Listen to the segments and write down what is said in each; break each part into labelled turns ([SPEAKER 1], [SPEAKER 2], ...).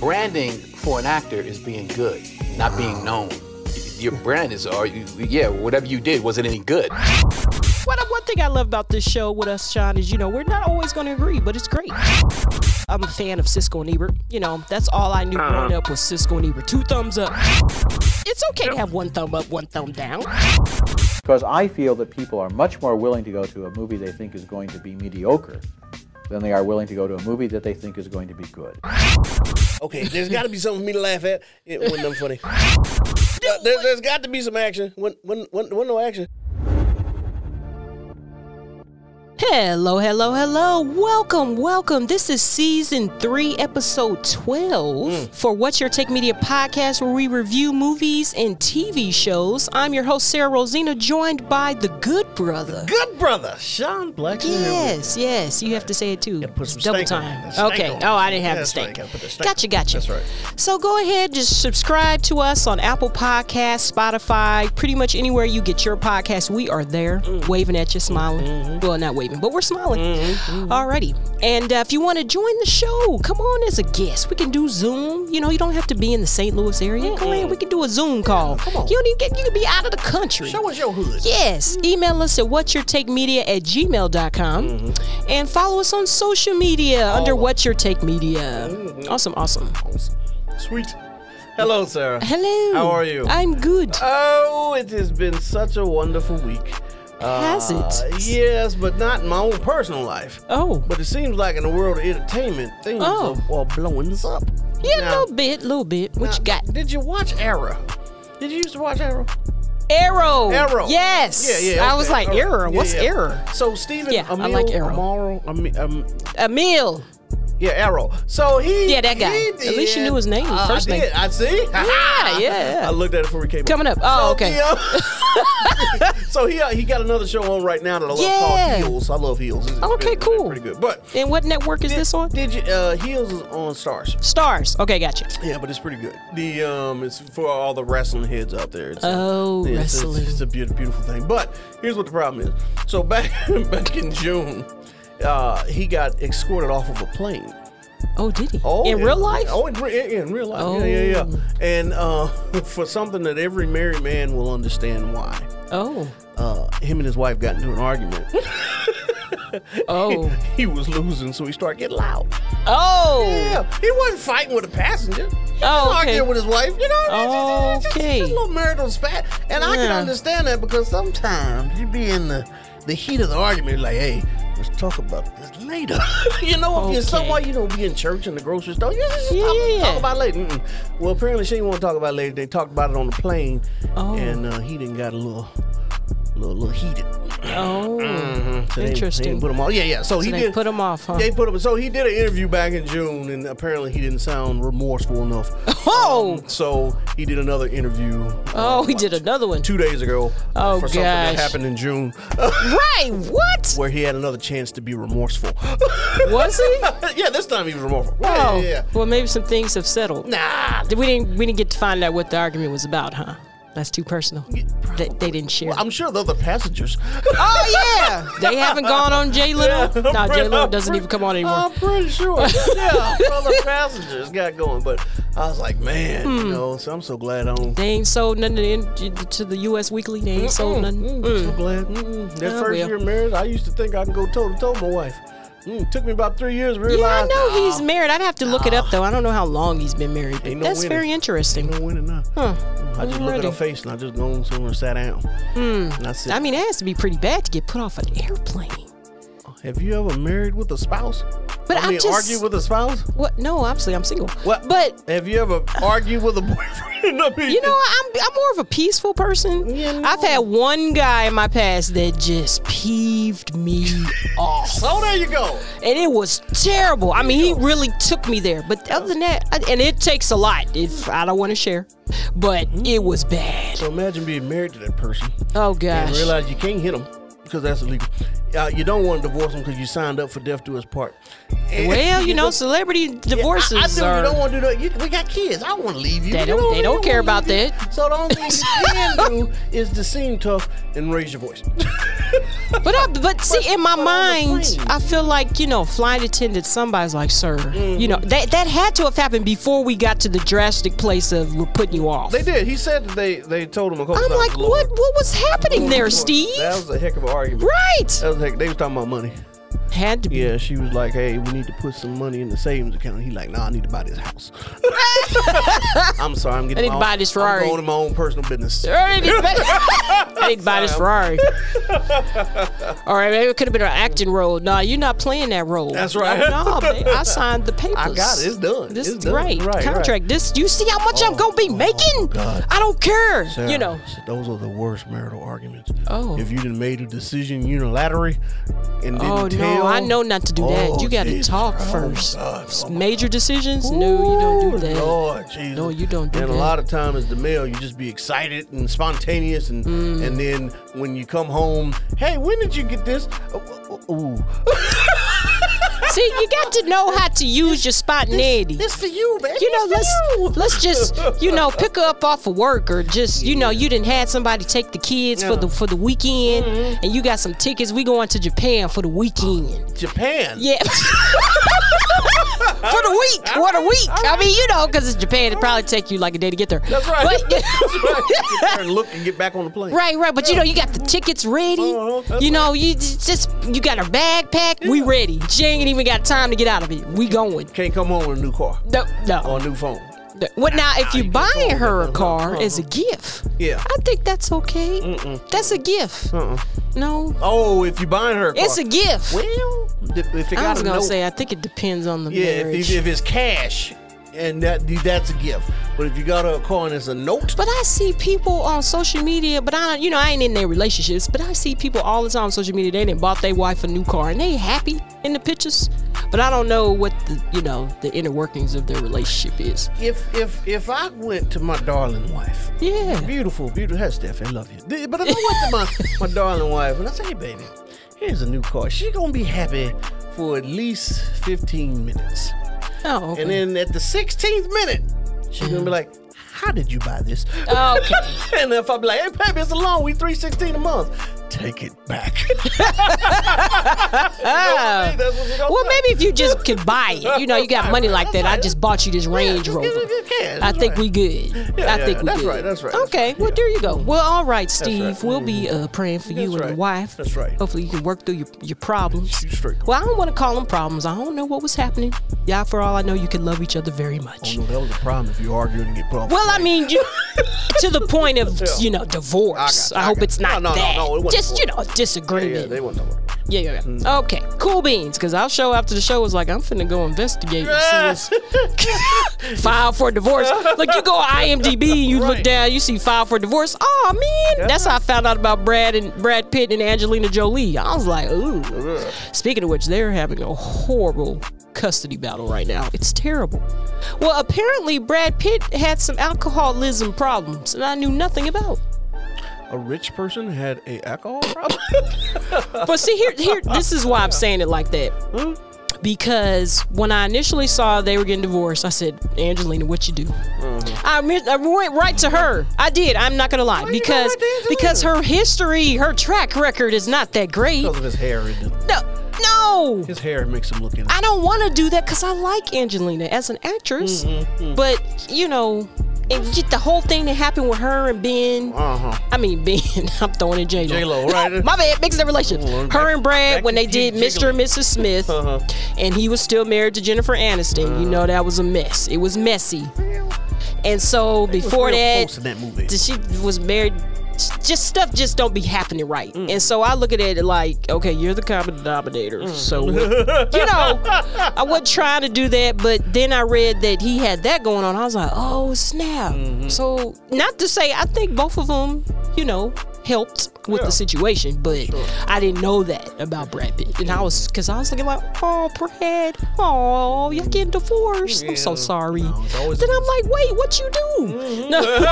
[SPEAKER 1] branding for an actor is being good, not being known. Your brand is, are you, yeah, whatever you did, was it any good?
[SPEAKER 2] What, one thing I love about this show with us, Sean, is you know we're not always going to agree, but it's great. I'm a fan of Cisco and Ebert. You know that's all I knew growing up was Cisco and Ebert. Two thumbs up. It's okay to have one thumb up, one thumb down.
[SPEAKER 3] Because I feel that people are much more willing to go to a movie they think is going to be mediocre than they are willing to go to a movie that they think is going to be good.
[SPEAKER 4] Okay, there's got to be something for me to laugh at. It wasn't nothing funny. Uh, there, has got to be some action. When, when, when, when no action.
[SPEAKER 2] Hello, hello, hello. Welcome, welcome. This is season three, episode 12 for What's Your Take Media podcast, where we review movies and TV shows. I'm your host, Sarah Rosina, joined by the good brother.
[SPEAKER 4] Good brother, Sean Black.
[SPEAKER 2] Yes, yes. You have to say it too.
[SPEAKER 4] Yeah, put some
[SPEAKER 2] Double
[SPEAKER 4] stank on it.
[SPEAKER 2] time.
[SPEAKER 4] That stank
[SPEAKER 2] okay.
[SPEAKER 4] on it.
[SPEAKER 2] Oh, I didn't have
[SPEAKER 4] Yeah,
[SPEAKER 2] the
[SPEAKER 4] that's right.
[SPEAKER 2] stank.
[SPEAKER 4] Gotta put the stank
[SPEAKER 2] Gotcha,
[SPEAKER 4] on it.
[SPEAKER 2] gotcha.
[SPEAKER 4] That's right.
[SPEAKER 2] So go ahead, just subscribe to us on Apple Podcasts, Spotify, pretty much anywhere you get your podcast. We are there,
[SPEAKER 4] Mm.
[SPEAKER 2] waving at you, smiling.
[SPEAKER 4] Mm-hmm.
[SPEAKER 2] Well, not waving, but we're smiling. Alrighty. And uh, if you want to join the show, come on as a guest. We can do Zoom. You know, you don't have to be in the St. Louis area. Come in, we can do a Zoom call. come on. You don't even get. You can be out of the country.
[SPEAKER 4] Show us your hood.
[SPEAKER 2] Yes. Email us at whatyourtakemedia at gmail.com
[SPEAKER 4] Mm-hmm.
[SPEAKER 2] and follow us on social media under What's Your Take Media.
[SPEAKER 4] Mm-hmm.
[SPEAKER 2] Awesome, awesome.
[SPEAKER 4] Sweet. Hello, Sarah.
[SPEAKER 2] Hello.
[SPEAKER 4] How are you?
[SPEAKER 2] I'm good.
[SPEAKER 4] Oh, it has been such a wonderful week.
[SPEAKER 2] Has it?
[SPEAKER 4] Uh, yes, but not in my own personal life.
[SPEAKER 2] oh,
[SPEAKER 4] But it seems like in the world of entertainment, things
[SPEAKER 2] Oh.
[SPEAKER 4] are, are blowing us up.
[SPEAKER 2] yeah, a
[SPEAKER 4] Now-
[SPEAKER 2] little bit, little bit. What you got?
[SPEAKER 4] Did you watch Arrow? Did you used to watch Arrow?
[SPEAKER 2] Arrow.
[SPEAKER 4] Arrow.
[SPEAKER 2] Yes.
[SPEAKER 4] Yeah, yeah.
[SPEAKER 2] I was
[SPEAKER 4] okay,
[SPEAKER 2] like,
[SPEAKER 4] all right.
[SPEAKER 2] error.
[SPEAKER 4] Yeah,
[SPEAKER 2] What's
[SPEAKER 4] yeah.
[SPEAKER 2] error?
[SPEAKER 4] So Stephen
[SPEAKER 2] Yeah, I
[SPEAKER 4] Amell-
[SPEAKER 2] like Arrow.
[SPEAKER 4] Amaro- Ami- um,
[SPEAKER 2] A meal.
[SPEAKER 4] yeah, Arrow. So he.
[SPEAKER 2] Yeah, that guy.
[SPEAKER 4] he
[SPEAKER 2] At least you
[SPEAKER 4] did-
[SPEAKER 2] knew his name,
[SPEAKER 4] Uh,
[SPEAKER 2] first
[SPEAKER 4] I
[SPEAKER 2] name.
[SPEAKER 4] Did. I see.
[SPEAKER 2] Yeah, yeah.
[SPEAKER 4] I looked at it before we came.
[SPEAKER 2] Coming up. Oh,
[SPEAKER 4] So,
[SPEAKER 2] okay.
[SPEAKER 4] yeah. so he uh, he got another show on right now that I love
[SPEAKER 2] Yeah.
[SPEAKER 4] called Heels. I love Heels. It's- it's
[SPEAKER 2] Okay,
[SPEAKER 4] been- it's been
[SPEAKER 2] cool.
[SPEAKER 4] Pretty good. But
[SPEAKER 2] And what network is this on?
[SPEAKER 4] Did you uh, Heels is on Stars?
[SPEAKER 2] Stars. Okay, gotcha.
[SPEAKER 4] Yeah, but it's pretty good. The um, it's for all the wrestling heads out there. It's,
[SPEAKER 2] Oh,
[SPEAKER 4] yeah, it's-
[SPEAKER 2] wrestling.
[SPEAKER 4] It's, it's a beautiful, beautiful thing. But here's what the problem is. So back back in June, uh, he got escorted off of a plane.
[SPEAKER 2] Oh, did he?
[SPEAKER 4] Oh,
[SPEAKER 2] In
[SPEAKER 4] yeah.
[SPEAKER 2] real life?
[SPEAKER 4] Oh, in, re- in- in real life. Yeah, yeah, yeah.
[SPEAKER 2] Oh.
[SPEAKER 4] And uh, for something that every married man will understand why.
[SPEAKER 2] Oh.
[SPEAKER 4] Uh, him and his wife got into an argument.
[SPEAKER 2] Oh.
[SPEAKER 4] he was losing, so he started getting loud.
[SPEAKER 2] Oh.
[SPEAKER 4] Yeah, he wasn't fighting with a passenger. He
[SPEAKER 2] Oh,
[SPEAKER 4] was
[SPEAKER 2] okay.
[SPEAKER 4] arguing with his wife. You know,
[SPEAKER 2] Oh,
[SPEAKER 4] it's just, it's just-
[SPEAKER 2] okay.
[SPEAKER 4] just a little marital spat. And I can
[SPEAKER 2] Yeah.
[SPEAKER 4] understand that because sometimes you be in the, the heat of the argument, like, hey, let's talk about this later. you know, if
[SPEAKER 2] Okay.
[SPEAKER 4] you're somewhere, you don't be in church, in the grocery store, you just
[SPEAKER 2] Yeah,
[SPEAKER 4] talk,
[SPEAKER 2] yeah, yeah.
[SPEAKER 4] talk about it later. Mm-mm. Well, apparently she didn't want to talk about it later. They talked about it on the plane,
[SPEAKER 2] Oh.
[SPEAKER 4] and uh, he didn't got a little, little, little heated.
[SPEAKER 2] Oh.
[SPEAKER 4] So they- they
[SPEAKER 2] Interesting.
[SPEAKER 4] didn't put him on. Yeah, yeah. So, he
[SPEAKER 2] they
[SPEAKER 4] did
[SPEAKER 2] put him off, huh?
[SPEAKER 4] They put him. So he did an interview back in June, and apparently he didn't sound remorseful enough.
[SPEAKER 2] Oh.
[SPEAKER 4] um, So he did another interview.
[SPEAKER 2] Oh,
[SPEAKER 4] uh,
[SPEAKER 2] he did
[SPEAKER 4] like
[SPEAKER 2] another one.
[SPEAKER 4] two days ago
[SPEAKER 2] Oh,
[SPEAKER 4] for something that
[SPEAKER 2] gosh.
[SPEAKER 4] happened in June,
[SPEAKER 2] Right. What?
[SPEAKER 4] where he had another chance to be remorseful.
[SPEAKER 2] Was he?
[SPEAKER 4] yeah, this time he was remorseful. Yeah,
[SPEAKER 2] Oh.
[SPEAKER 4] yeah, yeah.
[SPEAKER 2] Well, maybe some things have settled.
[SPEAKER 4] Nah.
[SPEAKER 2] Did- We didn't. We didn't get to find out what the argument was about, huh? That's too personal. They, they didn't share.
[SPEAKER 4] I'm sure the other passengers.
[SPEAKER 2] oh yeah, they haven't gone on Jay Little.
[SPEAKER 4] Yeah, Um,
[SPEAKER 2] no,
[SPEAKER 4] I'm pretty-
[SPEAKER 2] Jay Little
[SPEAKER 4] I'm
[SPEAKER 2] doesn't
[SPEAKER 4] pretty-
[SPEAKER 2] even come on anymore.
[SPEAKER 4] I'm pretty sure. yeah, other passengers got going, but I was like, man,
[SPEAKER 2] Hmm.
[SPEAKER 4] you know, so I'm so glad I don't.
[SPEAKER 2] they ain't sold nothing to, to the U.S. Weekly. They ain't sold nothing.
[SPEAKER 4] Mm, So glad. Mm, that
[SPEAKER 2] Oh,
[SPEAKER 4] first
[SPEAKER 2] well.
[SPEAKER 4] year of marriage, I used to think I can go toe to toe with my wife. Mm, took me about three years to
[SPEAKER 2] Yeah, I
[SPEAKER 4] realize.
[SPEAKER 2] know he's
[SPEAKER 4] nah,
[SPEAKER 2] married. I'd have to look it up though. I don't know how long he's been married, but
[SPEAKER 4] Ain't no
[SPEAKER 2] that's
[SPEAKER 4] winning.
[SPEAKER 2] very interesting.
[SPEAKER 4] no winning now. I just look at
[SPEAKER 2] Alrighty. Hmm.
[SPEAKER 4] her face and I just go somewhere and sat down. And I said,
[SPEAKER 2] I mean, it has to be pretty bad to get put off an airplane.
[SPEAKER 4] Have you ever married with a spouse?
[SPEAKER 2] But
[SPEAKER 4] I
[SPEAKER 2] I'm
[SPEAKER 4] mean,
[SPEAKER 2] just-
[SPEAKER 4] argued with a spouse?
[SPEAKER 2] What? No, obviously I'm single.
[SPEAKER 4] What?
[SPEAKER 2] But
[SPEAKER 4] Have you ever argued with a boyfriend? I mean,
[SPEAKER 2] You know, I'm I'm more of a peaceful person.
[SPEAKER 4] You know.
[SPEAKER 2] I've had one guy in my past that just peeved me off,
[SPEAKER 4] So there you go.
[SPEAKER 2] and it was terrible. I mean, he really took me there. But other than that, I, and it takes a lot. If I don't want to share, but it was bad.
[SPEAKER 4] So imagine being married to that person
[SPEAKER 2] Oh
[SPEAKER 4] and
[SPEAKER 2] gosh.
[SPEAKER 4] realize you can't hit them because that's illegal. Uh, you don't want to divorce him because you signed up for death to his part. And-
[SPEAKER 2] Well, you know, celebrity divorces
[SPEAKER 4] I, I do.
[SPEAKER 2] are.
[SPEAKER 4] You don't want to do that. You, we got kids. I don't want to leave you.
[SPEAKER 2] They
[SPEAKER 4] You
[SPEAKER 2] don't-
[SPEAKER 4] know,
[SPEAKER 2] they don't care
[SPEAKER 4] wanna
[SPEAKER 2] about
[SPEAKER 4] leave you.
[SPEAKER 2] that.
[SPEAKER 4] So the only thing you can do is to seem tough and raise your voice.
[SPEAKER 2] But I, but see, in my
[SPEAKER 4] on the
[SPEAKER 2] mind,
[SPEAKER 4] plane.
[SPEAKER 2] I feel like you know, flight attendant. Somebody's like, sir,
[SPEAKER 4] Mm-hmm.
[SPEAKER 2] you know, that that had to have happened before we got to the drastic place of we're putting you off.
[SPEAKER 4] They did. He said that they they told him a couple
[SPEAKER 2] I'm
[SPEAKER 4] times.
[SPEAKER 2] like, what
[SPEAKER 4] "Lord,
[SPEAKER 2] what was happening
[SPEAKER 4] Lord,
[SPEAKER 2] there,
[SPEAKER 4] Lord."
[SPEAKER 2] Steve?
[SPEAKER 4] That was a heck of an argument.
[SPEAKER 2] right,
[SPEAKER 4] That was a heck, they was talking about money.
[SPEAKER 2] had to be.
[SPEAKER 4] Yeah, she was like, "Hey, we need to put some money in the savings account." He like, "Nah, I need to buy this house." I'm sorry, I'm getting.
[SPEAKER 2] I need to
[SPEAKER 4] my
[SPEAKER 2] buy
[SPEAKER 4] own-
[SPEAKER 2] this Ferrari.
[SPEAKER 4] I'm going to my own personal business.
[SPEAKER 2] I need to buy- I need to buy this Ferrari. All right, maybe it could have been an acting role. No, you're not playing that role.
[SPEAKER 4] That's right.
[SPEAKER 2] No, man, I signed the papers.
[SPEAKER 4] I got it. It's done.
[SPEAKER 2] This
[SPEAKER 4] It's done.
[SPEAKER 2] right,
[SPEAKER 4] Right, right.
[SPEAKER 2] contract. This you see how much I'm gonna be making?
[SPEAKER 4] God.
[SPEAKER 2] I don't care.
[SPEAKER 4] Sarah,
[SPEAKER 2] You know.
[SPEAKER 4] those are the worst marital arguments.
[SPEAKER 2] Oh.
[SPEAKER 4] If you didn't made a decision unilaterally and didn't
[SPEAKER 2] Oh
[SPEAKER 4] tell,
[SPEAKER 2] no, I know not to do
[SPEAKER 4] Oh,
[SPEAKER 2] that. You got to
[SPEAKER 4] Jesus.
[SPEAKER 2] talk
[SPEAKER 4] Oh,
[SPEAKER 2] first.
[SPEAKER 4] God. Oh, my
[SPEAKER 2] Major decisions? No, you don't do
[SPEAKER 4] Ooh,
[SPEAKER 2] that.
[SPEAKER 4] Lord, Jesus.
[SPEAKER 2] No, you don't do
[SPEAKER 4] and
[SPEAKER 2] that.
[SPEAKER 4] a lot of times as the male, you just be excited and spontaneous, and
[SPEAKER 2] Mm.
[SPEAKER 4] and then when you come home, hey, when did you get this? Oh, oh, oh,
[SPEAKER 2] See, you got to know how to use your spontaneity.
[SPEAKER 4] this for you, man.
[SPEAKER 2] you know,
[SPEAKER 4] This
[SPEAKER 2] let's
[SPEAKER 4] for you.
[SPEAKER 2] let's just you know pick her up off of work or just you know you didn't had somebody take the kids for the for the weekend
[SPEAKER 4] Mm-hmm.
[SPEAKER 2] and you got some tickets. We going to Japan for the weekend.
[SPEAKER 4] Japan.
[SPEAKER 2] Yeah. For the week, what a week! I mean, you know, because it's Japan, it probably take you like a day to get there.
[SPEAKER 4] That's right.
[SPEAKER 2] But-
[SPEAKER 4] That's right. Get there and look and get back on the plane.
[SPEAKER 2] Right, right, but you know you got the tickets ready.
[SPEAKER 4] Uh-huh, that's
[SPEAKER 2] You know you j- just you got her bag packed. We ready. She ain't even got time to get out of it. We going.
[SPEAKER 4] Can't come home with a new car
[SPEAKER 2] No,
[SPEAKER 4] or
[SPEAKER 2] no.
[SPEAKER 4] a new phone.
[SPEAKER 2] no. Well, now if you
[SPEAKER 4] you can't go
[SPEAKER 2] buying
[SPEAKER 4] with
[SPEAKER 2] her
[SPEAKER 4] that.
[SPEAKER 2] a car
[SPEAKER 4] Uh-huh.
[SPEAKER 2] as a gift,
[SPEAKER 4] Yeah.
[SPEAKER 2] I think that's okay. That's a gift.
[SPEAKER 4] Uh-uh.
[SPEAKER 2] No,
[SPEAKER 4] Oh, if you buying her a car.
[SPEAKER 2] it's a gift.
[SPEAKER 4] Well, if if it
[SPEAKER 2] I
[SPEAKER 4] got
[SPEAKER 2] was
[SPEAKER 4] a
[SPEAKER 2] gonna
[SPEAKER 4] note-
[SPEAKER 2] say I think it depends on the
[SPEAKER 4] yeah,
[SPEAKER 2] marriage.
[SPEAKER 4] if, if it's cash, and that that's a gift. But if you got her a car and it's a note,
[SPEAKER 2] But I see people on social media, but I, don't- you know, I ain't in their relationships. But I see people all the time on social media. They done bought their wife a new car and they happy in the pictures. But I don't know what the, you know, the inner workings of their relationship is.
[SPEAKER 4] if if if I went to my darling wife,
[SPEAKER 2] Yeah.
[SPEAKER 4] beautiful, beautiful, hey Steph, I love you. Th- But if I went to my my darling wife and I say, hey baby, here's a new car, she gonna be happy for at least 15 minutes,
[SPEAKER 2] Oh, okay.
[SPEAKER 4] and then at the 16th minute, she's gonna be like. How did you buy this?
[SPEAKER 2] Okay.
[SPEAKER 4] and if I be like, hey, baby, it's a loan. We three sixteen a month. Take it back. You know what I mean? That's what she gonna
[SPEAKER 2] well,
[SPEAKER 4] say.
[SPEAKER 2] maybe if you just could buy it, you know, you got money like that. I just bought you this
[SPEAKER 4] Yeah,
[SPEAKER 2] Range
[SPEAKER 4] just give
[SPEAKER 2] Rover.
[SPEAKER 4] it- give it cash.
[SPEAKER 2] I
[SPEAKER 4] That's
[SPEAKER 2] think
[SPEAKER 4] right.
[SPEAKER 2] we good.
[SPEAKER 4] Yeah,
[SPEAKER 2] I think
[SPEAKER 4] yeah,
[SPEAKER 2] we
[SPEAKER 4] that's
[SPEAKER 2] good.
[SPEAKER 4] right, that's right, that's
[SPEAKER 2] Okay, well there you go. Well, all right, Steve.
[SPEAKER 4] right. Mm-hmm.
[SPEAKER 2] We'll be uh, praying for you
[SPEAKER 4] That's
[SPEAKER 2] and
[SPEAKER 4] right.
[SPEAKER 2] your wife.
[SPEAKER 4] That's right.
[SPEAKER 2] Hopefully you can work through your, your problems.
[SPEAKER 4] Shoot straight.
[SPEAKER 2] Well, I don't want to call them problems. I don't know what was happening. Yeah, for all I know, you can love each other very much.
[SPEAKER 4] Oh, No, that was a problem if you arguing and get put off.
[SPEAKER 2] Well, I mean, you to the point of you know divorce. I,
[SPEAKER 4] I got you, I
[SPEAKER 2] hope
[SPEAKER 4] got
[SPEAKER 2] it's
[SPEAKER 4] you.
[SPEAKER 2] not
[SPEAKER 4] No, no,
[SPEAKER 2] that.
[SPEAKER 4] no, it wasn't
[SPEAKER 2] Just you know,
[SPEAKER 4] divorce. yeah,
[SPEAKER 2] disagreement.
[SPEAKER 4] they wasn't talking about
[SPEAKER 2] Yeah, yeah, yeah. Okay, cool beans. Because I'll show after the show is like, I'm finna go investigate and see what's file for divorce. Like you go on IMDb, you look
[SPEAKER 4] Right.
[SPEAKER 2] down, you see file for divorce. Oh man, that's how I found out about Brad and Brad Pitt and Angelina Jolie. I was like, ooh. Speaking of which, they're having a horrible custody battle right now. It's terrible. Well, apparently Brad Pitt had some alcoholism problems, and I knew nothing about.
[SPEAKER 4] A rich person had a alcohol problem.
[SPEAKER 2] but see here here this is why I'm saying it like that.
[SPEAKER 4] Hmm?
[SPEAKER 2] Because when I initially saw they were getting divorced, I said, Angelina, what you do? I, mi- I went right to her. I did. I'm not gonna lie
[SPEAKER 4] Mm-hmm. you go
[SPEAKER 2] because
[SPEAKER 4] right to Angelina?
[SPEAKER 2] because her history, her track record is not that great.
[SPEAKER 4] because of his hair, it,
[SPEAKER 2] No, no.
[SPEAKER 4] his hair makes him look in.
[SPEAKER 2] I don't want to do that because I like Angelina as an actress,
[SPEAKER 4] Mm-hmm,
[SPEAKER 2] but you know, and get the whole thing that happened with her and Ben.
[SPEAKER 4] Uh huh.
[SPEAKER 2] I mean, Ben, I'm throwing in J Lo.
[SPEAKER 4] J-Lo, right.
[SPEAKER 2] My bad, mixing the relationship.
[SPEAKER 4] Ooh,
[SPEAKER 2] Her
[SPEAKER 4] back-
[SPEAKER 2] and Brad,
[SPEAKER 4] back
[SPEAKER 2] when
[SPEAKER 4] to
[SPEAKER 2] they did
[SPEAKER 4] Jig-
[SPEAKER 2] Mr. and Mrs. Smith,
[SPEAKER 4] Uh-huh. Uh.
[SPEAKER 2] and he was still married to Jennifer Aniston, you know, that was a mess. It was messy. And so before that,
[SPEAKER 4] in that movie.
[SPEAKER 2] that she was married. Just stuff just don't be happening right,
[SPEAKER 4] Mm.
[SPEAKER 2] and so I look at it like, okay, you're the common denominator. So what- you know, I wasn't trying to do that, but then I read that he had that going on. I was like, oh snap!
[SPEAKER 4] Mm-hmm.
[SPEAKER 2] So not to say I think both of them, you know, helped with the situation, but I didn't know that about Brad Pitt, and I was because I was looking like, oh Brad, oh you're getting divorced. I'm so sorry.
[SPEAKER 4] it's always- Mm-hmm.
[SPEAKER 2] then I'm like, wait, what you do? No.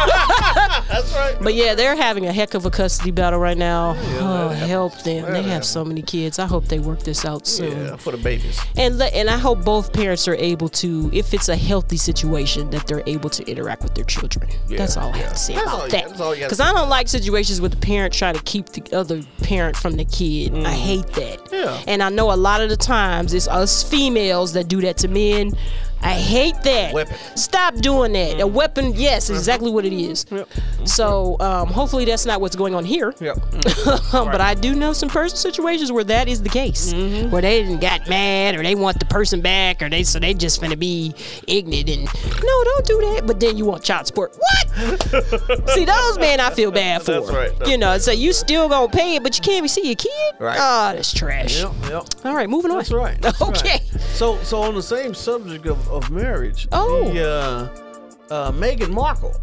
[SPEAKER 4] That's right.
[SPEAKER 2] But yeah, they're having a heck of a custody battle right now. oh, help them. They have so many kids. I hope they work this out soon.
[SPEAKER 4] yeah, for the babies.
[SPEAKER 2] And le- and I hope both parents are able to, if it's a healthy situation, that they're able to interact with their children. that's all I have to say
[SPEAKER 4] That's all
[SPEAKER 2] about
[SPEAKER 4] you-
[SPEAKER 2] that.
[SPEAKER 4] that's all you gotta
[SPEAKER 2] Because I don't like situations where the parent try to keep the other parent from the kid. I hate that.
[SPEAKER 4] Mm. Yeah.
[SPEAKER 2] And I know a lot of the times it's us females that do that to men. I hate that.
[SPEAKER 4] Weapon. Mm. Mm-hmm.
[SPEAKER 2] Stop doing that. A weapon, yes, exactly what it is.
[SPEAKER 4] Yep.
[SPEAKER 2] So um, hopefully that's not what's going on here.
[SPEAKER 4] Yep. mm-hmm.
[SPEAKER 2] but I do know some personal situations where that is the case,
[SPEAKER 4] Mm-hmm.
[SPEAKER 2] where they didn't got mad or they want the person back or they so they just finna be ignorant and no, don't do that. But then you want child support. What? see those men, I feel bad for.
[SPEAKER 4] That's right, that's
[SPEAKER 2] you know, so you still gonna pay it, but you can't even see your kid.
[SPEAKER 4] Right.
[SPEAKER 2] Oh, that's trash.
[SPEAKER 4] Yep. Yep.
[SPEAKER 2] All right, moving on.
[SPEAKER 4] That's right. that's right.
[SPEAKER 2] okay.
[SPEAKER 4] So, so on the same subject of, of marriage,
[SPEAKER 2] Oh.
[SPEAKER 4] the, uh, uh, Meghan Markle,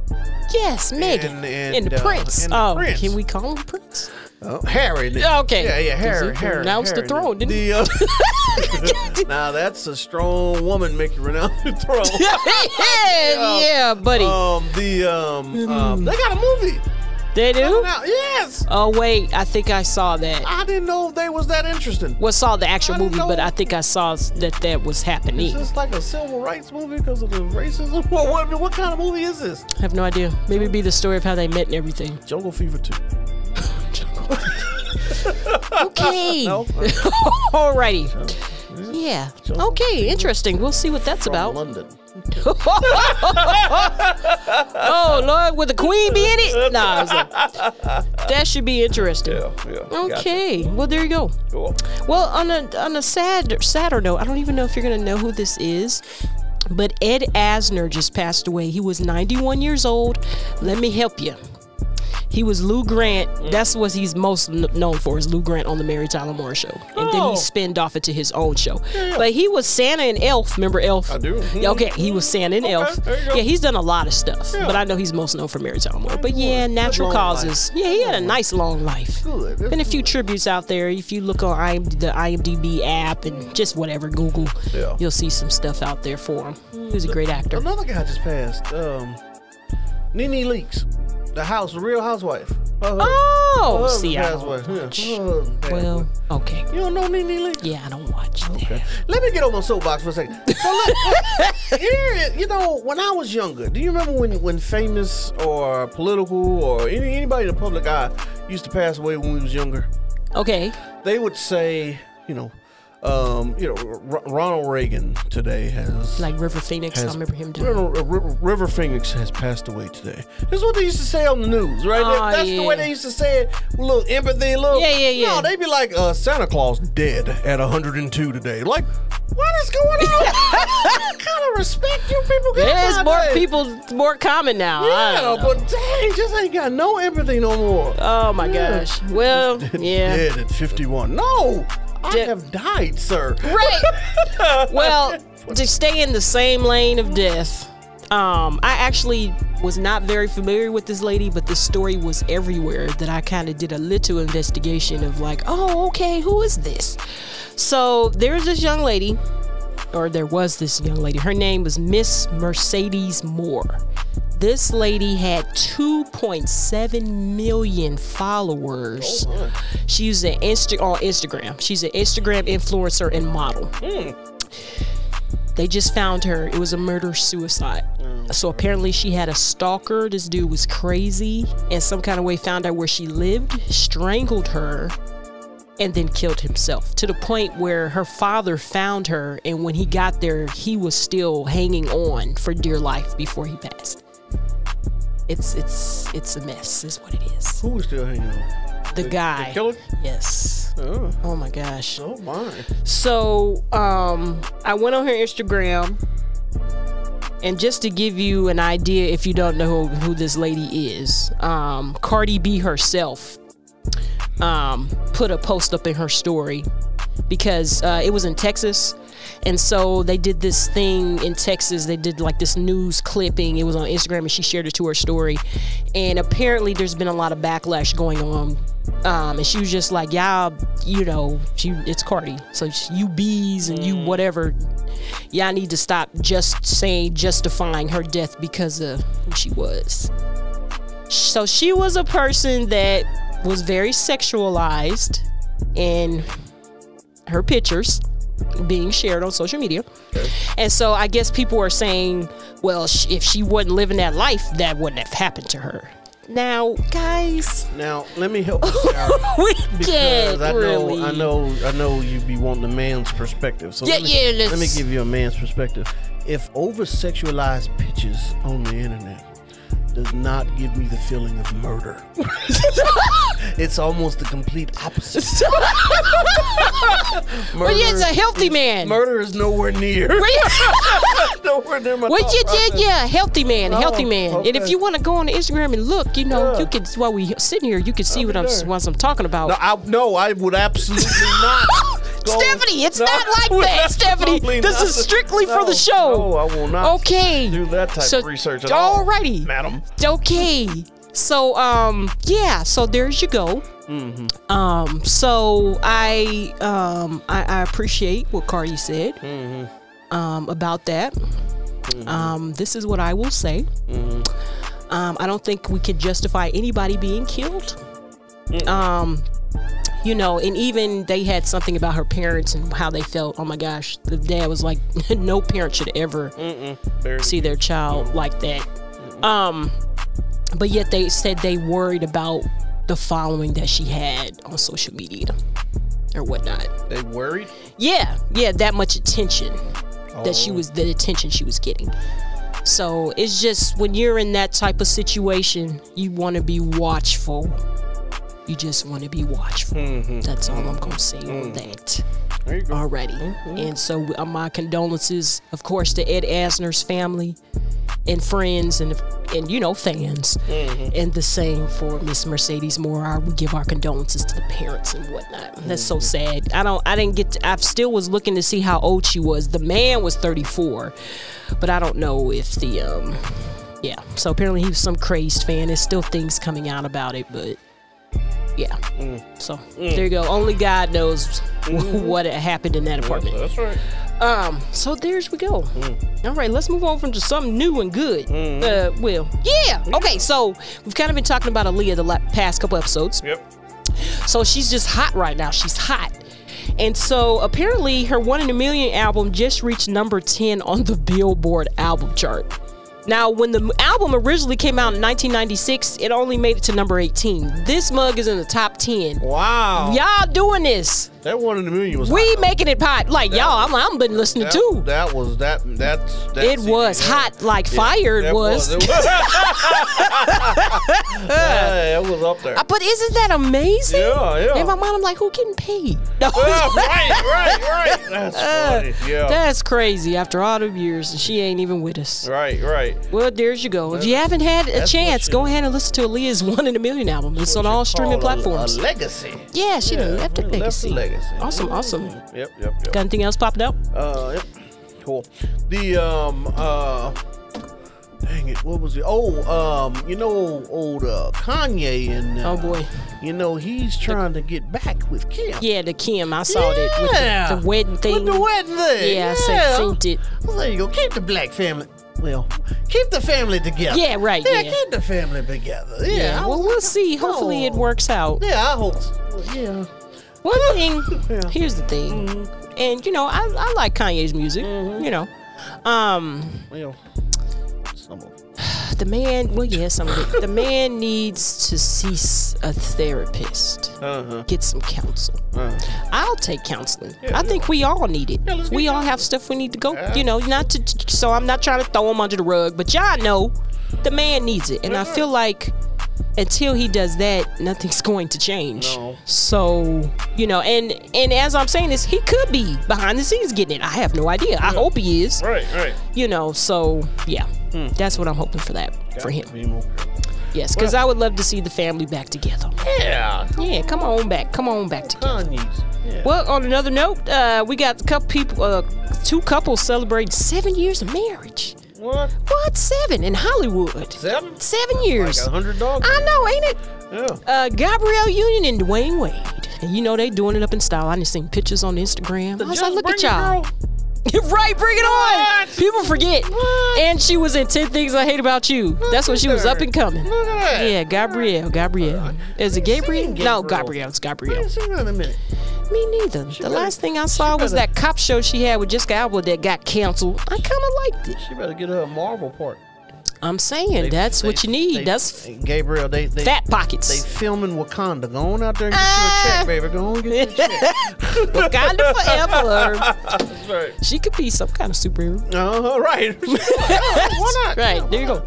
[SPEAKER 2] Yes, Megan and,
[SPEAKER 4] And- and,
[SPEAKER 2] the
[SPEAKER 4] uh,
[SPEAKER 2] prince.
[SPEAKER 4] and the
[SPEAKER 2] oh,
[SPEAKER 4] prince.
[SPEAKER 2] can we call him Prince?
[SPEAKER 4] oh, Harry. now.
[SPEAKER 2] Okay.
[SPEAKER 4] Yeah, yeah, Harry.
[SPEAKER 2] Because he
[SPEAKER 4] Harry
[SPEAKER 2] renounced the
[SPEAKER 4] Harry
[SPEAKER 2] throne,
[SPEAKER 4] now.
[SPEAKER 2] didn't he?
[SPEAKER 4] The, uh, now that's a strong woman make you renounce the throne.
[SPEAKER 2] yeah, buddy.
[SPEAKER 4] um, the um,
[SPEAKER 2] Mm.
[SPEAKER 4] um, they got a movie.
[SPEAKER 2] they do.
[SPEAKER 4] Now, yes,
[SPEAKER 2] Oh wait, I think I saw that.
[SPEAKER 4] I didn't know they was that interesting.
[SPEAKER 2] Well, saw the actual
[SPEAKER 4] I didn't
[SPEAKER 2] movie, but
[SPEAKER 4] know-
[SPEAKER 2] I think I saw s- that that was
[SPEAKER 4] Is
[SPEAKER 2] happening.
[SPEAKER 4] this like a civil rights movie because of the racism? What, what, what kind of movie is this?
[SPEAKER 2] I have no idea. Maybe it'd be the story of how they met and everything.
[SPEAKER 4] Jungle Fever 2.
[SPEAKER 2] Okay.
[SPEAKER 4] No?
[SPEAKER 2] Alrighty. Yeah. Okay. Interesting. We'll see what that's
[SPEAKER 4] From
[SPEAKER 2] about.
[SPEAKER 4] London.
[SPEAKER 2] Oh Lord, would the Queen be in it? Nah. it's like- that should be interesting.
[SPEAKER 4] yeah.
[SPEAKER 2] Okay. Well, there you go.
[SPEAKER 4] Cool.
[SPEAKER 2] Well, on a on a sad sadder note, I don't even know if you're gonna know who this is. But Ed Asner just passed away. He was 91 years old. Let me help you. He was Lou Grant.
[SPEAKER 4] Mm.
[SPEAKER 2] That's what he's most kn- known for is Lou Grant on the Mary Tyler Moore Show, and then
[SPEAKER 4] Oh.
[SPEAKER 2] he spinned off into his own show. But he was Santa and Elf. Remember Elf? I
[SPEAKER 4] do. Mm-hmm.
[SPEAKER 2] Okay, he was Santa and Elf.
[SPEAKER 4] there you go.
[SPEAKER 2] Yeah, he's done a lot of stuff, but I know he's most known for Mary Tyler Moore. But yeah, natural
[SPEAKER 4] long life.
[SPEAKER 2] causes. Yeah, he had a nice long life
[SPEAKER 4] Good. That's
[SPEAKER 2] been a few tributes out there. If you look on IM, the IMDb app and just whatever Google,
[SPEAKER 4] Yeah.
[SPEAKER 2] you'll see some stuff out there for him. He was a great actor.
[SPEAKER 4] Another guy just passed. Um, Nene Leaks, the house, the Real Housewife. Her husband- her
[SPEAKER 2] Oh,
[SPEAKER 4] husband
[SPEAKER 2] see, I
[SPEAKER 4] passed
[SPEAKER 2] don't
[SPEAKER 4] away. Yeah,
[SPEAKER 2] watch.
[SPEAKER 4] her husband passed
[SPEAKER 2] Well,
[SPEAKER 4] away.
[SPEAKER 2] okay,
[SPEAKER 4] you don't know Nene Leaks.
[SPEAKER 2] yeah, I don't watch that.
[SPEAKER 4] Let me get on my soapbox for a second. So look, here, is- you know, when I was younger, do you remember when, when famous or political or any, anybody in the public eye used to pass away when we was younger?
[SPEAKER 2] Okay,
[SPEAKER 4] They would say, you know, um, you know, R- Ronald Reagan today has
[SPEAKER 2] like River Phoenix, I remember him doing.
[SPEAKER 4] River, River, River Phoenix has passed away today. This is what they used to say on the news, right?
[SPEAKER 2] Oh,
[SPEAKER 4] That's the
[SPEAKER 2] yeah.
[SPEAKER 4] way they used to say it. with A little empathy, a little.
[SPEAKER 2] Yeah, yeah, yeah.
[SPEAKER 4] No, they be like, uh, Santa Claus dead at 102 today. Like, what is going on? what kind of respect you people get?
[SPEAKER 2] There's more
[SPEAKER 4] nowadays?
[SPEAKER 2] people, more common now. I
[SPEAKER 4] Yeah,
[SPEAKER 2] don't know.
[SPEAKER 4] but dang, just ain't got no empathy no more.
[SPEAKER 2] oh my gosh. Well, yeah.
[SPEAKER 4] Dead at 51. No, I
[SPEAKER 2] Dead-
[SPEAKER 4] have died, sir.
[SPEAKER 2] Right. well, to stay in the same lane of death, um, I actually was not very familiar with this lady, but this story was everywhere that I kind of did a little investigation of like, oh, okay, who is this? So there's this young lady, or there was this young lady. Her name was Miss Mercedes Moore. This lady had 2.7 million followers. She's an Insta- on Instagram. She's an Instagram influencer and model. They just found her. It was a murder suicide.
[SPEAKER 4] Oh,
[SPEAKER 2] So apparently she had a stalker. This dude was crazy and some kind of way found out where she lived, strangled her, and then killed himself to the point where her father found her and when he got there he was still hanging on for dear life before he passed. It's it's it's a mess is what it is.
[SPEAKER 4] Who was still hanging on?
[SPEAKER 2] The guy.
[SPEAKER 4] Killer?
[SPEAKER 2] Yes.
[SPEAKER 4] Oh,
[SPEAKER 2] Oh my gosh.
[SPEAKER 4] oh my.
[SPEAKER 2] So um, I went on her Instagram, and just to give you an idea, if you don't know who, who this lady is, um, Cardi B herself um, put a post up in her story because uh, it was in Texas. And so they did this thing in Texas. They did like this news clipping. It was on Instagram and she shared it to her story. And apparently there's been a lot of backlash going on. Um, and she was just like, y'all, you know, she, it's Cardi. So she- you bees and you whatever, y'all need to stop just saying, justifying her death because of who she was. So she was a person that was very sexualized in her pictures being shared on social media. And so I guess people are saying, well, sh- if she wasn't living that life, that wouldn't have happened to her. Now, guys,
[SPEAKER 4] Now let me help you out
[SPEAKER 2] we
[SPEAKER 4] because
[SPEAKER 2] can't
[SPEAKER 4] I know
[SPEAKER 2] really.
[SPEAKER 4] I know I know you be wanting a man's perspective. So
[SPEAKER 2] Yeah,
[SPEAKER 4] let me,
[SPEAKER 2] yeah, let's-
[SPEAKER 4] let me give you a man's perspective. If over sexualized pictures on the internet does not give me the feeling of murder, it's almost the complete opposite.
[SPEAKER 2] Well, yeah, it's a healthy man.
[SPEAKER 4] Murder is nowhere near.
[SPEAKER 2] Well, yeah.
[SPEAKER 4] nowhere near my
[SPEAKER 2] What
[SPEAKER 4] thought
[SPEAKER 2] you did,
[SPEAKER 4] process.
[SPEAKER 2] yeah, healthy man, healthy
[SPEAKER 4] Oh,
[SPEAKER 2] man. And if
[SPEAKER 4] okay.
[SPEAKER 2] you want to go on Instagram and look, you know,
[SPEAKER 4] Yeah.
[SPEAKER 2] you could while we sitting here, you can see what I'm
[SPEAKER 4] there.
[SPEAKER 2] what I'm talking about.
[SPEAKER 4] No, I, no, I would absolutely not. go-
[SPEAKER 2] Stephanie, it's
[SPEAKER 4] No,
[SPEAKER 2] not
[SPEAKER 4] I
[SPEAKER 2] like
[SPEAKER 4] would
[SPEAKER 2] that, Stephanie.
[SPEAKER 4] absolutely
[SPEAKER 2] This
[SPEAKER 4] not.
[SPEAKER 2] is strictly for the
[SPEAKER 4] No,
[SPEAKER 2] show.
[SPEAKER 4] No, I will not.
[SPEAKER 2] Okay.
[SPEAKER 4] Do that type
[SPEAKER 2] So,
[SPEAKER 4] of research at all.
[SPEAKER 2] alrighty.
[SPEAKER 4] madam.
[SPEAKER 2] okay. So um yeah, so there's you go.
[SPEAKER 4] Mm-hmm.
[SPEAKER 2] Um so I um I, I appreciate what Cardi said
[SPEAKER 4] Mm-hmm.
[SPEAKER 2] um about that. Um this is what I will say.
[SPEAKER 4] Mm-hmm.
[SPEAKER 2] Um I don't think we could justify anybody being killed. Um you know, and even they had something about her parents and how they felt. Oh my gosh, the dad was like, no parent should ever
[SPEAKER 4] Very-
[SPEAKER 2] see their child like that. Um, but yet they said they worried about the following that she had on social media or whatnot.
[SPEAKER 4] They worried.
[SPEAKER 2] Yeah, yeah, that much attention that she was the attention she was getting. So it's just when you're in that type of situation, you want to be watchful. You just want to be watchful. That's all I'm gonna say on that
[SPEAKER 4] Mm-hmm. There you go. Mm-hmm.
[SPEAKER 2] already. And so, uh, my condolences, of course, to Ed Asner's family and friends and and you know fans. And the same for Miss Mercedes Moore. I would give our condolences to the parents and whatnot. That's so sad. I don't. I didn't get. To, I still was looking to see how old she was. The man was 34, but I don't know if the um. Yeah. So apparently he was some crazed fan. There's still things coming out about it, but yeah. So there you go. Only God knows what happened in that apartment.
[SPEAKER 4] That's right.
[SPEAKER 2] Um, so there's we go.
[SPEAKER 4] Mm.
[SPEAKER 2] All right, let's move on to something new and good. Uh,
[SPEAKER 4] Mm-hmm.
[SPEAKER 2] well, yeah. Okay, so we've kind of been talking about Aaliyah the la- past couple episodes.
[SPEAKER 4] Yep.
[SPEAKER 2] So she's just hot right now. She's hot. And so apparently her One in a Million album just reached number 10 on the Billboard album chart. Now, when the m- album originally came out in 1996, it only made it to number 18. This mug is in the top 10.
[SPEAKER 4] Wow.
[SPEAKER 2] Y'all doing this.
[SPEAKER 4] That one in a million was.
[SPEAKER 2] We
[SPEAKER 4] hot.
[SPEAKER 2] making it hot. Like, y'all, I'm, I'm been listening
[SPEAKER 4] that,
[SPEAKER 2] too.
[SPEAKER 4] That was that. That's. That
[SPEAKER 2] It was hot like fire. It was.
[SPEAKER 4] It was. yeah, it was up there.
[SPEAKER 2] Uh, But isn't that amazing?
[SPEAKER 4] Yeah, yeah.
[SPEAKER 2] In my mind, I'm like, who getting paid? No.
[SPEAKER 4] Yeah, right, right, right. That's
[SPEAKER 2] Uh,
[SPEAKER 4] funny. Yeah.
[SPEAKER 2] That's crazy. After all them years, and she ain't even with us.
[SPEAKER 4] right, right.
[SPEAKER 2] Well, there's you go. If you haven't had a
[SPEAKER 4] what
[SPEAKER 2] chance,
[SPEAKER 4] she-
[SPEAKER 2] go ahead and listen to Aaliyah's One in a Million album. It's on all streaming
[SPEAKER 4] Call a-
[SPEAKER 2] platforms.
[SPEAKER 4] A legacy.
[SPEAKER 2] yeah, she done left a
[SPEAKER 4] left a
[SPEAKER 2] legacy.
[SPEAKER 4] legacy.
[SPEAKER 2] Awesome, awesome. Got
[SPEAKER 4] Yep, yep, yep.
[SPEAKER 2] anything else popping up?
[SPEAKER 4] Uh, yep. Cool. The um uh, dang it, what was it? Oh, um, you know, old uh, Kanye and uh,
[SPEAKER 2] Oh boy.
[SPEAKER 4] you know he's trying to get back with Kim.
[SPEAKER 2] Yeah, the Kim. I saw that with the-
[SPEAKER 4] Yeah.
[SPEAKER 2] the, wedding thing.
[SPEAKER 4] With the wedding thing.
[SPEAKER 2] Yeah, I seen- seen it.
[SPEAKER 4] Well, there you go. Keep the black family. Well, keep the family together.
[SPEAKER 2] Yeah, right,
[SPEAKER 4] Yeah,
[SPEAKER 2] yeah.
[SPEAKER 4] keep the family together. Yeah.
[SPEAKER 2] Yeah,
[SPEAKER 4] I
[SPEAKER 2] well,
[SPEAKER 4] was
[SPEAKER 2] we'll
[SPEAKER 4] like,
[SPEAKER 2] see.
[SPEAKER 4] no.
[SPEAKER 2] Hopefully, it works out.
[SPEAKER 4] Yeah, I hope. So. Yeah.
[SPEAKER 2] One thing, here's the thing, and you know, I, I like Kanye's music. You know, um,
[SPEAKER 4] Well, some of
[SPEAKER 2] the man. Well, yes, I'm. The man needs to cease a therapist.
[SPEAKER 4] uh-huh.
[SPEAKER 2] Get some counsel.
[SPEAKER 4] Uh.
[SPEAKER 2] I'll take counseling. I think we all need it.
[SPEAKER 4] let's
[SPEAKER 2] we
[SPEAKER 4] get
[SPEAKER 2] all have stuff we need to go. You know, not to. So I'm not trying to throw him under the rug, but y'all know, the man needs it, and I feel like until he does that, nothing's going to change.
[SPEAKER 4] No.
[SPEAKER 2] So you know, and and as I'm saying this, he could be behind the scenes getting it. I have no idea. I hope he is.
[SPEAKER 4] Right, right. Hmm.
[SPEAKER 2] You know, so yeah, that's what I'm hoping for that for him.
[SPEAKER 4] Be more careful.
[SPEAKER 2] Yes, because I would love to see the family back together.
[SPEAKER 4] Yeah.
[SPEAKER 2] Yeah, come on back, come on back together.
[SPEAKER 4] Kanye's. Yeah.
[SPEAKER 2] Well, on another note, uh, we got a couple people, uh, two couples celebrating seven years of marriage.
[SPEAKER 4] What?
[SPEAKER 2] What seven in Hollywood?
[SPEAKER 4] Seven?
[SPEAKER 2] Seven years.
[SPEAKER 4] Like Oh a hundred dogs.
[SPEAKER 2] I know, ain't it?
[SPEAKER 4] Yeah.
[SPEAKER 2] Uh, Gabrielle Union and Dwayne Wade. And you know they doing it up in style. I just seen pictures on Instagram. I was like, look at y'all. right, bring it on.
[SPEAKER 4] What?
[SPEAKER 2] People forget.
[SPEAKER 4] What?
[SPEAKER 2] And she was in Ten Things I Hate About You. That's when she was up and coming.
[SPEAKER 4] Look at that.
[SPEAKER 2] Yeah, Gabrielle, Gabrielle. Is it Gabrielle?
[SPEAKER 4] seen
[SPEAKER 2] No, Gabrielle.
[SPEAKER 4] Gabrielle.
[SPEAKER 2] It's Gabrielle.
[SPEAKER 4] I ain't seen her in a minute.
[SPEAKER 2] Me neither. the last thing I saw was that cop show she had with Jessica Alba that got canceled. I kind of liked it.
[SPEAKER 4] She better get her a Marvel part.
[SPEAKER 2] I'm saying that's
[SPEAKER 4] They-
[SPEAKER 2] what you need.
[SPEAKER 4] they-
[SPEAKER 2] that's f-
[SPEAKER 4] Gabriel. They, they
[SPEAKER 2] fat
[SPEAKER 4] They
[SPEAKER 2] pockets.
[SPEAKER 4] filming Wakanda. Go on out there and get
[SPEAKER 2] Ah.
[SPEAKER 4] you a check, baby. Go on and get you a check.
[SPEAKER 2] Wakanda forever.
[SPEAKER 4] That's right.
[SPEAKER 2] she could be some kind of superhero.
[SPEAKER 4] Uh, right. Why not?
[SPEAKER 2] Oh, Right, there you go.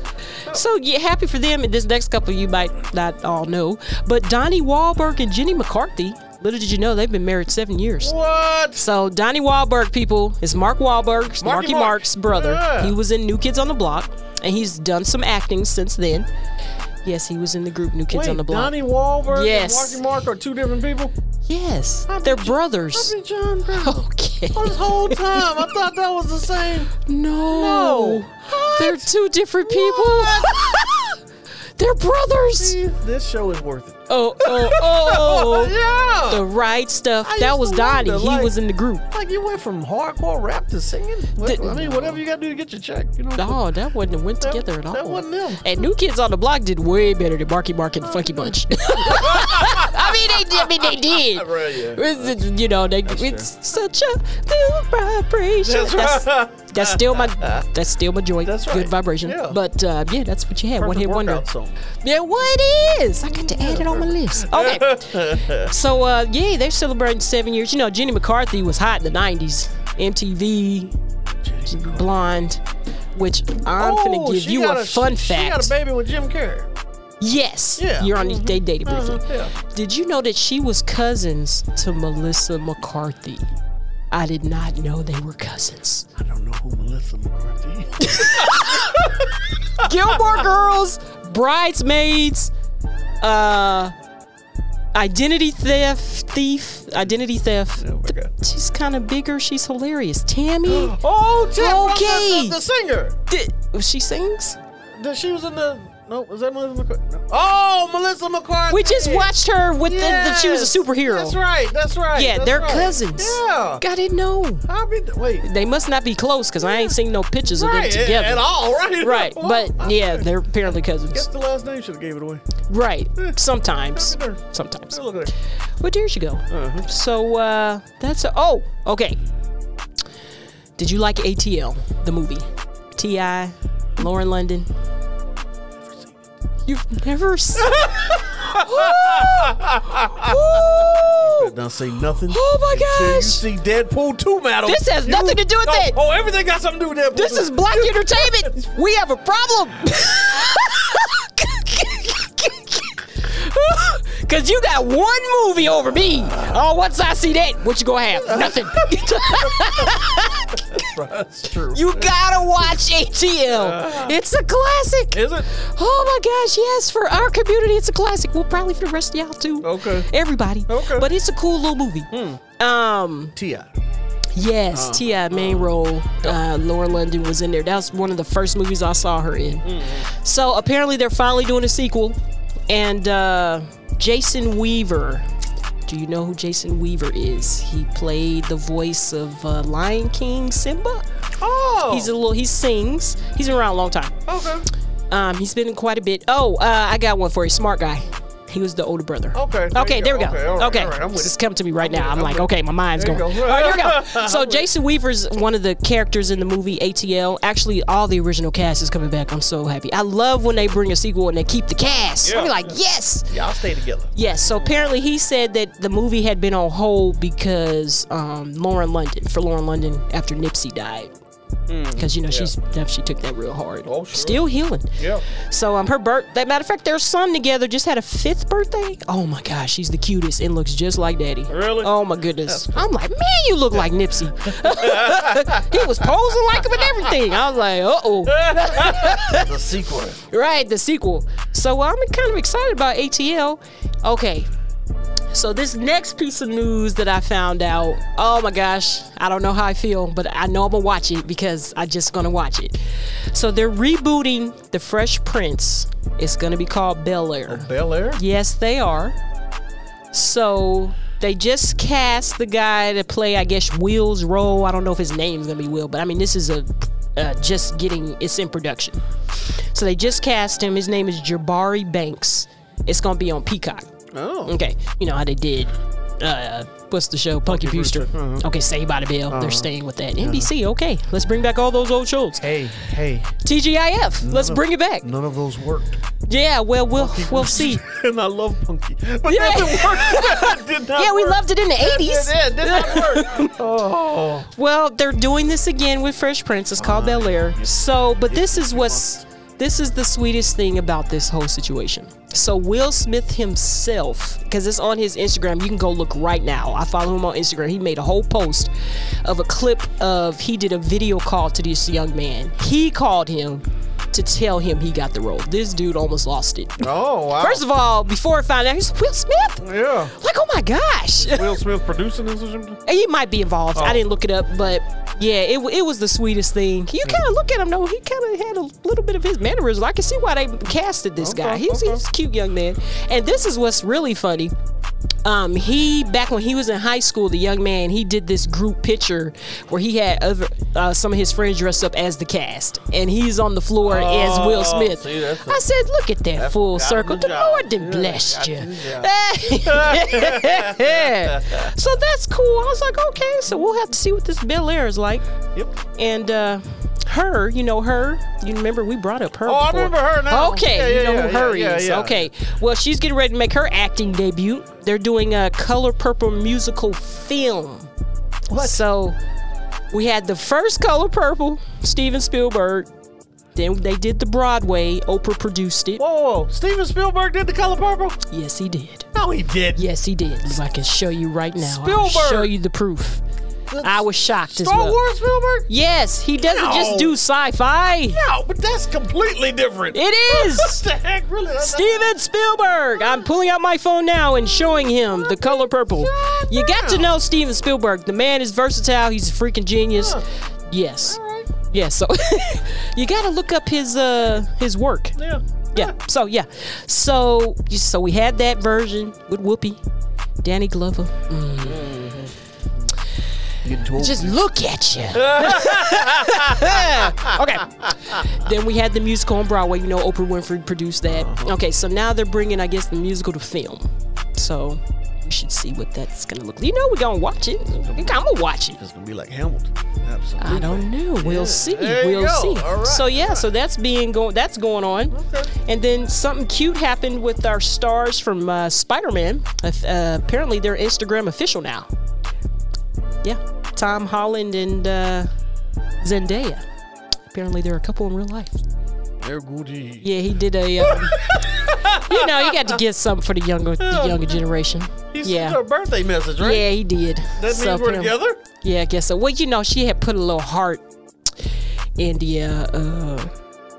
[SPEAKER 2] So yeah, happy for them. And this next couple you might not all know. But Donnie Wahlberg and Jenny McCarthy, little did you know they've been married seven years.
[SPEAKER 4] What?
[SPEAKER 2] So Donnie Wahlberg, people, is Mark Wahlberg's Marky,
[SPEAKER 4] Marky Mark.
[SPEAKER 2] Mark's brother.
[SPEAKER 4] Yeah.
[SPEAKER 2] He was in New Kids on the Block, and he's done some acting since then. Yes, he was in the group New Kids
[SPEAKER 4] Wait,
[SPEAKER 2] on the Block.
[SPEAKER 4] Donnie Wahlberg
[SPEAKER 2] Yes.
[SPEAKER 4] and Marky Mark are two different people?
[SPEAKER 2] yes, they're brothers.
[SPEAKER 4] I've been John Brown.
[SPEAKER 2] Okay.
[SPEAKER 4] This whole time, I thought that was the same.
[SPEAKER 2] No.
[SPEAKER 4] No.
[SPEAKER 2] They're two different people. They're brothers.
[SPEAKER 4] See, This show is worth it.
[SPEAKER 2] Oh, oh, oh.
[SPEAKER 4] yeah.
[SPEAKER 2] the right stuff.
[SPEAKER 4] I
[SPEAKER 2] that
[SPEAKER 4] used
[SPEAKER 2] was
[SPEAKER 4] to
[SPEAKER 2] Donnie.
[SPEAKER 4] wonder,
[SPEAKER 2] he
[SPEAKER 4] like-
[SPEAKER 2] was in the group.
[SPEAKER 4] like you went from hardcore rap to singing. What-
[SPEAKER 2] Didn't-
[SPEAKER 4] I mean, whatever you got to do to get your check, you know.
[SPEAKER 2] No, that wasn't went
[SPEAKER 4] That-
[SPEAKER 2] together at all.
[SPEAKER 4] that wasn't them.
[SPEAKER 2] And New Kids on the Block did way better than Marky Mark and the Funky Bunch. I mean, they did. I mean, they did.
[SPEAKER 4] Right, yeah.
[SPEAKER 2] It's- You know, they, it's such a good vibration.
[SPEAKER 4] That's right.
[SPEAKER 2] that's still my that's still my joint.
[SPEAKER 4] That's right.
[SPEAKER 2] Good vibration.
[SPEAKER 4] Yeah.
[SPEAKER 2] But uh, yeah, that's what you had. One hit
[SPEAKER 4] Workout
[SPEAKER 2] wonder.
[SPEAKER 4] song.
[SPEAKER 2] Yeah, what it is? I got to add it on my list. Okay. so, uh, yeah, they're celebrating seven years. You know, Jenny McCarthy was hot in the 90s. MTV, Blonde, which I'm going
[SPEAKER 4] Oh,
[SPEAKER 2] to give
[SPEAKER 4] she
[SPEAKER 2] you
[SPEAKER 4] got
[SPEAKER 2] a, fun
[SPEAKER 4] she- She got
[SPEAKER 2] fact.
[SPEAKER 4] a baby with Jim Carrey.
[SPEAKER 2] yes.
[SPEAKER 4] Yeah.
[SPEAKER 2] You're on, they dated briefly.
[SPEAKER 4] Uh-huh, yeah.
[SPEAKER 2] Did you know that she was cousins to Melissa McCarthy? I did not know they were cousins.
[SPEAKER 4] I don't know who Melissa McCarthy is.
[SPEAKER 2] Gilmore Girls, Bridesmaids, uh, Identity Theft, Thief, Identity Theft.
[SPEAKER 4] Oh, my God.
[SPEAKER 2] She's kind of bigger. She's hilarious. Tammy,
[SPEAKER 4] Oh, Tim from
[SPEAKER 2] Okay.
[SPEAKER 4] the, the, the singer.
[SPEAKER 2] Di- she sings.
[SPEAKER 4] The, she was in the. No, is that Melissa McCarthy? No. Oh, Melissa McCarthy.
[SPEAKER 2] We just watched her with the, the. She was
[SPEAKER 4] Yes.
[SPEAKER 2] a superhero.
[SPEAKER 4] That's right. That's right.
[SPEAKER 2] Yeah,
[SPEAKER 4] that's
[SPEAKER 2] they're
[SPEAKER 4] right.
[SPEAKER 2] cousins.
[SPEAKER 4] Yeah.
[SPEAKER 2] God, I didn't know.
[SPEAKER 4] I mean, wait.
[SPEAKER 2] They must not be close because I ain't seen no pictures of them
[SPEAKER 4] Right. At,
[SPEAKER 2] together.
[SPEAKER 4] at all, right?
[SPEAKER 2] Right,
[SPEAKER 4] Well,
[SPEAKER 2] but
[SPEAKER 4] I-
[SPEAKER 2] yeah, they're apparently
[SPEAKER 4] Guess
[SPEAKER 2] cousins.
[SPEAKER 4] the last name should have gave it away.
[SPEAKER 2] Right, sometimes,
[SPEAKER 4] Look at her.
[SPEAKER 2] sometimes.
[SPEAKER 4] Look at her.
[SPEAKER 2] Well, there you go. So uh, that's a, oh okay. Did you like ATL the movie? Ti, Lauren London. You've never seen. Ooh!
[SPEAKER 4] Don't say nothing.
[SPEAKER 2] Oh my
[SPEAKER 4] Till you
[SPEAKER 2] gosh.
[SPEAKER 4] see Deadpool 2, madam.
[SPEAKER 2] This has
[SPEAKER 4] you-
[SPEAKER 2] nothing to do with
[SPEAKER 4] oh,
[SPEAKER 2] it.
[SPEAKER 4] Oh, everything got something to do with Deadpool.
[SPEAKER 2] This is black entertainment. We have a problem. Cause you got one movie over me. Oh, once I see that, what you gonna have? Nothing.
[SPEAKER 4] That's true.
[SPEAKER 2] You gotta watch ATL. It's a classic.
[SPEAKER 4] is it?
[SPEAKER 2] Oh my gosh, yes, for our community, it's a classic. Well, probably for the rest of y'all too.
[SPEAKER 4] Okay.
[SPEAKER 2] Everybody.
[SPEAKER 4] Okay. Hmm.
[SPEAKER 2] But it's a cool little movie. Um,
[SPEAKER 4] T.I.
[SPEAKER 2] yes,
[SPEAKER 4] Uh-huh.
[SPEAKER 2] T.I. main role. Uh, Laura London was in there. That was one of the first movies I saw her in.
[SPEAKER 4] Hmm.
[SPEAKER 2] So apparently they're finally doing a sequel. And uh, Jason Weaver. Do you know who Jason Weaver is? He played the voice of uh, Lion King Simba.
[SPEAKER 4] Oh.
[SPEAKER 2] He's a little. He sings. He's been around a long time.
[SPEAKER 4] okay.
[SPEAKER 2] Um, he's been in quite a bit. Oh, uh, I got one for you. Smart guy. He was the older brother.
[SPEAKER 4] Okay, there
[SPEAKER 2] okay.
[SPEAKER 4] you
[SPEAKER 2] There we
[SPEAKER 4] go.
[SPEAKER 2] go. Okay.
[SPEAKER 4] Okay, all right, all right, I'm with
[SPEAKER 2] this is
[SPEAKER 4] it.
[SPEAKER 2] coming to me right now.
[SPEAKER 4] with it,
[SPEAKER 2] I'm
[SPEAKER 4] I'm
[SPEAKER 2] like,
[SPEAKER 4] with it.
[SPEAKER 2] okay, my mind's
[SPEAKER 4] There you
[SPEAKER 2] going.
[SPEAKER 4] go.
[SPEAKER 2] All right, here we go. So Jason Weaver's one of the characters in the movie ATL. Actually, all the original cast is coming back. I'm so happy. I love when they bring a sequel and they keep the cast. I'm
[SPEAKER 4] Yeah.
[SPEAKER 2] like, yes.
[SPEAKER 4] Y'all stay together.
[SPEAKER 2] Yes, so apparently he said that the movie had been on hold because um, Lauren London, for Lauren London after Nipsey died. Because, you know, she's she took that real hard.
[SPEAKER 4] Hmm, Oh, sure.
[SPEAKER 2] Still healing.
[SPEAKER 4] Yeah.
[SPEAKER 2] So um, her birth. That matter of fact, their son together just had a fifth birthday. Oh my gosh, she's the cutest and looks just like Daddy.
[SPEAKER 4] Really?
[SPEAKER 2] Oh my goodness. I'm like, man, you look like Nipsey. he was posing like him and everything. I was like, uh oh.
[SPEAKER 4] the sequel.
[SPEAKER 2] Right, the sequel. So I'm kind of excited about ATL. Okay. So this next piece of news that I found out. Oh my gosh, I don't know how I feel, but I know I'm gonna watch it because I just gonna watch it. So they're rebooting the Fresh Prince. It's gonna be called Bel Air.
[SPEAKER 4] Bel Air?
[SPEAKER 2] Yes, they are. So they just cast the guy to play, I guess, Will's role. I don't know if his name's gonna be Will, but I mean, this is a uh, just getting it's in production. So they just cast him. His name is Jabari Banks. It's gonna be on Peacock.
[SPEAKER 4] Oh.
[SPEAKER 2] Okay, you know how they did uh, What's the show? Punky Brewster. Uh-huh. Okay, Saved by the Bell. They're staying with that. NBC. Okay, let's bring back all those old shows.
[SPEAKER 4] Hey, hey,
[SPEAKER 2] TGIF. Let's bring it back.
[SPEAKER 4] none of those worked.
[SPEAKER 2] Yeah. Well, we'll we'll see.
[SPEAKER 4] and I love Punky, but
[SPEAKER 2] Yeah.
[SPEAKER 4] nothing worked. Did not
[SPEAKER 2] Yeah, we
[SPEAKER 4] work.
[SPEAKER 2] loved it in the eighties.
[SPEAKER 4] Yeah, did not work. oh,
[SPEAKER 2] Well, they're doing this again with Fresh Prince. It's called Bel Air. So, but this is what's this is the sweetest thing about this whole situation. So Will Smith himself, because it's on his Instagram, you can go look right now. I follow him on Instagram. He made a whole post of a clip of he did a video call to this young man. He called him to tell him he got the role. This dude almost lost it.
[SPEAKER 4] oh, wow.
[SPEAKER 2] First of all, before I found out, he's Will Smith.
[SPEAKER 4] yeah,
[SPEAKER 2] Like, oh my gosh.
[SPEAKER 4] Will Smith producing this or something.
[SPEAKER 2] He might be involved.
[SPEAKER 4] Oh.
[SPEAKER 2] I didn't look it up, but yeah, it, w- it was the sweetest thing.
[SPEAKER 4] Hmm.
[SPEAKER 2] You kind of look at him though; he kind of had a little bit of his mannerism. I can see why they casted this guy. He's
[SPEAKER 4] okay.
[SPEAKER 2] he's a cute young man, and this is what's really funny. Um, he back when he was in high school, the young man he did this group picture where he had other uh, some of his friends dressed up as the cast, and he's on the floor as Will
[SPEAKER 4] Oh,
[SPEAKER 2] Smith.
[SPEAKER 4] see, that's a-
[SPEAKER 2] I said, look at that full
[SPEAKER 4] got
[SPEAKER 2] circle.
[SPEAKER 4] him
[SPEAKER 2] The
[SPEAKER 4] a job.
[SPEAKER 2] Lord done
[SPEAKER 4] Yeah,
[SPEAKER 2] blessed
[SPEAKER 4] got
[SPEAKER 2] you.
[SPEAKER 4] him a job.
[SPEAKER 2] so that's cool. I was like, okay, so we'll have to see what this Bel Air is like.
[SPEAKER 4] Yep.
[SPEAKER 2] And uh, her, you know her. You remember we brought up her.
[SPEAKER 4] Oh, I
[SPEAKER 2] before.
[SPEAKER 4] remember her now.
[SPEAKER 2] Okay,
[SPEAKER 4] Yeah, yeah,
[SPEAKER 2] you know
[SPEAKER 4] yeah,
[SPEAKER 2] who her
[SPEAKER 4] yeah, yeah,
[SPEAKER 2] is.
[SPEAKER 4] yeah.
[SPEAKER 2] Okay, well she's getting ready to make her acting debut. They're doing a color purple musical film. What? So we had the first color purple, Steven Spielberg. Then they did the Broadway. Oprah produced it.
[SPEAKER 4] Whoa, whoa, Steven Spielberg did the color purple?
[SPEAKER 2] Yes, he did.
[SPEAKER 4] No, he did.
[SPEAKER 2] Yes, he did. If I can show you right now, I'll
[SPEAKER 4] Spielberg.
[SPEAKER 2] show you the proof. I was shocked as
[SPEAKER 4] Star
[SPEAKER 2] well.
[SPEAKER 4] Wars Spielberg?
[SPEAKER 2] Yes, he doesn't just
[SPEAKER 4] No.
[SPEAKER 2] do sci-fi.
[SPEAKER 4] No, but that's completely different.
[SPEAKER 2] It
[SPEAKER 4] What
[SPEAKER 2] is
[SPEAKER 4] the heck, really? That's-
[SPEAKER 2] Steven Spielberg. I'm pulling out my phone now and showing him the color purple. You got to know Steven Spielberg. The man is versatile. He's a freaking genius. Yes.
[SPEAKER 4] Alright,
[SPEAKER 2] Yes. So you got to look up his uh his work.
[SPEAKER 4] Yeah.
[SPEAKER 2] Yeah. So yeah. So so we had that version with Whoopi, Danny Glover. Mm.
[SPEAKER 4] Getting too old.
[SPEAKER 2] Just look at you. okay. Then we had the musical on Broadway. You know, Oprah Winfrey produced that. Okay, so now they're bringing, I guess, the musical to film. So we should see what that's gonna look. like. You know, we're gonna watch it. I'm gonna watch it.
[SPEAKER 4] It's gonna be like Hamilton. Absolutely.
[SPEAKER 2] I don't know. We'll see.
[SPEAKER 4] There you
[SPEAKER 2] we'll
[SPEAKER 4] go.
[SPEAKER 2] see.
[SPEAKER 4] All right.
[SPEAKER 2] So yeah, so that's being going. That's going on. And then something cute happened with our stars from uh, Spider-Man. Uh, uh, apparently, they're Instagram official now. Yeah, Tom Holland and uh, Zendaya. Apparently, they're a couple in real life.
[SPEAKER 4] They're Gucci.
[SPEAKER 2] Yeah, he did a. Um, you know, you got to get something for the younger, the younger generation.
[SPEAKER 4] He sent
[SPEAKER 2] yeah.
[SPEAKER 4] her a birthday message, right?
[SPEAKER 2] Yeah, he did.
[SPEAKER 4] That
[SPEAKER 2] So
[SPEAKER 4] means we're
[SPEAKER 2] apparently-
[SPEAKER 4] together?
[SPEAKER 2] yeah, I guess so. Well, you know, she had put a little heart in the uh, uh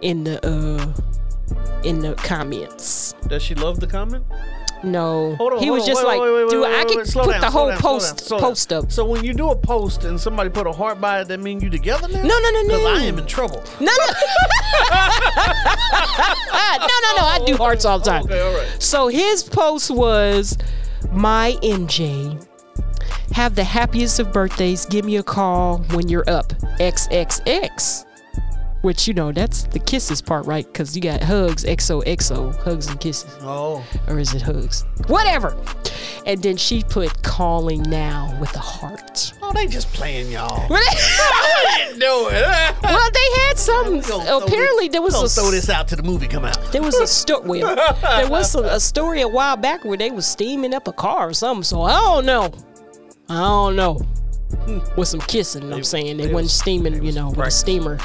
[SPEAKER 2] in the uh in the comments.
[SPEAKER 4] Does she love the comment?
[SPEAKER 2] No,
[SPEAKER 4] Hold on.
[SPEAKER 2] he
[SPEAKER 4] hold
[SPEAKER 2] was
[SPEAKER 4] on,
[SPEAKER 2] just
[SPEAKER 4] wait,
[SPEAKER 2] like,
[SPEAKER 4] wait, wait, wait,
[SPEAKER 2] dude,
[SPEAKER 4] wait,
[SPEAKER 2] I
[SPEAKER 4] wait,
[SPEAKER 2] could
[SPEAKER 4] wait, slow
[SPEAKER 2] put
[SPEAKER 4] down,
[SPEAKER 2] the
[SPEAKER 4] slow
[SPEAKER 2] whole
[SPEAKER 4] down, slow
[SPEAKER 2] post
[SPEAKER 4] down, slow down.
[SPEAKER 2] post up.
[SPEAKER 4] So when you do a post and somebody put a heart by it, that mean you together now?
[SPEAKER 2] No, no, no, no.
[SPEAKER 4] Because I am in trouble.
[SPEAKER 2] No, no, no, no, no. I do hearts all the time.
[SPEAKER 4] Oh, Okay, all right.
[SPEAKER 2] So his post was, "My MJ, have the happiest of birthdays. Give me a call when you're up. XXX." Which you know, that's the kisses part, right? Because you got hugs, XOXO, hugs and kisses,
[SPEAKER 4] Oh.
[SPEAKER 2] or is it hugs? Whatever. And then she put calling now with a heart.
[SPEAKER 4] Oh, they just playing y'all.
[SPEAKER 2] well,
[SPEAKER 4] No, it.
[SPEAKER 2] they had some. Apparently, there was
[SPEAKER 4] gonna
[SPEAKER 2] a
[SPEAKER 4] throw this out to the movie come out.
[SPEAKER 2] There was a story. Well, there was a, a story a while back where they was steaming up a car or something. So I don't know. I don't know. With some kissing, I'm saying they wasn't steaming, you know, with a steamer.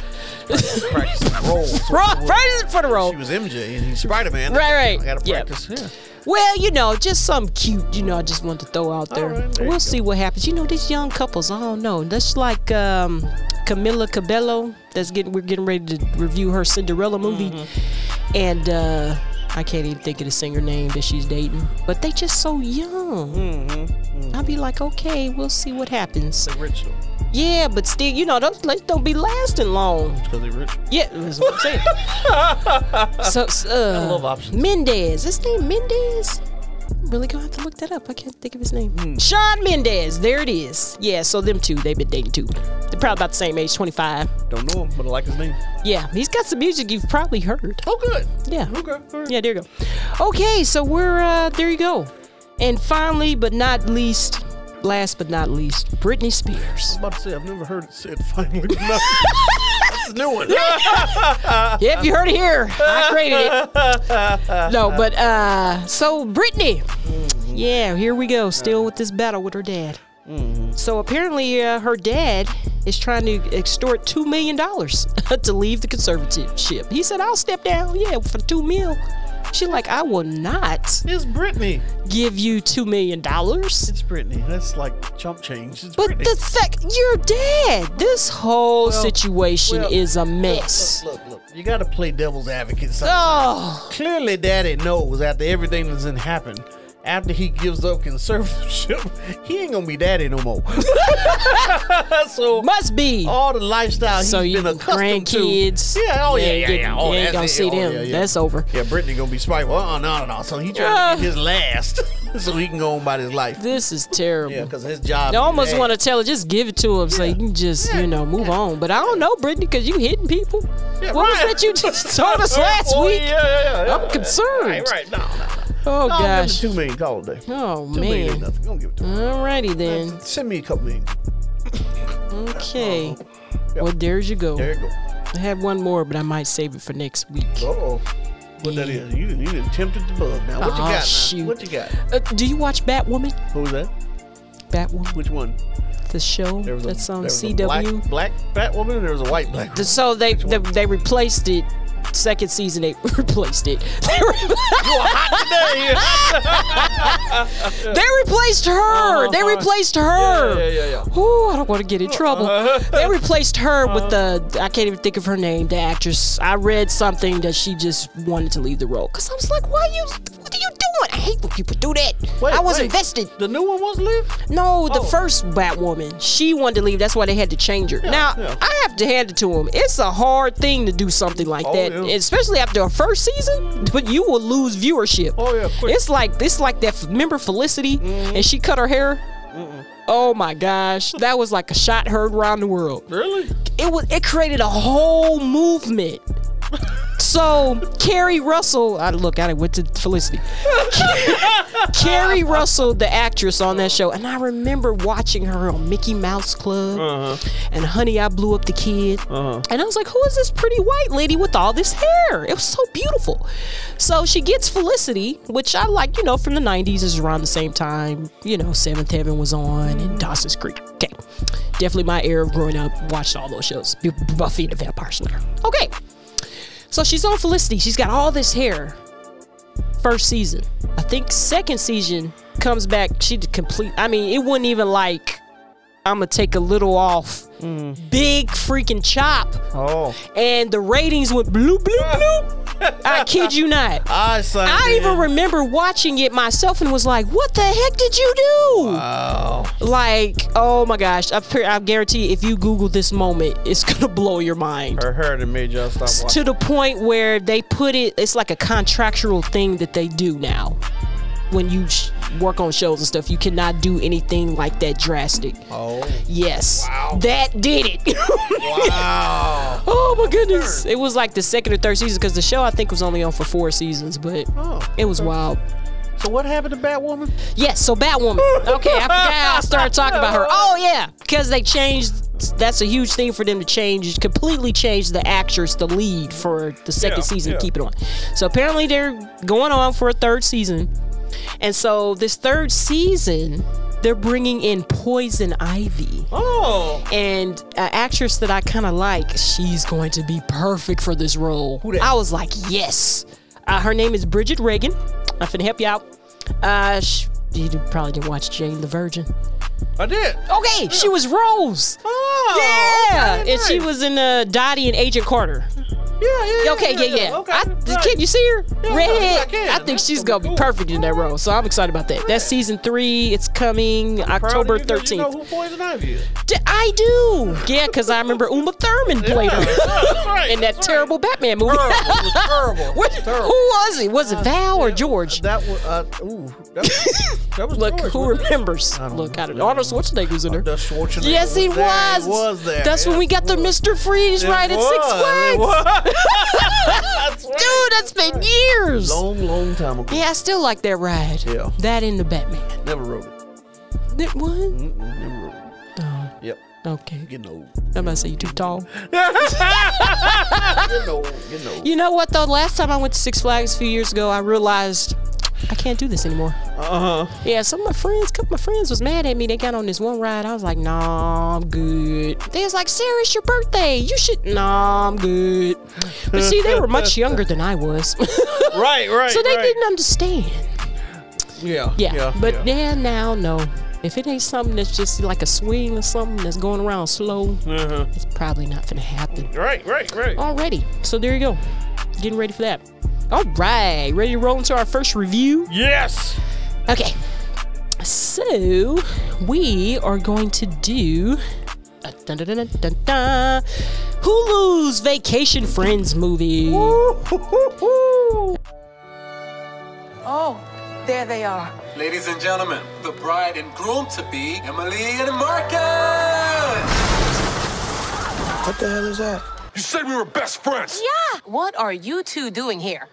[SPEAKER 4] Practice my roles.
[SPEAKER 2] Right, right for the road.
[SPEAKER 4] She was MJ and he's Spider Man.
[SPEAKER 2] Right, right.
[SPEAKER 4] I gotta
[SPEAKER 2] Yeah.
[SPEAKER 4] practice. Yeah.
[SPEAKER 2] Well, you know, just something cute, you know, I just wanted to throw out there.
[SPEAKER 4] right, there you
[SPEAKER 2] we'll
[SPEAKER 4] go.
[SPEAKER 2] see what happens. You know, these young couples, I don't know. That's like um, Camilla Cabello. That's getting we're getting ready to review her Cinderella movie.
[SPEAKER 4] Mm-hmm.
[SPEAKER 2] And uh I can't even think of the singer name that she's dating. But they just so young.
[SPEAKER 4] Mm-hmm.
[SPEAKER 2] I'll be like, okay, we'll see what happens.
[SPEAKER 4] Rich though.
[SPEAKER 2] Yeah, but still, you know, those like, don't be lasting long.
[SPEAKER 4] It's because they rich.
[SPEAKER 2] Yeah, that's what I'm saying. so, s- uh,
[SPEAKER 4] love options.
[SPEAKER 2] Mendez. His name Mendez. I'm really gonna have to look that up. I can't think of his name.
[SPEAKER 4] Hmm.
[SPEAKER 2] Sean Mendez. There it is. Yeah. So them two, they've been dating too. They're probably about the same age, 25.
[SPEAKER 4] Don't know him, but I like his name.
[SPEAKER 2] Yeah. He's got some music you've probably heard.
[SPEAKER 4] Oh, good.
[SPEAKER 2] Yeah.
[SPEAKER 4] Okay. all right.
[SPEAKER 2] Yeah. There you go. Okay. So we're uh, there. You go. And finally, but not least, Last but not least, Britney Spears.
[SPEAKER 4] I'm about to say I've never heard it said finally. That's a new one.
[SPEAKER 2] Yeah, if you heard it here, I created it. No, but uh, so Brittany, yeah, here we go, still with this battle with her dad.
[SPEAKER 4] Mm-hmm.
[SPEAKER 2] So apparently, uh, her dad is trying to extort two million dollars to leave the conservatorship. He said, "I'll step down, yeah, for two mil." She like, "I will not
[SPEAKER 4] It's Britney.
[SPEAKER 2] give you two million dollars."
[SPEAKER 4] It's Britney. That's like chump change. It's
[SPEAKER 2] But
[SPEAKER 4] Britney.
[SPEAKER 2] the fact you're dead, this whole situation
[SPEAKER 4] well,
[SPEAKER 2] is a mess.
[SPEAKER 4] Look, look, look. You got to play devil's advocate. So
[SPEAKER 2] Oh.
[SPEAKER 4] clearly, Daddy knows after everything that's in happened. After he gives up conservatorship, he ain't gonna be daddy no more. so
[SPEAKER 2] Oh, Must be.
[SPEAKER 4] all the lifestyle
[SPEAKER 2] so
[SPEAKER 4] he's
[SPEAKER 2] you
[SPEAKER 4] been accustomed
[SPEAKER 2] grandkids.
[SPEAKER 4] to. Yeah, oh yeah, yeah, yeah.
[SPEAKER 2] You,
[SPEAKER 4] Oh,
[SPEAKER 2] you ain't
[SPEAKER 4] that's
[SPEAKER 2] gonna
[SPEAKER 4] it.
[SPEAKER 2] see
[SPEAKER 4] Oh,
[SPEAKER 2] them.
[SPEAKER 4] yeah, yeah.
[SPEAKER 2] That's Uh. over.
[SPEAKER 4] Yeah, Brittany gonna be spiteful. Oh no, no, no. So he trying to get his last, so he can go on about his life.
[SPEAKER 2] This is terrible.
[SPEAKER 4] Yeah, because his job.
[SPEAKER 2] I almost want
[SPEAKER 4] to.
[SPEAKER 2] to tell her, just give it to him so you can just, you know, move on. But I don't know, Brittany, because you hitting people.
[SPEAKER 4] Yeah,
[SPEAKER 2] what
[SPEAKER 4] right.
[SPEAKER 2] was that you just told us last
[SPEAKER 4] Oh,
[SPEAKER 2] week?
[SPEAKER 4] Yeah, yeah, yeah.
[SPEAKER 2] I'm concerned.
[SPEAKER 4] Right, right. No, no, no.
[SPEAKER 2] Oh,
[SPEAKER 4] No, I'm
[SPEAKER 2] gosh.
[SPEAKER 4] giving him two million call a day. Two
[SPEAKER 2] Oh,
[SPEAKER 4] million ain't
[SPEAKER 2] man.
[SPEAKER 4] nothing. Don't give it to him.
[SPEAKER 2] Alrighty then.
[SPEAKER 4] Send me a couple million.
[SPEAKER 2] Okay. Well, there you go.
[SPEAKER 4] There you go.
[SPEAKER 2] I had one more, but I might save it for next week.
[SPEAKER 4] Uh-oh. What that is? You didn't, you didn't tempted the bug. Now what you
[SPEAKER 2] Aw,
[SPEAKER 4] got? Now?
[SPEAKER 2] shoot.
[SPEAKER 4] What you got?
[SPEAKER 2] Uh, do you watch Batwoman?
[SPEAKER 4] Who's that?
[SPEAKER 2] Batwoman,
[SPEAKER 4] Which one?
[SPEAKER 2] the show
[SPEAKER 4] There was a-
[SPEAKER 2] that's
[SPEAKER 4] there
[SPEAKER 2] on
[SPEAKER 4] was a
[SPEAKER 2] CW.
[SPEAKER 4] black, black fat woman. And there was a white black.
[SPEAKER 2] The- So they, they they replaced it. Second season they replaced it. They, re-
[SPEAKER 4] yeah,
[SPEAKER 2] they replaced her. They replaced her.
[SPEAKER 4] Uh-huh. yeah, yeah, yeah. Uh-huh.
[SPEAKER 2] Ooh, I don't want to get in trouble. They replaced her with the I can't even think of her name. The actress. I read something that she just wanted to leave the role because I was like, why you? What are you doing? I hate when people do that.
[SPEAKER 4] Wait,
[SPEAKER 2] I was
[SPEAKER 4] wait.
[SPEAKER 2] invested.
[SPEAKER 4] The new one was live.
[SPEAKER 2] No, the
[SPEAKER 4] Oh.
[SPEAKER 2] first Batwoman, she wanted to leave. That's why they had to change her. now,
[SPEAKER 4] yeah.
[SPEAKER 2] I have to hand it to him. It's a hard thing to do something like
[SPEAKER 4] Oh,
[SPEAKER 2] that,
[SPEAKER 4] yeah.
[SPEAKER 2] especially after a first season. But you will lose viewership.
[SPEAKER 4] Oh, yeah, Mm-hmm. quick.
[SPEAKER 2] it's like it's like that. Remember Felicity, and she cut her hair. Oh my gosh, that was like a shot heard around the world
[SPEAKER 4] Really?
[SPEAKER 2] it was it created a whole movement. So Carrie Russell, I, look, I went to Felicity. Carrie Russell, the actress on that show, and I remember watching her on Mickey Mouse Club and Honey, I Blew Up the Kid, and I was like, who is this pretty white lady with all this hair? It was so beautiful. So she gets Felicity, which I like, you know, from the '90s is around the same time, you know, Seventh Heaven was on and Dawson's Creek. Okay, definitely my era of growing up. Watched all those shows. B- Buffy the Vampire Slayer. Okay. So she's on Felicity. She's got all this hair. First season. I think second season comes back. She did complete. I mean, it wasn't even like I'm gonna take a little off. Big freaking chop,
[SPEAKER 4] Oh,
[SPEAKER 2] and the ratings went bloop bloop bloop. I kid you not.
[SPEAKER 4] I say.
[SPEAKER 2] I even remember watching it myself and was like, "What the heck did you do?"
[SPEAKER 4] Oh,
[SPEAKER 2] Like, oh my gosh! I, pe- I guarantee, if you Google this moment, it's gonna blow your mind.
[SPEAKER 4] her hair that made y'all stop watching.
[SPEAKER 2] To the point where they put it, it's like a contractual thing that they do now. When you sh- work on shows and stuff, you cannot do anything like that drastic.
[SPEAKER 4] Oh,
[SPEAKER 2] Yes,
[SPEAKER 4] Wow.
[SPEAKER 2] that did it.
[SPEAKER 4] wow.
[SPEAKER 2] oh my goodness! It was like the second or third season because the show I think was only on for four seasons, but
[SPEAKER 4] Oh.
[SPEAKER 2] it was wild.
[SPEAKER 4] So what happened to Batwoman?
[SPEAKER 2] Yes, so Batwoman. Okay, I forgot I started talking about her. Oh yeah, because they changed. That's a huge thing for them to change. Completely change the actress, the lead for the second
[SPEAKER 4] Yeah,
[SPEAKER 2] season.
[SPEAKER 4] yeah.
[SPEAKER 2] Keep it on. So apparently they're going on for a third season, and so this third season they're bringing in Poison Ivy
[SPEAKER 4] Oh,
[SPEAKER 2] and an actress that I kind of like. She's going to be perfect for this role.
[SPEAKER 4] dat?
[SPEAKER 2] I was like, yes. Uh, her name is Bridget Reagan. I finna help you out. Uh, sh you did- probably didn't watch Jane the Virgin.
[SPEAKER 4] I did.
[SPEAKER 2] Okay, she was Rose.
[SPEAKER 4] Oh,
[SPEAKER 2] yeah,
[SPEAKER 4] okay,
[SPEAKER 2] and she
[SPEAKER 4] nice.
[SPEAKER 2] was in uh, Dottie and Agent Carter.
[SPEAKER 4] Yeah, yeah, yeah.
[SPEAKER 2] Okay, yeah, yeah.
[SPEAKER 4] Okay,
[SPEAKER 2] I,
[SPEAKER 4] right.
[SPEAKER 2] Can you see her?
[SPEAKER 4] yeah,
[SPEAKER 2] Redhead.
[SPEAKER 4] I can.
[SPEAKER 2] I think
[SPEAKER 4] That's
[SPEAKER 2] she's gonna
[SPEAKER 4] gonna
[SPEAKER 2] be
[SPEAKER 4] be cool.
[SPEAKER 2] perfect in that role, so I'm excited about that. That's season three. It's coming
[SPEAKER 4] Proud
[SPEAKER 2] October
[SPEAKER 4] of you 'cause
[SPEAKER 2] 13th.
[SPEAKER 4] You know who Poison Ivy is?
[SPEAKER 2] D- I do. Yeah, because I remember Uma Thurman played her
[SPEAKER 4] That's right,
[SPEAKER 2] in that
[SPEAKER 4] that's
[SPEAKER 2] terrible Batman movie.
[SPEAKER 4] Terrible. It was terrible.
[SPEAKER 2] What- who
[SPEAKER 4] terrible. Uh,
[SPEAKER 2] was it? Was it Val or George?
[SPEAKER 4] That was, uh, ooh, that was, that was
[SPEAKER 2] Look,
[SPEAKER 4] George,
[SPEAKER 2] who
[SPEAKER 4] wasn't it?
[SPEAKER 2] remembers?
[SPEAKER 4] don't
[SPEAKER 2] Look,
[SPEAKER 4] know.
[SPEAKER 2] I don't know. Arnold Schwarzenegger was in there.
[SPEAKER 4] The Schwarzenegger.
[SPEAKER 2] Yes, he was.
[SPEAKER 4] there. He was there.
[SPEAKER 2] That's when
[SPEAKER 4] Yes,
[SPEAKER 2] we got the
[SPEAKER 4] he was.
[SPEAKER 2] Mr. Freeze
[SPEAKER 4] It
[SPEAKER 2] ride at Six
[SPEAKER 4] was.
[SPEAKER 2] Flags.
[SPEAKER 4] It was. that's
[SPEAKER 2] Dude,
[SPEAKER 4] right.
[SPEAKER 2] that's been years.
[SPEAKER 4] Long, long time ago.
[SPEAKER 2] Yeah, I still like that ride.
[SPEAKER 4] Yeah.
[SPEAKER 2] That in the Batman.
[SPEAKER 4] Never wrote it.
[SPEAKER 2] That one?
[SPEAKER 4] Mm-mm. Yep,
[SPEAKER 2] Okay.
[SPEAKER 4] getting old.
[SPEAKER 2] I'm about to say you too tall.
[SPEAKER 4] Getting old, getting old.
[SPEAKER 2] You know what though? Last time I went to Six Flags a few years ago, I realized I can't do this anymore.
[SPEAKER 4] Uh huh.
[SPEAKER 2] Yeah, some of my friends, couple of my friends was mad at me. They got on this one ride. I was like, nah, I'm good. They was like, Sarah, it's your birthday. You should nah, I'm good. But see, they were much younger than I was. so
[SPEAKER 4] Right, right.
[SPEAKER 2] they
[SPEAKER 4] right.
[SPEAKER 2] didn't understand.
[SPEAKER 4] Yeah,
[SPEAKER 2] Yeah. but
[SPEAKER 4] yeah.
[SPEAKER 2] then now no. If it ain't something that's just like a swing or something that's going around slow,
[SPEAKER 4] Uh-huh.
[SPEAKER 2] it's probably not gonna happen.
[SPEAKER 4] Right, right, right.
[SPEAKER 2] Alrighty. So there you go. Getting ready for that. All right. Ready to roll into our first review?
[SPEAKER 4] Yes.
[SPEAKER 2] Okay. So we are going to do uh, dun, dun, dun, dun, dun, dun, Hulu's Vacation Friends movie.
[SPEAKER 5] Oh, there they are.
[SPEAKER 6] Ladies and gentlemen, the bride and groom to be Emily and Marcus.
[SPEAKER 7] You said we were best friends.
[SPEAKER 5] Yeah. What are you two doing here?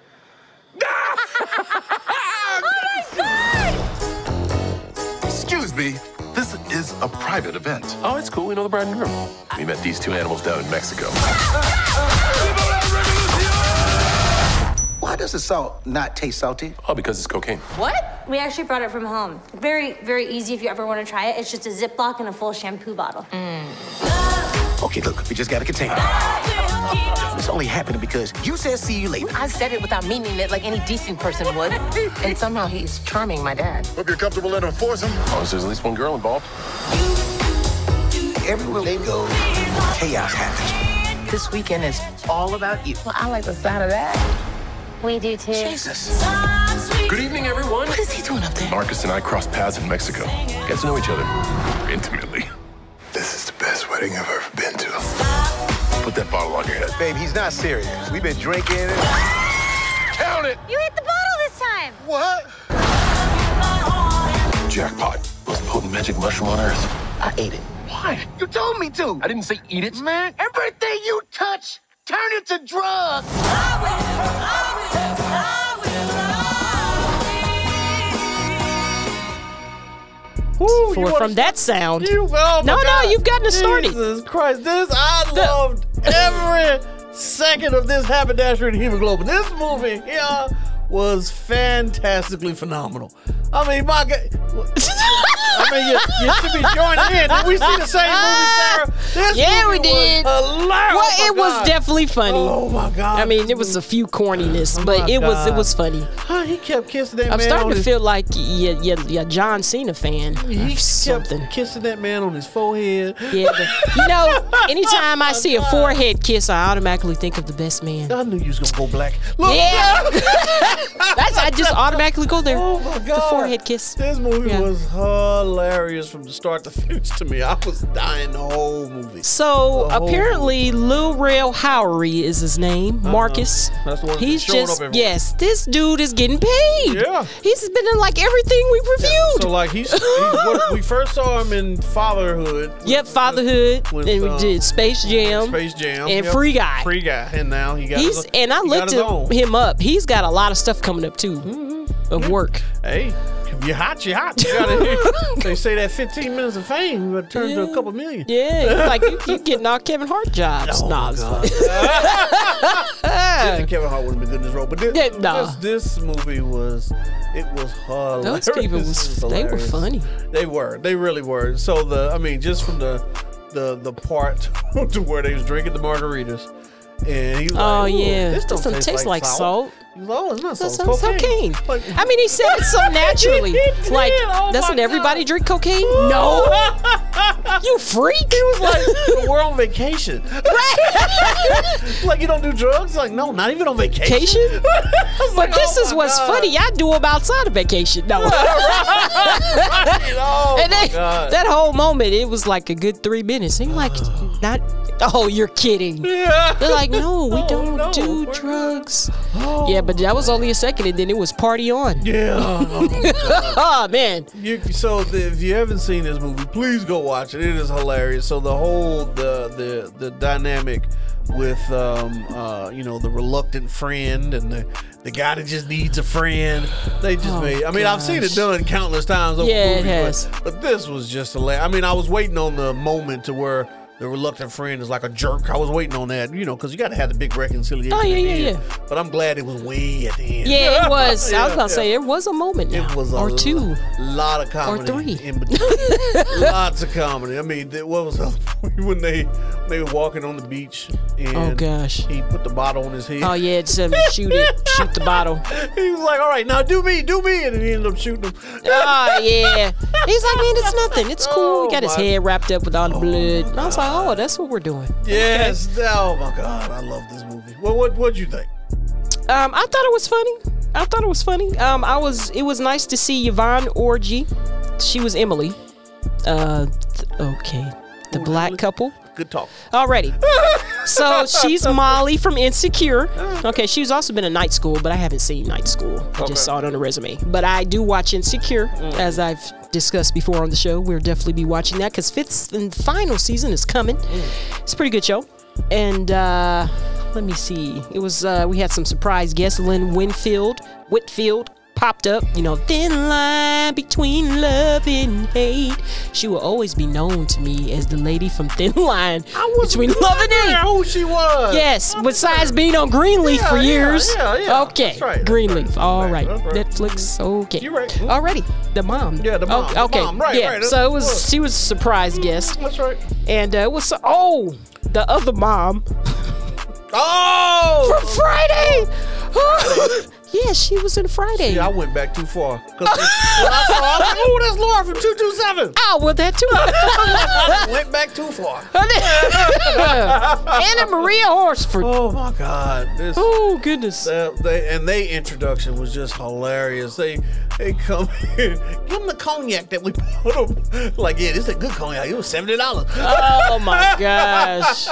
[SPEAKER 7] Excuse me. This is a private event. Oh, it's cool. We know the bride and groom. We met these two animals down in Mexico.
[SPEAKER 8] Why does the salt not taste salty?
[SPEAKER 7] Oh, because it's cocaine.
[SPEAKER 9] What? We actually brought it from home. Very, very easy if you ever want to try it. It's just a Ziploc and a full shampoo bottle.
[SPEAKER 8] Okay, look, we just gotta contain it. This only happened because you said see you later.
[SPEAKER 5] I said it without meaning it like any decent person would. and somehow he's charming my dad.
[SPEAKER 7] Hope you're comfortable letting them force him. As long as Oh, there's at least one girl involved.
[SPEAKER 8] Everywhere they go, chaos happens.
[SPEAKER 5] This weekend is all about you. Well, I like the sound of that.
[SPEAKER 9] We do too.
[SPEAKER 7] Good evening, everyone.
[SPEAKER 5] What is he doing up there?
[SPEAKER 7] Marcus and I crossed paths in Mexico. Got to know each other intimately. This is the best wedding I've ever been to. Put that bottle on your head.
[SPEAKER 8] Babe, he's not serious. We've been drinking.
[SPEAKER 7] Count it.
[SPEAKER 9] You hit the bottle this time.
[SPEAKER 8] What?
[SPEAKER 7] Jackpot. Most potent magic mushroom on earth.
[SPEAKER 8] I ate it.
[SPEAKER 7] Why?
[SPEAKER 8] You told me to.
[SPEAKER 7] I didn't say eat it.
[SPEAKER 8] Man, everything you touch, turn into drugs.
[SPEAKER 4] Woo,
[SPEAKER 2] For from that sound.
[SPEAKER 4] You, oh my
[SPEAKER 2] No, no,
[SPEAKER 4] God.
[SPEAKER 2] you've gotten it started.
[SPEAKER 4] Jesus Christ, this I loved every second of this haberdashery and hemoglobin. This movie here was fantastically phenomenal. I mean, my God. I mean, you, you should be joining in. Did we see the same movie, Sarah? This
[SPEAKER 2] Yeah,
[SPEAKER 4] movie
[SPEAKER 2] we did.
[SPEAKER 4] Was hilarious.
[SPEAKER 2] Well,
[SPEAKER 4] Oh,
[SPEAKER 2] it
[SPEAKER 4] my
[SPEAKER 2] was
[SPEAKER 4] God.
[SPEAKER 2] definitely funny.
[SPEAKER 4] Oh my God! Oh
[SPEAKER 2] I mean, it was a few corniness, but
[SPEAKER 4] my
[SPEAKER 2] it was it
[SPEAKER 4] God.
[SPEAKER 2] was funny.
[SPEAKER 4] Huh, he kept kissing that
[SPEAKER 2] I'm
[SPEAKER 4] man.
[SPEAKER 2] starting
[SPEAKER 4] on
[SPEAKER 2] to
[SPEAKER 4] his,
[SPEAKER 2] feel like you're, you're, you're a John Cena fan
[SPEAKER 4] He
[SPEAKER 2] or
[SPEAKER 4] kept
[SPEAKER 2] something.
[SPEAKER 4] kissing that man on his forehead.
[SPEAKER 2] Yeah, the- you know, anytime
[SPEAKER 4] Oh
[SPEAKER 2] I see a forehead kiss, I automatically think of the best man.
[SPEAKER 4] I knew you was gonna go black. Look,
[SPEAKER 2] Yeah, that's I just automatically go there.
[SPEAKER 4] Oh my god!
[SPEAKER 2] The forehead kiss.
[SPEAKER 4] This movie
[SPEAKER 2] Yeah.
[SPEAKER 4] was hilarious from the start to finish. To me, I was dying the whole movie.
[SPEAKER 2] So
[SPEAKER 4] The whole-
[SPEAKER 2] apparently, Lil Rel Howery is his name. Marcus.
[SPEAKER 4] Uh-huh. That's the one that's
[SPEAKER 2] He's
[SPEAKER 4] been showing
[SPEAKER 2] just
[SPEAKER 4] up everywhere.
[SPEAKER 2] yes. This dude is getting paid.
[SPEAKER 4] Yeah.
[SPEAKER 2] He's been in like everything we've reviewed.
[SPEAKER 4] So like he's, he, what, we first saw him in Fatherhood.
[SPEAKER 2] yep, Fatherhood,
[SPEAKER 4] with,
[SPEAKER 2] and we
[SPEAKER 4] um,
[SPEAKER 2] did Space Jam.
[SPEAKER 4] Space Jam,
[SPEAKER 2] and
[SPEAKER 4] yep.
[SPEAKER 2] Free Guy.
[SPEAKER 4] Free Guy, and now he got.
[SPEAKER 2] He's
[SPEAKER 4] his,
[SPEAKER 2] and I
[SPEAKER 4] he got
[SPEAKER 2] looked
[SPEAKER 4] his own. Mm-hmm.
[SPEAKER 2] at him up. He's got a lot of stuff coming up too of work.
[SPEAKER 4] Hey, if you're hot, you're hot. You gotta, they say that 15 minutes of fame would turn to a couple million.
[SPEAKER 2] Yeah, he's like you, you getting all Kevin Hart
[SPEAKER 4] Oh
[SPEAKER 2] jobs. nah, it's fine.
[SPEAKER 4] And Kevin Hart wouldn't be good in this role, but this,
[SPEAKER 2] Yeah, nah.
[SPEAKER 4] this, this movie was, it was hilarious.
[SPEAKER 2] those people
[SPEAKER 4] This
[SPEAKER 2] was they were
[SPEAKER 4] hilarious.
[SPEAKER 2] funny.
[SPEAKER 4] They were. They really were. So the I mean, just from the the the part to where they was drinking the margaritas. And he was
[SPEAKER 2] Oh
[SPEAKER 4] like, "Ooh,
[SPEAKER 2] yeah,
[SPEAKER 4] This don't taste, like, salt. No, it's not salt.
[SPEAKER 2] That's
[SPEAKER 4] It's
[SPEAKER 2] sounds cocaine.
[SPEAKER 4] Like-
[SPEAKER 2] I mean, he said it so naturally.
[SPEAKER 4] He did.
[SPEAKER 2] like,
[SPEAKER 4] Oh,
[SPEAKER 2] doesn't
[SPEAKER 4] my
[SPEAKER 2] everybody
[SPEAKER 4] God.
[SPEAKER 2] drink cocaine? No, you freak. He was
[SPEAKER 4] like we're on vacation. like you don't do drugs? Like no, not even on vacation.
[SPEAKER 2] vacation. But this
[SPEAKER 4] oh
[SPEAKER 2] is
[SPEAKER 4] my
[SPEAKER 2] what's
[SPEAKER 4] God.
[SPEAKER 2] funny. I do them outside of vacation. No,
[SPEAKER 4] Oh,
[SPEAKER 2] and
[SPEAKER 4] my
[SPEAKER 2] then,
[SPEAKER 4] God.
[SPEAKER 2] that whole moment, it was like a good three minutes. And you're like, not. Oh, you're kidding. They're like, no, we don't
[SPEAKER 4] Oh, no,
[SPEAKER 2] do
[SPEAKER 4] we're good."
[SPEAKER 2] drugs. Yeah, but that was only a second, and then it was party on.
[SPEAKER 4] yeah.
[SPEAKER 2] Oh man,
[SPEAKER 4] You, so the, if you haven't seen this movie, please go watch it. It is hilarious. So the whole the the the dynamic with um uh you know the reluctant friend and the the guy that just needs a friend. They just made. I mean, I've seen it
[SPEAKER 2] Oh, gosh.
[SPEAKER 4] done countless times over
[SPEAKER 2] Yeah, it
[SPEAKER 4] movies, but-
[SPEAKER 2] has.
[SPEAKER 4] But, this was just hilarious. I mean, I was waiting on the moment to where. The reluctant friend is like a jerk. I was waiting on that, you know, because you got to have the big reconciliation.
[SPEAKER 2] Oh, yeah,
[SPEAKER 4] at the
[SPEAKER 2] yeah,
[SPEAKER 4] end.
[SPEAKER 2] yeah.
[SPEAKER 4] But I'm glad it was way at the end.
[SPEAKER 2] Yeah, it was. I was
[SPEAKER 4] Yeah,
[SPEAKER 2] gonna
[SPEAKER 4] yeah.
[SPEAKER 2] say it was a moment.
[SPEAKER 4] It
[SPEAKER 2] now,
[SPEAKER 4] was a
[SPEAKER 2] or
[SPEAKER 4] lo-
[SPEAKER 2] two.
[SPEAKER 4] lot of comedy,
[SPEAKER 2] three.
[SPEAKER 4] in between. Lots of comedy. I mean, th- what was the other one when they they were walking on the beach and
[SPEAKER 2] Oh, gosh.
[SPEAKER 4] he put the bottle on his head.
[SPEAKER 2] Oh yeah, just um, shoot it, shoot the bottle.
[SPEAKER 4] He was like, "All right, now do me, do me," and then he ended up shooting him.
[SPEAKER 2] Oh yeah. He's like, man, it's nothing. It's cool. He got his
[SPEAKER 4] Oh, my-
[SPEAKER 2] head wrapped up with all the blood. And I was like, oh, that's what we're doing.
[SPEAKER 4] Yes. Oh my God, I love this movie. Well, what what'd you think?
[SPEAKER 2] Um, I thought it was funny. I thought it was funny. Um, I was. It was nice to see Yvonne Orgy. She was Emily. Uh, th- okay, the black couple.
[SPEAKER 4] Good talk.
[SPEAKER 2] Already. so she's Molly from Insecure. Okay, she's also been in Night School, but I haven't seen Night School. I just saw it on the resume. But I do watch Insecure, as I've discussed before on the show. We'll definitely be watching that because fifth and final season is coming. It's a pretty good show. And uh, let me see. It was uh, we had some surprise guests. Lynn Winfield, Whitfield popped up. You know, thin line between love and hate. She will always be known to me as the lady from Thin Line between love and hate.
[SPEAKER 4] Yeah, who she was.
[SPEAKER 2] Yes, besides being on Greenleaf
[SPEAKER 4] Yeah,
[SPEAKER 2] for
[SPEAKER 4] yeah,
[SPEAKER 2] years.
[SPEAKER 4] yeah, yeah.
[SPEAKER 2] Okay,
[SPEAKER 4] That's right, that's
[SPEAKER 2] Greenleaf. All right,
[SPEAKER 4] that's right.
[SPEAKER 2] Netflix. Okay,
[SPEAKER 4] You right. Mhm.
[SPEAKER 2] Already, the mom.
[SPEAKER 4] Yeah, the mom,
[SPEAKER 2] Okay,
[SPEAKER 4] the
[SPEAKER 2] okay.
[SPEAKER 4] mom, right,
[SPEAKER 2] yeah.
[SPEAKER 4] right,
[SPEAKER 2] So it
[SPEAKER 4] look.
[SPEAKER 2] was. She was a surprise guest,
[SPEAKER 4] That's right.
[SPEAKER 2] and uh, it was oh the other mom
[SPEAKER 4] Oh.
[SPEAKER 2] from Friday. yeah, she was in Friday.
[SPEAKER 4] Yeah, I went back too far. 'Cause when I saw, I was like, "Oh, that's Laura from Two Two 7
[SPEAKER 2] Oh, well, that too.
[SPEAKER 4] I went back too far.
[SPEAKER 2] Anna Maria Horsford.
[SPEAKER 4] Oh my God! This
[SPEAKER 2] Oh goodness.
[SPEAKER 4] Uh, they and they introduction was just hilarious. They they come in, give them the cognac that we bought them. Like yeah, this is a good cognac. It was seventy dollars.
[SPEAKER 2] Oh my gosh.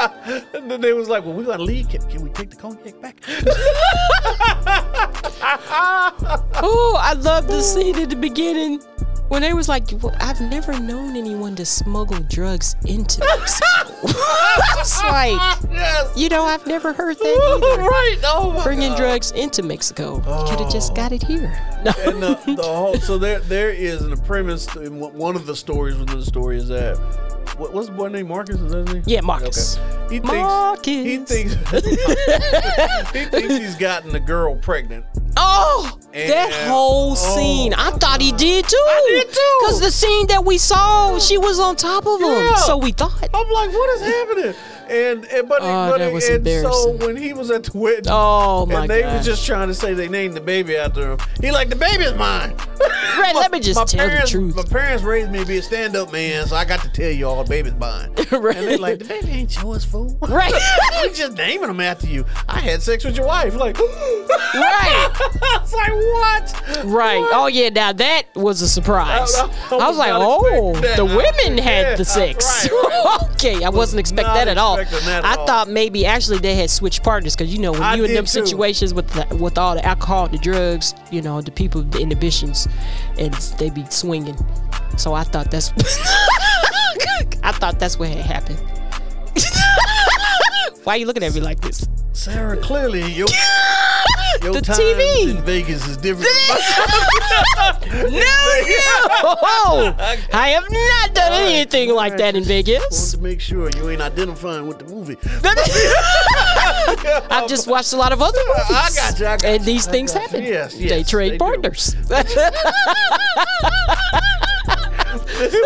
[SPEAKER 4] and then they was like, well, we gotta leave. Can, can we take the cognac back?
[SPEAKER 2] Oh, I love the scene at the beginning when they was like, well, "I've never known anyone to smuggle drugs into Mexico." it's like,
[SPEAKER 4] yes.
[SPEAKER 2] you know, I've never heard that either.
[SPEAKER 4] right. Oh my
[SPEAKER 2] Bringing
[SPEAKER 4] God.
[SPEAKER 2] drugs into Mexico, you could have just got it here. No.
[SPEAKER 4] Oh. and uh, the, the whole so there there is a premise in one- one of the stories within the story is that what, what's the boy named Marcus? Is that his name?
[SPEAKER 2] Yeah, Marcus.
[SPEAKER 4] He thinks
[SPEAKER 2] Marcus.
[SPEAKER 4] he thinks he thinks he's gotten the girl pregnant.
[SPEAKER 2] Oh, that
[SPEAKER 4] And-
[SPEAKER 2] whole
[SPEAKER 4] oh.
[SPEAKER 2] scene. I thought he did too.
[SPEAKER 4] did too.
[SPEAKER 2] Cause the scene that we saw, she was on top of him.
[SPEAKER 4] Yeah.
[SPEAKER 2] So we thought.
[SPEAKER 4] I'm like, what is happening? And, and but,
[SPEAKER 2] Oh,
[SPEAKER 4] but
[SPEAKER 2] that was
[SPEAKER 4] and so
[SPEAKER 2] embarrassing.
[SPEAKER 4] when he was at the wedding,
[SPEAKER 2] Oh my
[SPEAKER 4] and they
[SPEAKER 2] gosh.
[SPEAKER 4] was just trying to say they named the baby after him. He like the baby's mine.
[SPEAKER 2] Right, let me just
[SPEAKER 4] my
[SPEAKER 2] tell
[SPEAKER 4] parents,
[SPEAKER 2] the truth.
[SPEAKER 4] my parents raised me to be a stand up man, so I got to tell you all the baby's mine.
[SPEAKER 2] Right.
[SPEAKER 4] And they like the baby ain't yours, fool.
[SPEAKER 2] Right.
[SPEAKER 4] we just naming him after you. I had sex with your wife. Like,
[SPEAKER 2] right.
[SPEAKER 4] it's like what?
[SPEAKER 2] Right.
[SPEAKER 4] What?
[SPEAKER 2] Oh yeah. Now that was a surprise.
[SPEAKER 4] I-
[SPEAKER 2] I,
[SPEAKER 4] I
[SPEAKER 2] was
[SPEAKER 4] was
[SPEAKER 2] like,
[SPEAKER 4] not
[SPEAKER 2] oh,
[SPEAKER 4] expecting that.
[SPEAKER 2] the
[SPEAKER 4] I-
[SPEAKER 2] women had
[SPEAKER 4] yeah,
[SPEAKER 2] the sex.
[SPEAKER 4] right, right.
[SPEAKER 2] okay, I wasn't expecting
[SPEAKER 4] not
[SPEAKER 2] that at all.
[SPEAKER 4] expecting that at
[SPEAKER 2] I
[SPEAKER 4] all.
[SPEAKER 2] thought maybe actually they had switched partners because you know when
[SPEAKER 4] I
[SPEAKER 2] you in
[SPEAKER 4] did
[SPEAKER 2] them
[SPEAKER 4] too.
[SPEAKER 2] situations with the, with all the alcohol, the drugs, you know, the people, the inhibitions, and they be swinging. So I thought that's I thought that's what had happened. Why you looking at me like this?
[SPEAKER 4] Sarah, clearly your your
[SPEAKER 2] the
[SPEAKER 4] times
[SPEAKER 2] TV.
[SPEAKER 4] in Vegas is different. than mine.
[SPEAKER 2] no, no. I have not done anything
[SPEAKER 4] all
[SPEAKER 2] like
[SPEAKER 4] right,
[SPEAKER 2] that in
[SPEAKER 4] Want
[SPEAKER 2] Vegas.
[SPEAKER 4] to make sure you ain't identifying with the movie.
[SPEAKER 2] I've just watched a lot of other movies.
[SPEAKER 4] I got you, I got
[SPEAKER 2] and
[SPEAKER 4] you,
[SPEAKER 2] these
[SPEAKER 4] I
[SPEAKER 2] things
[SPEAKER 4] got you.
[SPEAKER 2] happen.
[SPEAKER 4] Yes,
[SPEAKER 2] they
[SPEAKER 4] yes,
[SPEAKER 2] trade
[SPEAKER 4] they do.
[SPEAKER 2] partners.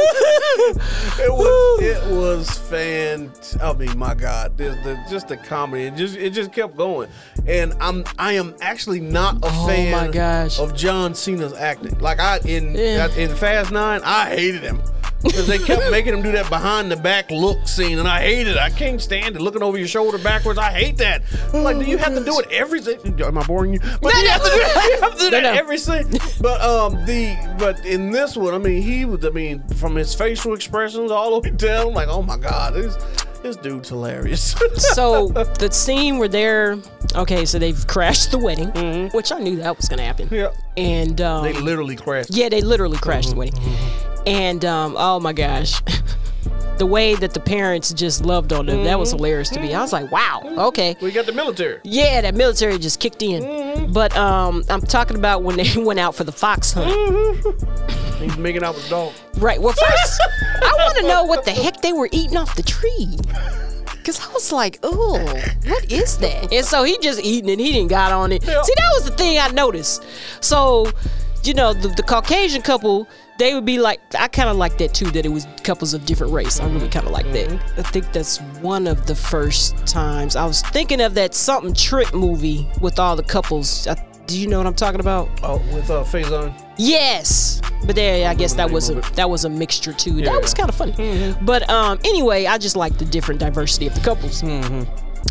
[SPEAKER 4] It was it was fan. I mean, my God, there's the just the comedy. It just it just kept going, and I'm I am actually not a
[SPEAKER 2] Oh,
[SPEAKER 4] fan
[SPEAKER 2] my gosh.
[SPEAKER 4] of John Cena's acting. Like I in
[SPEAKER 2] Yeah.
[SPEAKER 4] I- in Fast Nine, I hated him. Because they kept making him do that behind the back look scene, and I hated it. I can't stand it. Looking over your shoulder backwards, I hate that. Like, do you have to do it every? si- Am I boring you? But
[SPEAKER 2] No,
[SPEAKER 4] you
[SPEAKER 2] no.
[SPEAKER 4] have to do, you have to do
[SPEAKER 2] No,
[SPEAKER 4] that
[SPEAKER 2] no.
[SPEAKER 4] every scene. But um, the but in this one, I mean, he was. I mean, from his facial expressions all the way down, I'm like, oh my god, this this dude's hilarious.
[SPEAKER 2] so the scene where they're okay, so they've crashed the wedding, which I knew that was gonna happen.
[SPEAKER 4] Mm-hmm. Yeah.
[SPEAKER 2] And um,
[SPEAKER 4] they literally crashed.
[SPEAKER 2] Yeah, they literally crashed the wedding. And um, oh my gosh. the way that the parents just loved on them, that was hilarious to me. I was like, wow, okay.
[SPEAKER 4] We got the military.
[SPEAKER 2] Yeah, that military just kicked in. But um, I'm talking about when they went out for the fox hunt.
[SPEAKER 4] He's making out with the dog.
[SPEAKER 2] Right. Well, first, I want to know what the heck they were eating off the tree. Cause I was like, "Ooh, what is that?" And so he just eating it. He didn't got on it. See, that was the thing I noticed. So, you know, the, the Caucasian couple, they would be like, I kind of like that too. That it was couples of different race. I really kind of like that. I think that's one of the first times I was thinking of that something trip movie with all the couples. I, do you know what I'm talking about?
[SPEAKER 4] Oh, with uh, face on.
[SPEAKER 2] Yes, but there, I guess that was a that was a mixture too. That was kind of funny. But um, anyway, I just like the different diversity of the couples.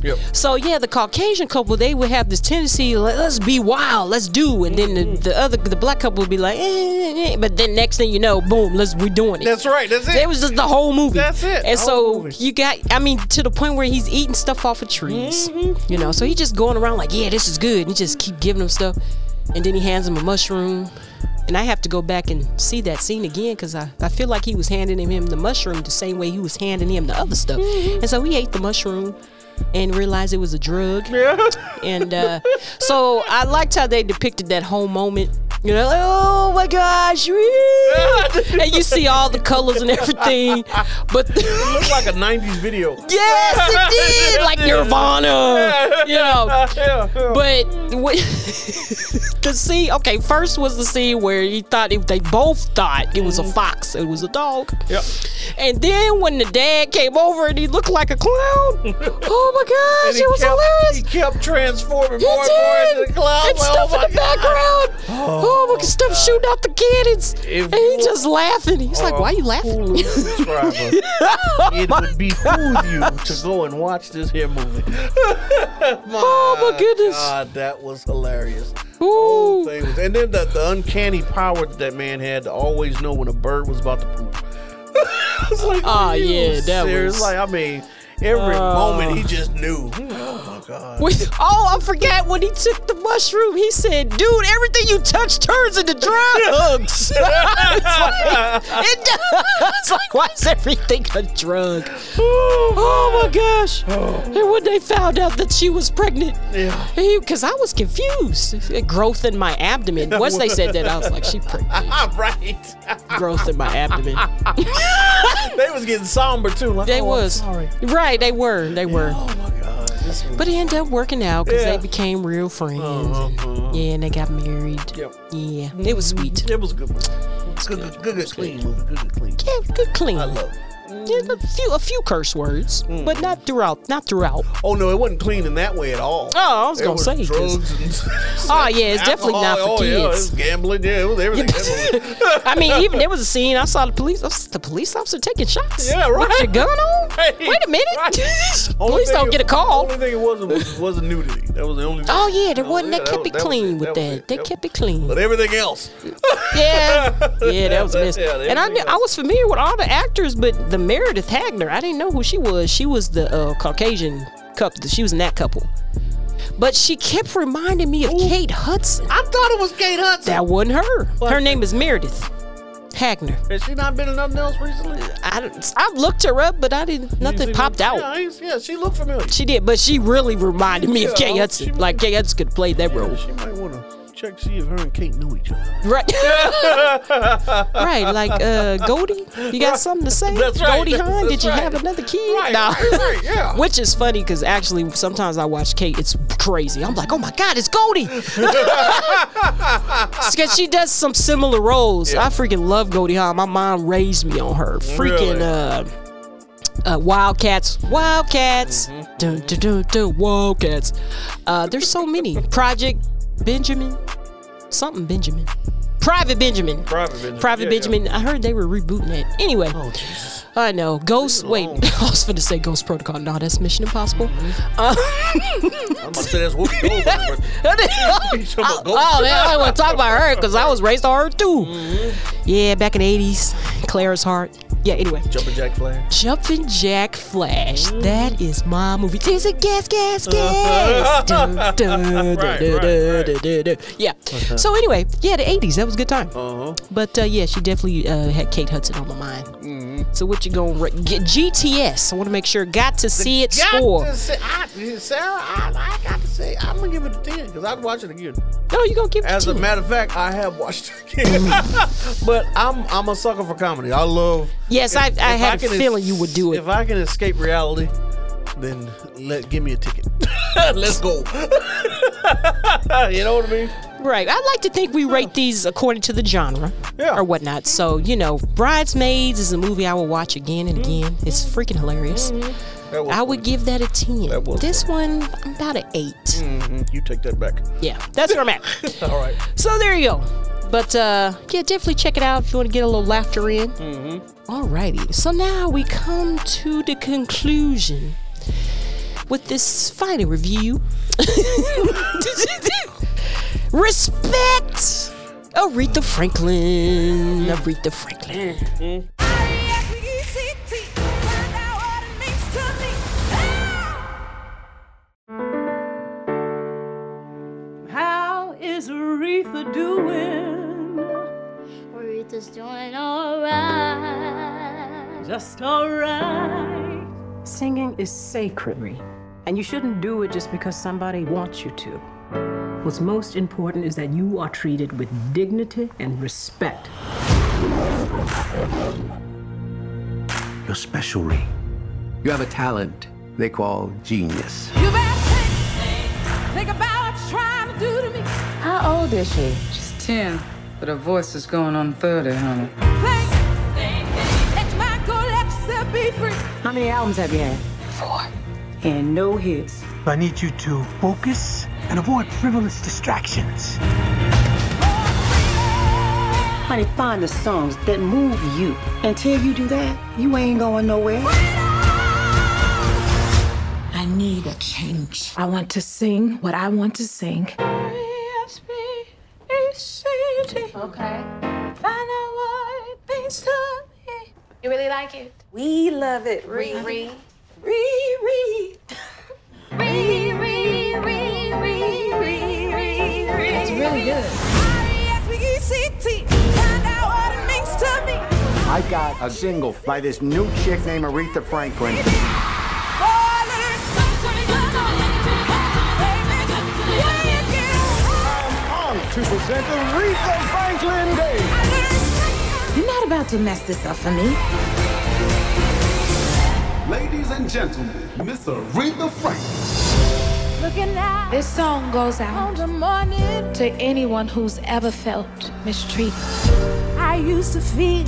[SPEAKER 4] Yep.
[SPEAKER 2] So yeah, the Caucasian couple they would have this tendency, like, let's be wild, let's do, and then the, the other the black couple would be like, eh, eh, eh, but then next thing you know, boom, let's we're doing it.
[SPEAKER 4] That's right. That's it.
[SPEAKER 2] It was just the whole movie.
[SPEAKER 4] That's it,
[SPEAKER 2] And
[SPEAKER 4] the
[SPEAKER 2] so
[SPEAKER 4] whole movie.
[SPEAKER 2] you got, I mean, to the point where he's eating stuff off of trees.
[SPEAKER 4] Mm-hmm.
[SPEAKER 2] You know, so he just going around like, yeah, this is good. And he just keep giving him stuff. And then he hands him a mushroom. And I have to go back and see that scene again because I, I feel like he was handing him the mushroom the same way he was handing him the other stuff.
[SPEAKER 4] Mm-hmm.
[SPEAKER 2] And so he ate the mushroom and realized it was a drug. And uh, so I liked how they depicted that whole moment. You know, like, oh my gosh, woo." and you see all the colors and everything. But
[SPEAKER 4] Looks like a '90s video.
[SPEAKER 2] yes, it did, like Nirvana, you know. But what, the scene, okay, first was the scene where you thought it, they both thought it was a fox, it was a dog.
[SPEAKER 4] Yep.
[SPEAKER 2] And then when the dad came over and he looked like a clown, oh my
[SPEAKER 4] And
[SPEAKER 2] gosh,
[SPEAKER 4] he
[SPEAKER 2] it was
[SPEAKER 4] kept,
[SPEAKER 2] hilarious.
[SPEAKER 4] He kept transforming
[SPEAKER 2] He
[SPEAKER 4] more and more
[SPEAKER 2] did.
[SPEAKER 4] into the Oh cloud.
[SPEAKER 2] and stuff in the background. Oh, my stuff shooting out the cannons.
[SPEAKER 4] If
[SPEAKER 2] and he
[SPEAKER 4] you
[SPEAKER 2] just laughing. He's like, "Why you laughing?"
[SPEAKER 4] subscriber. it would behoove you to go and watch this here movie.
[SPEAKER 2] Oh my goodness.
[SPEAKER 4] God, that was hilarious.
[SPEAKER 2] Ooh.
[SPEAKER 4] Thing was- And then the, the uncanny power that, that man had to always know when a bird was about to poop. it's like,
[SPEAKER 2] Ah,
[SPEAKER 4] are you
[SPEAKER 2] yeah, that
[SPEAKER 4] serious?
[SPEAKER 2] was-
[SPEAKER 4] like I mean, every moment he just knew. Oh my god.
[SPEAKER 2] With, oh, I forgot when he took the mushroom. He said, "Dude, everything you touch turns into drugs." it's like, it does. It's like, why is everything a drug? Oh my gosh! And when they found out that she was pregnant, because I was confused. Uh, Growth in my abdomen. Once they said that, I was like, "She pregnant."
[SPEAKER 4] Ah, right.
[SPEAKER 2] Growth in my abdomen.
[SPEAKER 4] they was getting somber too. Like,
[SPEAKER 2] They
[SPEAKER 4] oh, I'm
[SPEAKER 2] was
[SPEAKER 4] sorry.
[SPEAKER 2] right. They were. They were.
[SPEAKER 4] Oh my god. This was-
[SPEAKER 2] But it ended up working out because
[SPEAKER 4] Yeah. Uh-huh,
[SPEAKER 2] they became real friends. Yeah, and they got married.
[SPEAKER 4] Yep. Mm-hmm.
[SPEAKER 2] Yeah, it was sweet.
[SPEAKER 4] It was a good one. It's good, good, good, good, clean movie. Good, good, clean.
[SPEAKER 2] Yeah, good clean.
[SPEAKER 4] I love it. Mm-hmm.
[SPEAKER 2] Yeah, a few a few curse words, but not throughout. Not throughout.
[SPEAKER 4] Oh no, it wasn't clean in that way at all.
[SPEAKER 2] Oh, I was
[SPEAKER 4] There
[SPEAKER 2] gonna
[SPEAKER 4] was
[SPEAKER 2] say, 'cause-
[SPEAKER 4] drugs. And
[SPEAKER 2] Oh yeah, it's definitely not
[SPEAKER 4] alcohol.
[SPEAKER 2] for
[SPEAKER 4] oh, Yeah, it was
[SPEAKER 2] kids.
[SPEAKER 4] gambling. Yeah, it was everything.
[SPEAKER 2] I mean, even there was a scene I saw the police. I saw the police officer taking shots.
[SPEAKER 4] Yeah,
[SPEAKER 2] With
[SPEAKER 4] right.
[SPEAKER 2] your gun on.
[SPEAKER 4] Right,
[SPEAKER 2] Wait a minute.
[SPEAKER 4] right. Only
[SPEAKER 2] police
[SPEAKER 4] thing
[SPEAKER 2] don't
[SPEAKER 4] it-
[SPEAKER 2] get a call.
[SPEAKER 4] Only thing it wasn't was, was a nudity. That was the only. Thing.
[SPEAKER 2] Oh yeah, they wasn't.
[SPEAKER 4] yeah,
[SPEAKER 2] They
[SPEAKER 4] that
[SPEAKER 2] kept
[SPEAKER 4] was-
[SPEAKER 2] it
[SPEAKER 4] was
[SPEAKER 2] clean with
[SPEAKER 4] was
[SPEAKER 2] that. They
[SPEAKER 4] was
[SPEAKER 2] kept
[SPEAKER 4] it.
[SPEAKER 2] it clean.
[SPEAKER 4] But everything else.
[SPEAKER 2] Yeah, yeah, that was
[SPEAKER 4] Yeah,
[SPEAKER 2] a mess.
[SPEAKER 4] they
[SPEAKER 2] and I
[SPEAKER 4] were
[SPEAKER 2] knew,
[SPEAKER 4] big
[SPEAKER 2] I was familiar with all the actors, but the Meredith Hagner, I didn't know who she was. She was the uh, Caucasian couple. She was in that couple, but she kept reminding me of Kate Hudson.
[SPEAKER 4] I thought it was Kate Hudson.
[SPEAKER 2] That wasn't her. Her name is Meredith Hagner.
[SPEAKER 4] Has she not been in nothing else recently?
[SPEAKER 2] I don't- I've looked her up, but I didn't. Nothing popped
[SPEAKER 4] yeah,
[SPEAKER 2] out.
[SPEAKER 4] I ain't- Yeah, she looked familiar.
[SPEAKER 2] She did, but she really reminded me of
[SPEAKER 4] Yeah,
[SPEAKER 2] Kate
[SPEAKER 4] she
[SPEAKER 2] Hudson.
[SPEAKER 4] might-
[SPEAKER 2] Like Kate Hudson could play that role.
[SPEAKER 4] She might want to check see if her and Kate knew each other.
[SPEAKER 2] Right. right. Like uh, Goldie, you got something to say?
[SPEAKER 4] That's right.
[SPEAKER 2] Goldie Hawn, did
[SPEAKER 4] That's
[SPEAKER 2] you
[SPEAKER 4] right.
[SPEAKER 2] have another kid?
[SPEAKER 4] Right,
[SPEAKER 2] Nah.
[SPEAKER 4] right, right, yeah.
[SPEAKER 2] Which is funny because actually sometimes I watch Kate, it's crazy. I'm like, oh my God, it's Goldie. Because she does some similar roles. I freaking love Goldie Hawn. My mom raised me on her. Freaking
[SPEAKER 4] Really?
[SPEAKER 2] uh, uh, Wildcats, Wildcats,
[SPEAKER 4] Mm-hmm.
[SPEAKER 2] dun, dun, dun, dun, Wildcats. Uh, there's so many. Project Benjamin, something Benjamin, Private Benjamin,
[SPEAKER 4] Private Benjamin,
[SPEAKER 2] Private
[SPEAKER 4] yeah, yeah.
[SPEAKER 2] Benjamin. I heard they were rebooting it. Anyway,
[SPEAKER 4] Oh,
[SPEAKER 2] I know Ghost. Wait, I was going to say Ghost Protocol. No, that's Mission Impossible.
[SPEAKER 4] Mm-hmm.
[SPEAKER 2] Uh,
[SPEAKER 4] I'm gonna say that's Whoopi Goldberg.
[SPEAKER 2] oh,
[SPEAKER 4] But
[SPEAKER 2] oh, man, I
[SPEAKER 4] Mm-hmm.
[SPEAKER 2] want to talk about her because I was raised on her too. Yeah, back in the 80s, Clara's Heart. Yeah, anyway.
[SPEAKER 4] Jumping Jack Flash.
[SPEAKER 2] Jumpin' Jack Flash. That is my movie. Tis a gas, gas, gas. Dun, dun, dun,
[SPEAKER 4] Right,
[SPEAKER 2] dun,
[SPEAKER 4] right,
[SPEAKER 2] dun, dun, dun, dun. Yeah. So anyway, yeah, the '80s. That was a good time.
[SPEAKER 4] Uh-huh.
[SPEAKER 2] But uh, yeah, she definitely uh, had Kate Hudson on my mind.
[SPEAKER 4] Mm-hmm.
[SPEAKER 2] So what you gonna re- get? GTS. I want to make sure. Got to see it.
[SPEAKER 4] Got
[SPEAKER 2] Score.
[SPEAKER 4] to say, I, Sarah, I, I got to say, I'm gonna give it a ten because I'd watch it again.
[SPEAKER 2] No, you gonna give it
[SPEAKER 4] As
[SPEAKER 2] to
[SPEAKER 4] a
[SPEAKER 2] me.
[SPEAKER 4] matter of fact, I have watched it again. but I'm I'm a sucker for comedy. I love.
[SPEAKER 2] Yes, I- I had a
[SPEAKER 4] can
[SPEAKER 2] feeling you would do it.
[SPEAKER 4] If I can escape reality, then let give me a ticket. Let's go. you know what I mean?
[SPEAKER 2] Right. I like to think we rate these according to the genre
[SPEAKER 4] Yeah.
[SPEAKER 2] or whatnot. So, you know, Bridesmaids is a movie I will watch again and
[SPEAKER 4] Mm-hmm.
[SPEAKER 2] again. It's freaking hilarious.
[SPEAKER 4] That was
[SPEAKER 2] I would
[SPEAKER 4] fun.
[SPEAKER 2] give that a 10.
[SPEAKER 4] That was
[SPEAKER 2] this one, I'm about an 8.
[SPEAKER 4] Mm, You take that back.
[SPEAKER 2] Yeah, that's where I'm at.
[SPEAKER 4] All right.
[SPEAKER 2] so there you go. But uh, yeah, definitely check it out if you want to get a little laughter in. Mm-hmm. Alrighty. So now we come to the conclusion with this final review. Respect, Oh, Aretha Franklin. Aretha Franklin.
[SPEAKER 10] How is Aretha doing?
[SPEAKER 9] Aretha's doing alright.
[SPEAKER 10] Just alright. Singing is sacred, and you shouldn't do it just because somebody wants you to. What's most important is that you are treated with dignity and respect.
[SPEAKER 8] You're special, Ray. You have a talent they call genius.
[SPEAKER 10] You better think, think about what you're trying to do to me.
[SPEAKER 5] How old is she? She's 10, but her voice is going on 30, honey.
[SPEAKER 10] Think, let my go, let yourself be free. How many albums have you had? Four. And no hits.
[SPEAKER 8] I need you to focus and avoid frivolous distractions.
[SPEAKER 10] Honey, find the songs that move you. Until you do that, you ain't going nowhere.
[SPEAKER 5] I need a change. I want to sing what I want to sing. Okay. E Find out what it means to me. You really like it?
[SPEAKER 10] We love it.
[SPEAKER 5] Re, re.
[SPEAKER 10] Riri.
[SPEAKER 5] It's really good. E
[SPEAKER 8] I got a single by this new chick named Aretha Franklin. to present Aretha Franklin Day.
[SPEAKER 5] You're not about to mess this up for me.
[SPEAKER 7] Ladies and gentlemen, Miss Aretha Franklin.
[SPEAKER 5] This song goes out to anyone who's ever felt mistreated.
[SPEAKER 10] I used to feel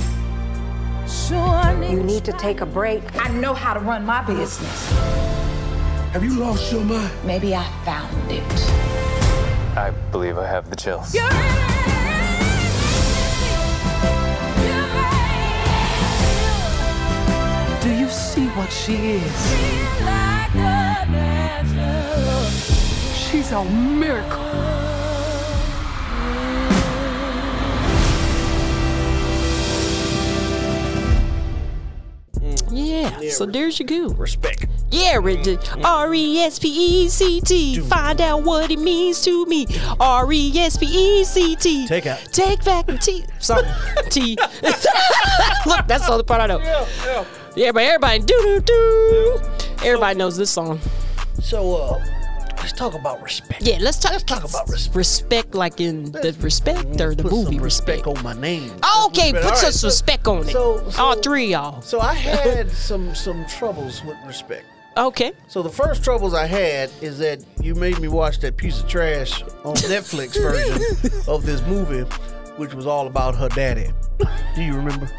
[SPEAKER 5] You need to take a break. I know how to run my business.
[SPEAKER 7] Have you lost your mind?
[SPEAKER 5] Maybe I found it.
[SPEAKER 6] I believe I have the chills.
[SPEAKER 8] Do you see what she is? She's a miracle.
[SPEAKER 2] Yeah. so there's your goo.
[SPEAKER 4] Respect.
[SPEAKER 2] Yeah, R E S P E C T. Find out what it means to me. R E S P E C T.
[SPEAKER 4] Take out.
[SPEAKER 2] Take back the tea. Sorry, tea. Look, that's the only part I know. Yeah, but everybody do do do. Everybody knows this song.
[SPEAKER 4] So uh, let's talk about respect.
[SPEAKER 2] Yeah, let's talk.
[SPEAKER 4] Let's talk about respect.
[SPEAKER 2] Respect, like in the respect or the
[SPEAKER 4] Put
[SPEAKER 2] movie
[SPEAKER 4] some
[SPEAKER 2] respect. Oh,
[SPEAKER 4] respect on my name.
[SPEAKER 2] Okay,
[SPEAKER 4] But
[SPEAKER 2] put
[SPEAKER 4] all
[SPEAKER 2] some
[SPEAKER 4] right, so-
[SPEAKER 2] respect on it.
[SPEAKER 4] so-
[SPEAKER 2] All
[SPEAKER 4] so-
[SPEAKER 2] three of y'all.
[SPEAKER 4] So I had some some troubles with respect.
[SPEAKER 2] Okay.
[SPEAKER 4] So the first troubles I had is that you made me watch that piece of trash on Netflix version of this movie, which was all about her daddy. Do you remember?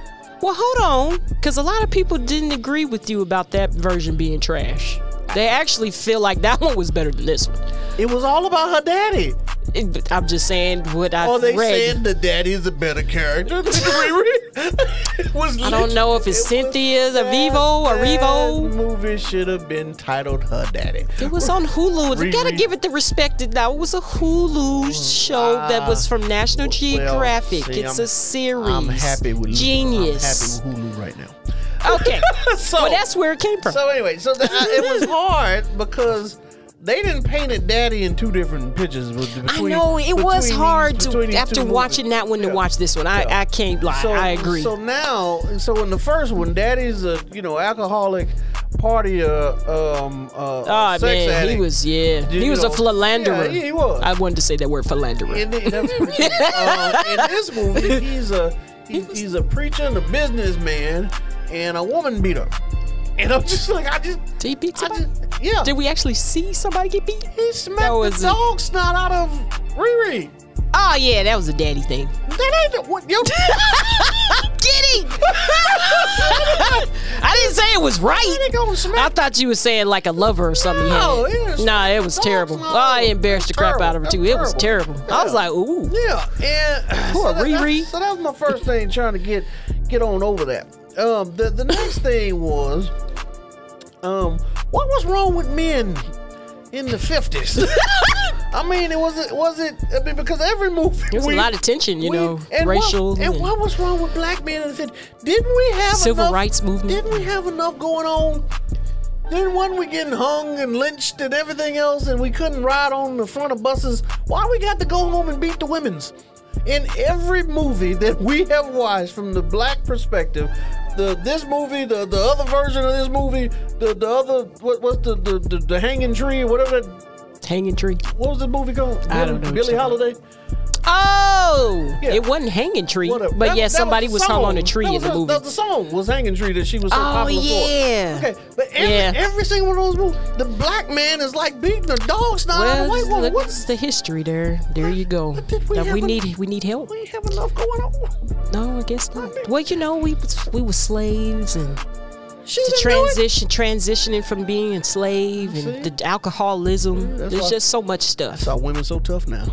[SPEAKER 2] Well, hold on, because a lot of people didn't agree with you about that version being trash. They actually feel like that one was better than this one.
[SPEAKER 4] It was all about her daddy.
[SPEAKER 2] It- but I'm just saying what I
[SPEAKER 4] Or they
[SPEAKER 2] read.
[SPEAKER 4] saying the daddy is a better character than Riri. was
[SPEAKER 2] I don't know if it's Cynthia's or Vivo or Revo.
[SPEAKER 4] The movie should have been titled Her Daddy.
[SPEAKER 2] It was on Hulu. You gotta
[SPEAKER 4] Riri.
[SPEAKER 2] give it the respect it now. It was a Hulu show that was from National
[SPEAKER 4] Ah. Well,
[SPEAKER 2] Geographic.
[SPEAKER 4] see,
[SPEAKER 2] it's
[SPEAKER 4] I'm-
[SPEAKER 2] a series.
[SPEAKER 4] I'm happy with Hulu.
[SPEAKER 2] Genius.
[SPEAKER 4] I'm happy with Hulu right now.
[SPEAKER 2] Okay. well, that's where it came from.
[SPEAKER 4] So anyway, so th- I- it was hard because they didn't painted Daddy in two different pictures. with-
[SPEAKER 2] I
[SPEAKER 4] Between,
[SPEAKER 2] know it was
[SPEAKER 4] between
[SPEAKER 2] hard
[SPEAKER 4] these- between
[SPEAKER 2] to
[SPEAKER 4] these
[SPEAKER 2] after
[SPEAKER 4] two
[SPEAKER 2] watching
[SPEAKER 4] movies.
[SPEAKER 2] that one to watch this one. I, I can't lie. I agree.
[SPEAKER 4] So now, so in the first one, Daddy's a you know alcoholic party uh, um uh,
[SPEAKER 2] oh
[SPEAKER 4] sex
[SPEAKER 2] man,
[SPEAKER 4] addict.
[SPEAKER 2] he was yeah,
[SPEAKER 4] You
[SPEAKER 2] he was a
[SPEAKER 4] know,
[SPEAKER 2] philanderer.
[SPEAKER 4] yeah, he was.
[SPEAKER 2] I wanted to say that word philanderer.
[SPEAKER 4] in, the, that's pretty- uh, in this movie, he's a he- he's a preacher and a businessman, and a woman beat up. And I'm just like, I just
[SPEAKER 2] Did he beat somebody?
[SPEAKER 4] yeah.
[SPEAKER 2] Did we actually see somebody get beat?
[SPEAKER 4] He smacked
[SPEAKER 2] That was
[SPEAKER 4] the
[SPEAKER 2] a-
[SPEAKER 4] dog snot out of Riri.
[SPEAKER 2] Oh yeah, that was a daddy thing.
[SPEAKER 4] That ain't the- what yo.
[SPEAKER 2] Kidding. I didn't say it was right.
[SPEAKER 4] They gonna
[SPEAKER 2] I
[SPEAKER 4] smack.
[SPEAKER 2] thought you were saying like a lover or something. you
[SPEAKER 4] No,
[SPEAKER 2] had.
[SPEAKER 4] it was-
[SPEAKER 2] nah, it was
[SPEAKER 4] no,
[SPEAKER 2] terrible.
[SPEAKER 4] no,
[SPEAKER 2] oh, I embarrassed the crap
[SPEAKER 4] terrible,
[SPEAKER 2] out of her too. It was terrible. I was like, ooh.
[SPEAKER 4] Yeah, and uh,
[SPEAKER 2] Poor
[SPEAKER 4] so that-
[SPEAKER 2] Riri.
[SPEAKER 4] That, so that was my first thing trying to get get on over that. Um, the the next thing was, um, what was wrong with men in the fifties? I mean, it wasn't was it? I mean, because every movie
[SPEAKER 2] There was
[SPEAKER 4] we-
[SPEAKER 2] a lot of tension, you
[SPEAKER 4] we-
[SPEAKER 2] know,
[SPEAKER 4] and what-
[SPEAKER 2] racial.
[SPEAKER 4] and
[SPEAKER 2] and-
[SPEAKER 4] what was wrong with black men in the fifties? Didn't we have
[SPEAKER 2] Civil
[SPEAKER 4] enough-
[SPEAKER 2] rights movement.
[SPEAKER 4] Didn't we have enough going on? Then one we getting hung and lynched and everything else, and we couldn't ride on the front of buses. Why we got to go home and beat the women's? In every movie that we have watched from the black perspective, the this movie, the the other version of this movie, the the other what what's the the, the, the hanging tree or whatever that
[SPEAKER 2] hanging tree.
[SPEAKER 4] what was the movie called?
[SPEAKER 2] I don't know what
[SPEAKER 4] Billy
[SPEAKER 2] you're talking
[SPEAKER 4] Holiday.
[SPEAKER 2] Oh,
[SPEAKER 4] Yeah.
[SPEAKER 2] it wasn't hanging tree,
[SPEAKER 4] Whatever.
[SPEAKER 2] but
[SPEAKER 4] That-
[SPEAKER 2] yeah,
[SPEAKER 4] that
[SPEAKER 2] somebody
[SPEAKER 4] the
[SPEAKER 2] was, hung on a
[SPEAKER 4] song.
[SPEAKER 2] tree
[SPEAKER 4] That
[SPEAKER 2] in
[SPEAKER 4] was
[SPEAKER 2] the
[SPEAKER 4] her-
[SPEAKER 2] movie.
[SPEAKER 4] The, the song was "Hanging Tree" that she was so
[SPEAKER 2] Oh,
[SPEAKER 4] popular
[SPEAKER 2] yeah.
[SPEAKER 4] for. Okay, but every,
[SPEAKER 2] Yeah.
[SPEAKER 4] every single one of those movies, the black man is like beating the dog snot out of the white
[SPEAKER 2] well,
[SPEAKER 4] woman.
[SPEAKER 2] look,
[SPEAKER 4] What?
[SPEAKER 2] what's the history there? There you go.
[SPEAKER 4] But did we
[SPEAKER 2] Now,
[SPEAKER 4] have
[SPEAKER 2] we
[SPEAKER 4] a-
[SPEAKER 2] need we need help.
[SPEAKER 4] We ain't have enough going on.
[SPEAKER 2] No, I guess not. Well, you know, we was- we were slaves and
[SPEAKER 4] She
[SPEAKER 2] the
[SPEAKER 4] didn't do it.
[SPEAKER 2] transition transitioning from being a slave and
[SPEAKER 4] See?
[SPEAKER 2] the alcoholism.
[SPEAKER 4] that's
[SPEAKER 2] There's
[SPEAKER 4] why-
[SPEAKER 2] just so much stuff.
[SPEAKER 4] Saw women so tough now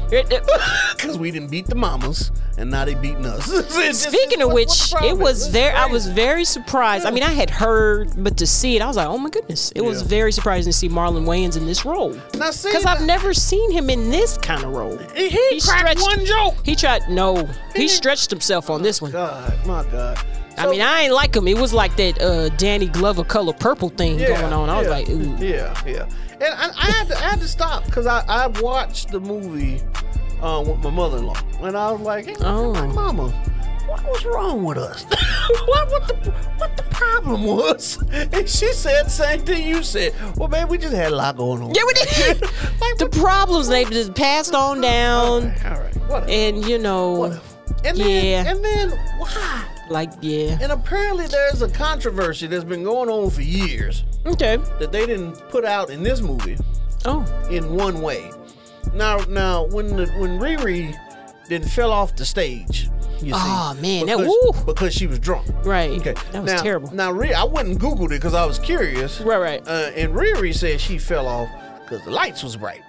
[SPEAKER 4] because we didn't beat the mamas and now they beating us. It's just-
[SPEAKER 2] Speaking of
[SPEAKER 4] what- what's
[SPEAKER 2] which,
[SPEAKER 4] the
[SPEAKER 2] it
[SPEAKER 4] problem? This
[SPEAKER 2] was
[SPEAKER 4] is
[SPEAKER 2] there. I
[SPEAKER 4] crazy.
[SPEAKER 2] was very surprised. I mean, I had heard, but to see it, I was like, "Oh my goodness!" It was
[SPEAKER 4] Yeah.
[SPEAKER 2] very surprising to see Marlon Wayans in this role
[SPEAKER 4] Now, see,
[SPEAKER 2] because I've
[SPEAKER 4] that-
[SPEAKER 2] never seen him in this kind of role.
[SPEAKER 4] He, he cracked one joke.
[SPEAKER 2] He tried. No, he
[SPEAKER 4] He-
[SPEAKER 2] stretched himself on this one.
[SPEAKER 4] God, my God.
[SPEAKER 2] I mean, I ain't like him. It was like that uh, Danny Glover color purple thing going on. I was
[SPEAKER 4] yeah,
[SPEAKER 2] like, ooh.
[SPEAKER 4] yeah, yeah. And I, I had to, I had to stop because I, I watched the movie uh, with my mother-in-law, and I was like, hey,
[SPEAKER 2] Oh.
[SPEAKER 4] my mama, what was wrong with us? what, what the what the problem was? And she said the same thing you said. Well, man, we just had a lot going on.
[SPEAKER 2] Yeah, we did.
[SPEAKER 4] like,
[SPEAKER 2] the problems they just passed on
[SPEAKER 4] all
[SPEAKER 2] down,
[SPEAKER 4] right, all right, whatever.
[SPEAKER 2] and you know,
[SPEAKER 4] whatever. And then,
[SPEAKER 2] yeah.
[SPEAKER 4] and then why?
[SPEAKER 2] like yeah.
[SPEAKER 4] And apparently, there's a controversy that's been going on for years
[SPEAKER 2] Okay.
[SPEAKER 4] that they didn't put out in this movie.
[SPEAKER 2] Oh,
[SPEAKER 4] in one way. Now, now when the, when Riri then fell off the stage, you see,
[SPEAKER 2] Aw, man, that-
[SPEAKER 4] because,
[SPEAKER 2] woo.
[SPEAKER 4] because she was drunk.
[SPEAKER 2] right.
[SPEAKER 4] Okay,
[SPEAKER 2] That was
[SPEAKER 4] now,
[SPEAKER 2] terrible.
[SPEAKER 4] Now, Riri, I went and googled it because I was curious.
[SPEAKER 2] Right, right.
[SPEAKER 4] Uh, and Riri said she fell off because the lights was bright.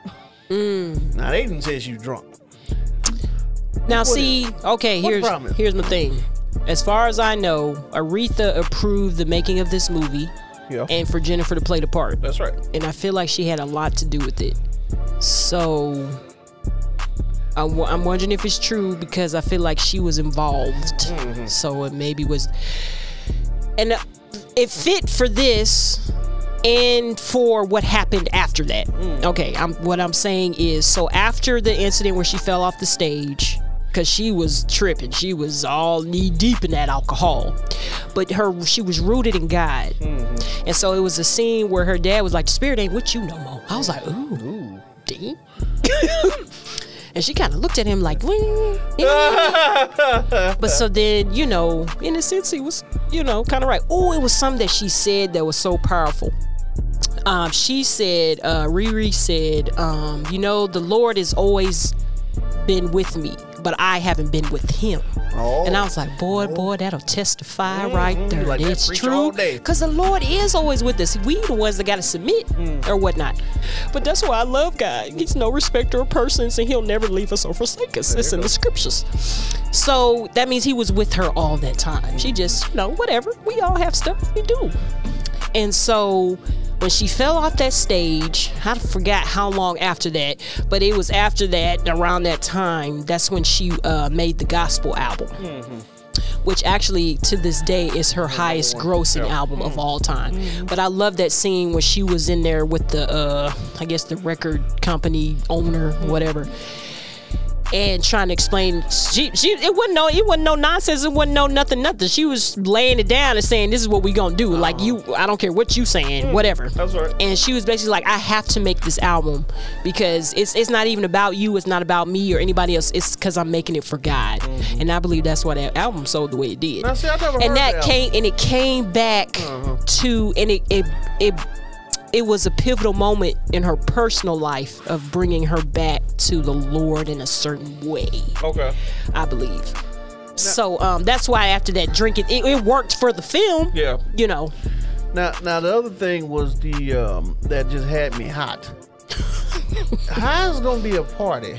[SPEAKER 2] Mm.
[SPEAKER 4] Now they didn't say she was drunk.
[SPEAKER 2] Now, see, okay,
[SPEAKER 4] what
[SPEAKER 2] here's
[SPEAKER 4] problem?
[SPEAKER 2] here's my thing. As far as I know, Aretha approved the making of this movie
[SPEAKER 4] Yeah,
[SPEAKER 2] and for Jennifer to play the part.
[SPEAKER 4] that's right.
[SPEAKER 2] And I feel like she had a lot to do with it. So I w- I'm wondering if it's true because I feel like she was involved. So it maybe was. And uh, it fit for this and for what happened after that. Okay, I'm, what I'm saying is so after the incident where she fell off the stage, because she was tripping, she was all knee deep in that alcohol, but her she was rooted in God. And so it was a scene where her dad was like, "The spirit ain't with you no more." I was like, "Ooh, ooh, damn." and she kind of looked at him like, "Wing, eh." but so then you know, in a sense, he was you know kind of right. Oh, it was something that she said that was so powerful. Um, she said, uh, Riri said, um, you know, the Lord has always been with me, but I haven't been with Him.
[SPEAKER 4] Oh.
[SPEAKER 2] And I was like, boy, boy, that'll testify right there.
[SPEAKER 4] Mm-hmm. like, that
[SPEAKER 2] it's
[SPEAKER 4] preach
[SPEAKER 2] true.
[SPEAKER 4] all day.
[SPEAKER 2] Because the Lord is always with us. We the ones that got to submit
[SPEAKER 4] Mm.
[SPEAKER 2] or whatnot. But that's why I love God. He's no respecter of persons, and He'll never leave us or forsake us. It's in the scriptures. So that means He was with her all that time. She just, you know, whatever. We all have stuff we do. And so when she fell off that stage, I forgot how long after that, but it was after that, around that time, that's when she uh, made the gospel album. which actually to this day is her highest grossing album of all time. But I love that scene when she was in there with the, uh, I guess, the record company owner, whatever. And trying to explain, she, she it wasn't no it wasn't no nonsense. It wasn't no nothing nothing. She was laying it down and saying, "This is what we gonna do." Like you, I don't care what you saying, whatever.
[SPEAKER 4] Hmm. That's right.
[SPEAKER 2] And she was basically like, I have to make this album because it's it's not even about you, it's not about me or anybody else. It's because I'm making it for God,
[SPEAKER 4] Mm-hmm.
[SPEAKER 2] and I believe that's why that album sold the way it did.
[SPEAKER 4] Now, see, I never
[SPEAKER 2] and
[SPEAKER 4] heard
[SPEAKER 2] that
[SPEAKER 4] that
[SPEAKER 2] came and it came back
[SPEAKER 4] Uh-huh.
[SPEAKER 2] to and it it. it it was a pivotal moment in her personal life of bringing her back to the Lord in a certain way.
[SPEAKER 4] Okay.
[SPEAKER 2] I believe. So um, that's why after that drinking, it, it worked for the film.
[SPEAKER 4] Yeah.
[SPEAKER 2] You know,
[SPEAKER 4] Now, now the other thing was the um, that just had me hot. How's gonna be a party,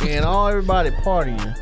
[SPEAKER 4] and all everybody partying,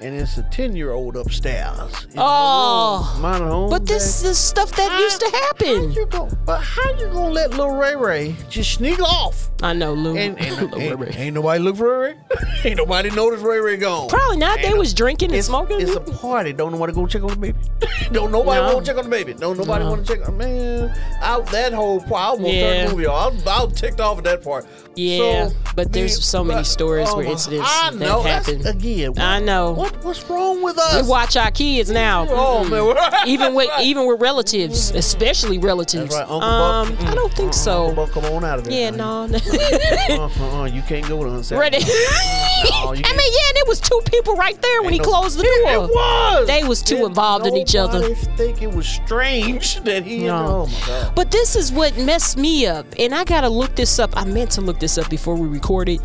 [SPEAKER 4] and it's a ten year old upstairs. in the
[SPEAKER 2] Oh.
[SPEAKER 4] room, minding her own
[SPEAKER 2] But this
[SPEAKER 4] business.
[SPEAKER 2] is stuff that
[SPEAKER 4] How-
[SPEAKER 2] used to happen.
[SPEAKER 4] How you go, but how you gonna let little Ray Ray just sneak off?
[SPEAKER 2] I know, Lou.
[SPEAKER 4] And, and,
[SPEAKER 2] Lou
[SPEAKER 4] ain't,
[SPEAKER 2] Ray Ray.
[SPEAKER 4] ain't nobody look for Ray Ray. ain't nobody noticed Ray Ray gone.
[SPEAKER 2] Probably not. They
[SPEAKER 4] Ain't
[SPEAKER 2] was drinking and
[SPEAKER 4] it's,
[SPEAKER 2] smoking.
[SPEAKER 4] It's a party. Don't nobody go check on the baby. Don't nobody
[SPEAKER 2] No.
[SPEAKER 4] want to check on the baby. No, nobody want to check on man. I, that whole part. I almost
[SPEAKER 2] Yeah.
[SPEAKER 4] turned the movie off. I'm, I'm ticked off at that part.
[SPEAKER 2] Yeah,
[SPEAKER 4] So,
[SPEAKER 2] but there's
[SPEAKER 4] man,
[SPEAKER 2] so many
[SPEAKER 4] but-
[SPEAKER 2] stories where
[SPEAKER 4] oh my-
[SPEAKER 2] incidents
[SPEAKER 4] I
[SPEAKER 2] that
[SPEAKER 4] know. That's-
[SPEAKER 2] happen.
[SPEAKER 4] again. What,
[SPEAKER 2] I know.
[SPEAKER 4] What what's wrong with
[SPEAKER 2] We
[SPEAKER 4] us?
[SPEAKER 2] watch our kids now.
[SPEAKER 4] Oh man.
[SPEAKER 2] even with even with relatives, especially relatives.
[SPEAKER 4] That's right, Uncle Buck. Mm-hmm.
[SPEAKER 2] um, I don't think so.
[SPEAKER 4] Well, come on out of there.
[SPEAKER 2] Yeah,
[SPEAKER 4] son.
[SPEAKER 2] no.
[SPEAKER 4] Uh, uh, uh, you can't go to unsafe.
[SPEAKER 2] Ready?
[SPEAKER 4] No,
[SPEAKER 2] I
[SPEAKER 4] you
[SPEAKER 2] mean, yeah,
[SPEAKER 4] can't.
[SPEAKER 2] and it was two people right there when he
[SPEAKER 4] Ain't no-
[SPEAKER 2] closed the
[SPEAKER 4] It-
[SPEAKER 2] door.
[SPEAKER 4] It was.
[SPEAKER 2] They was too involved in each other.
[SPEAKER 4] I think it was strange that he.
[SPEAKER 2] No.
[SPEAKER 4] Oh my god.
[SPEAKER 2] But this is what messed me up. And I got to look this up. I meant to look this up before we recorded.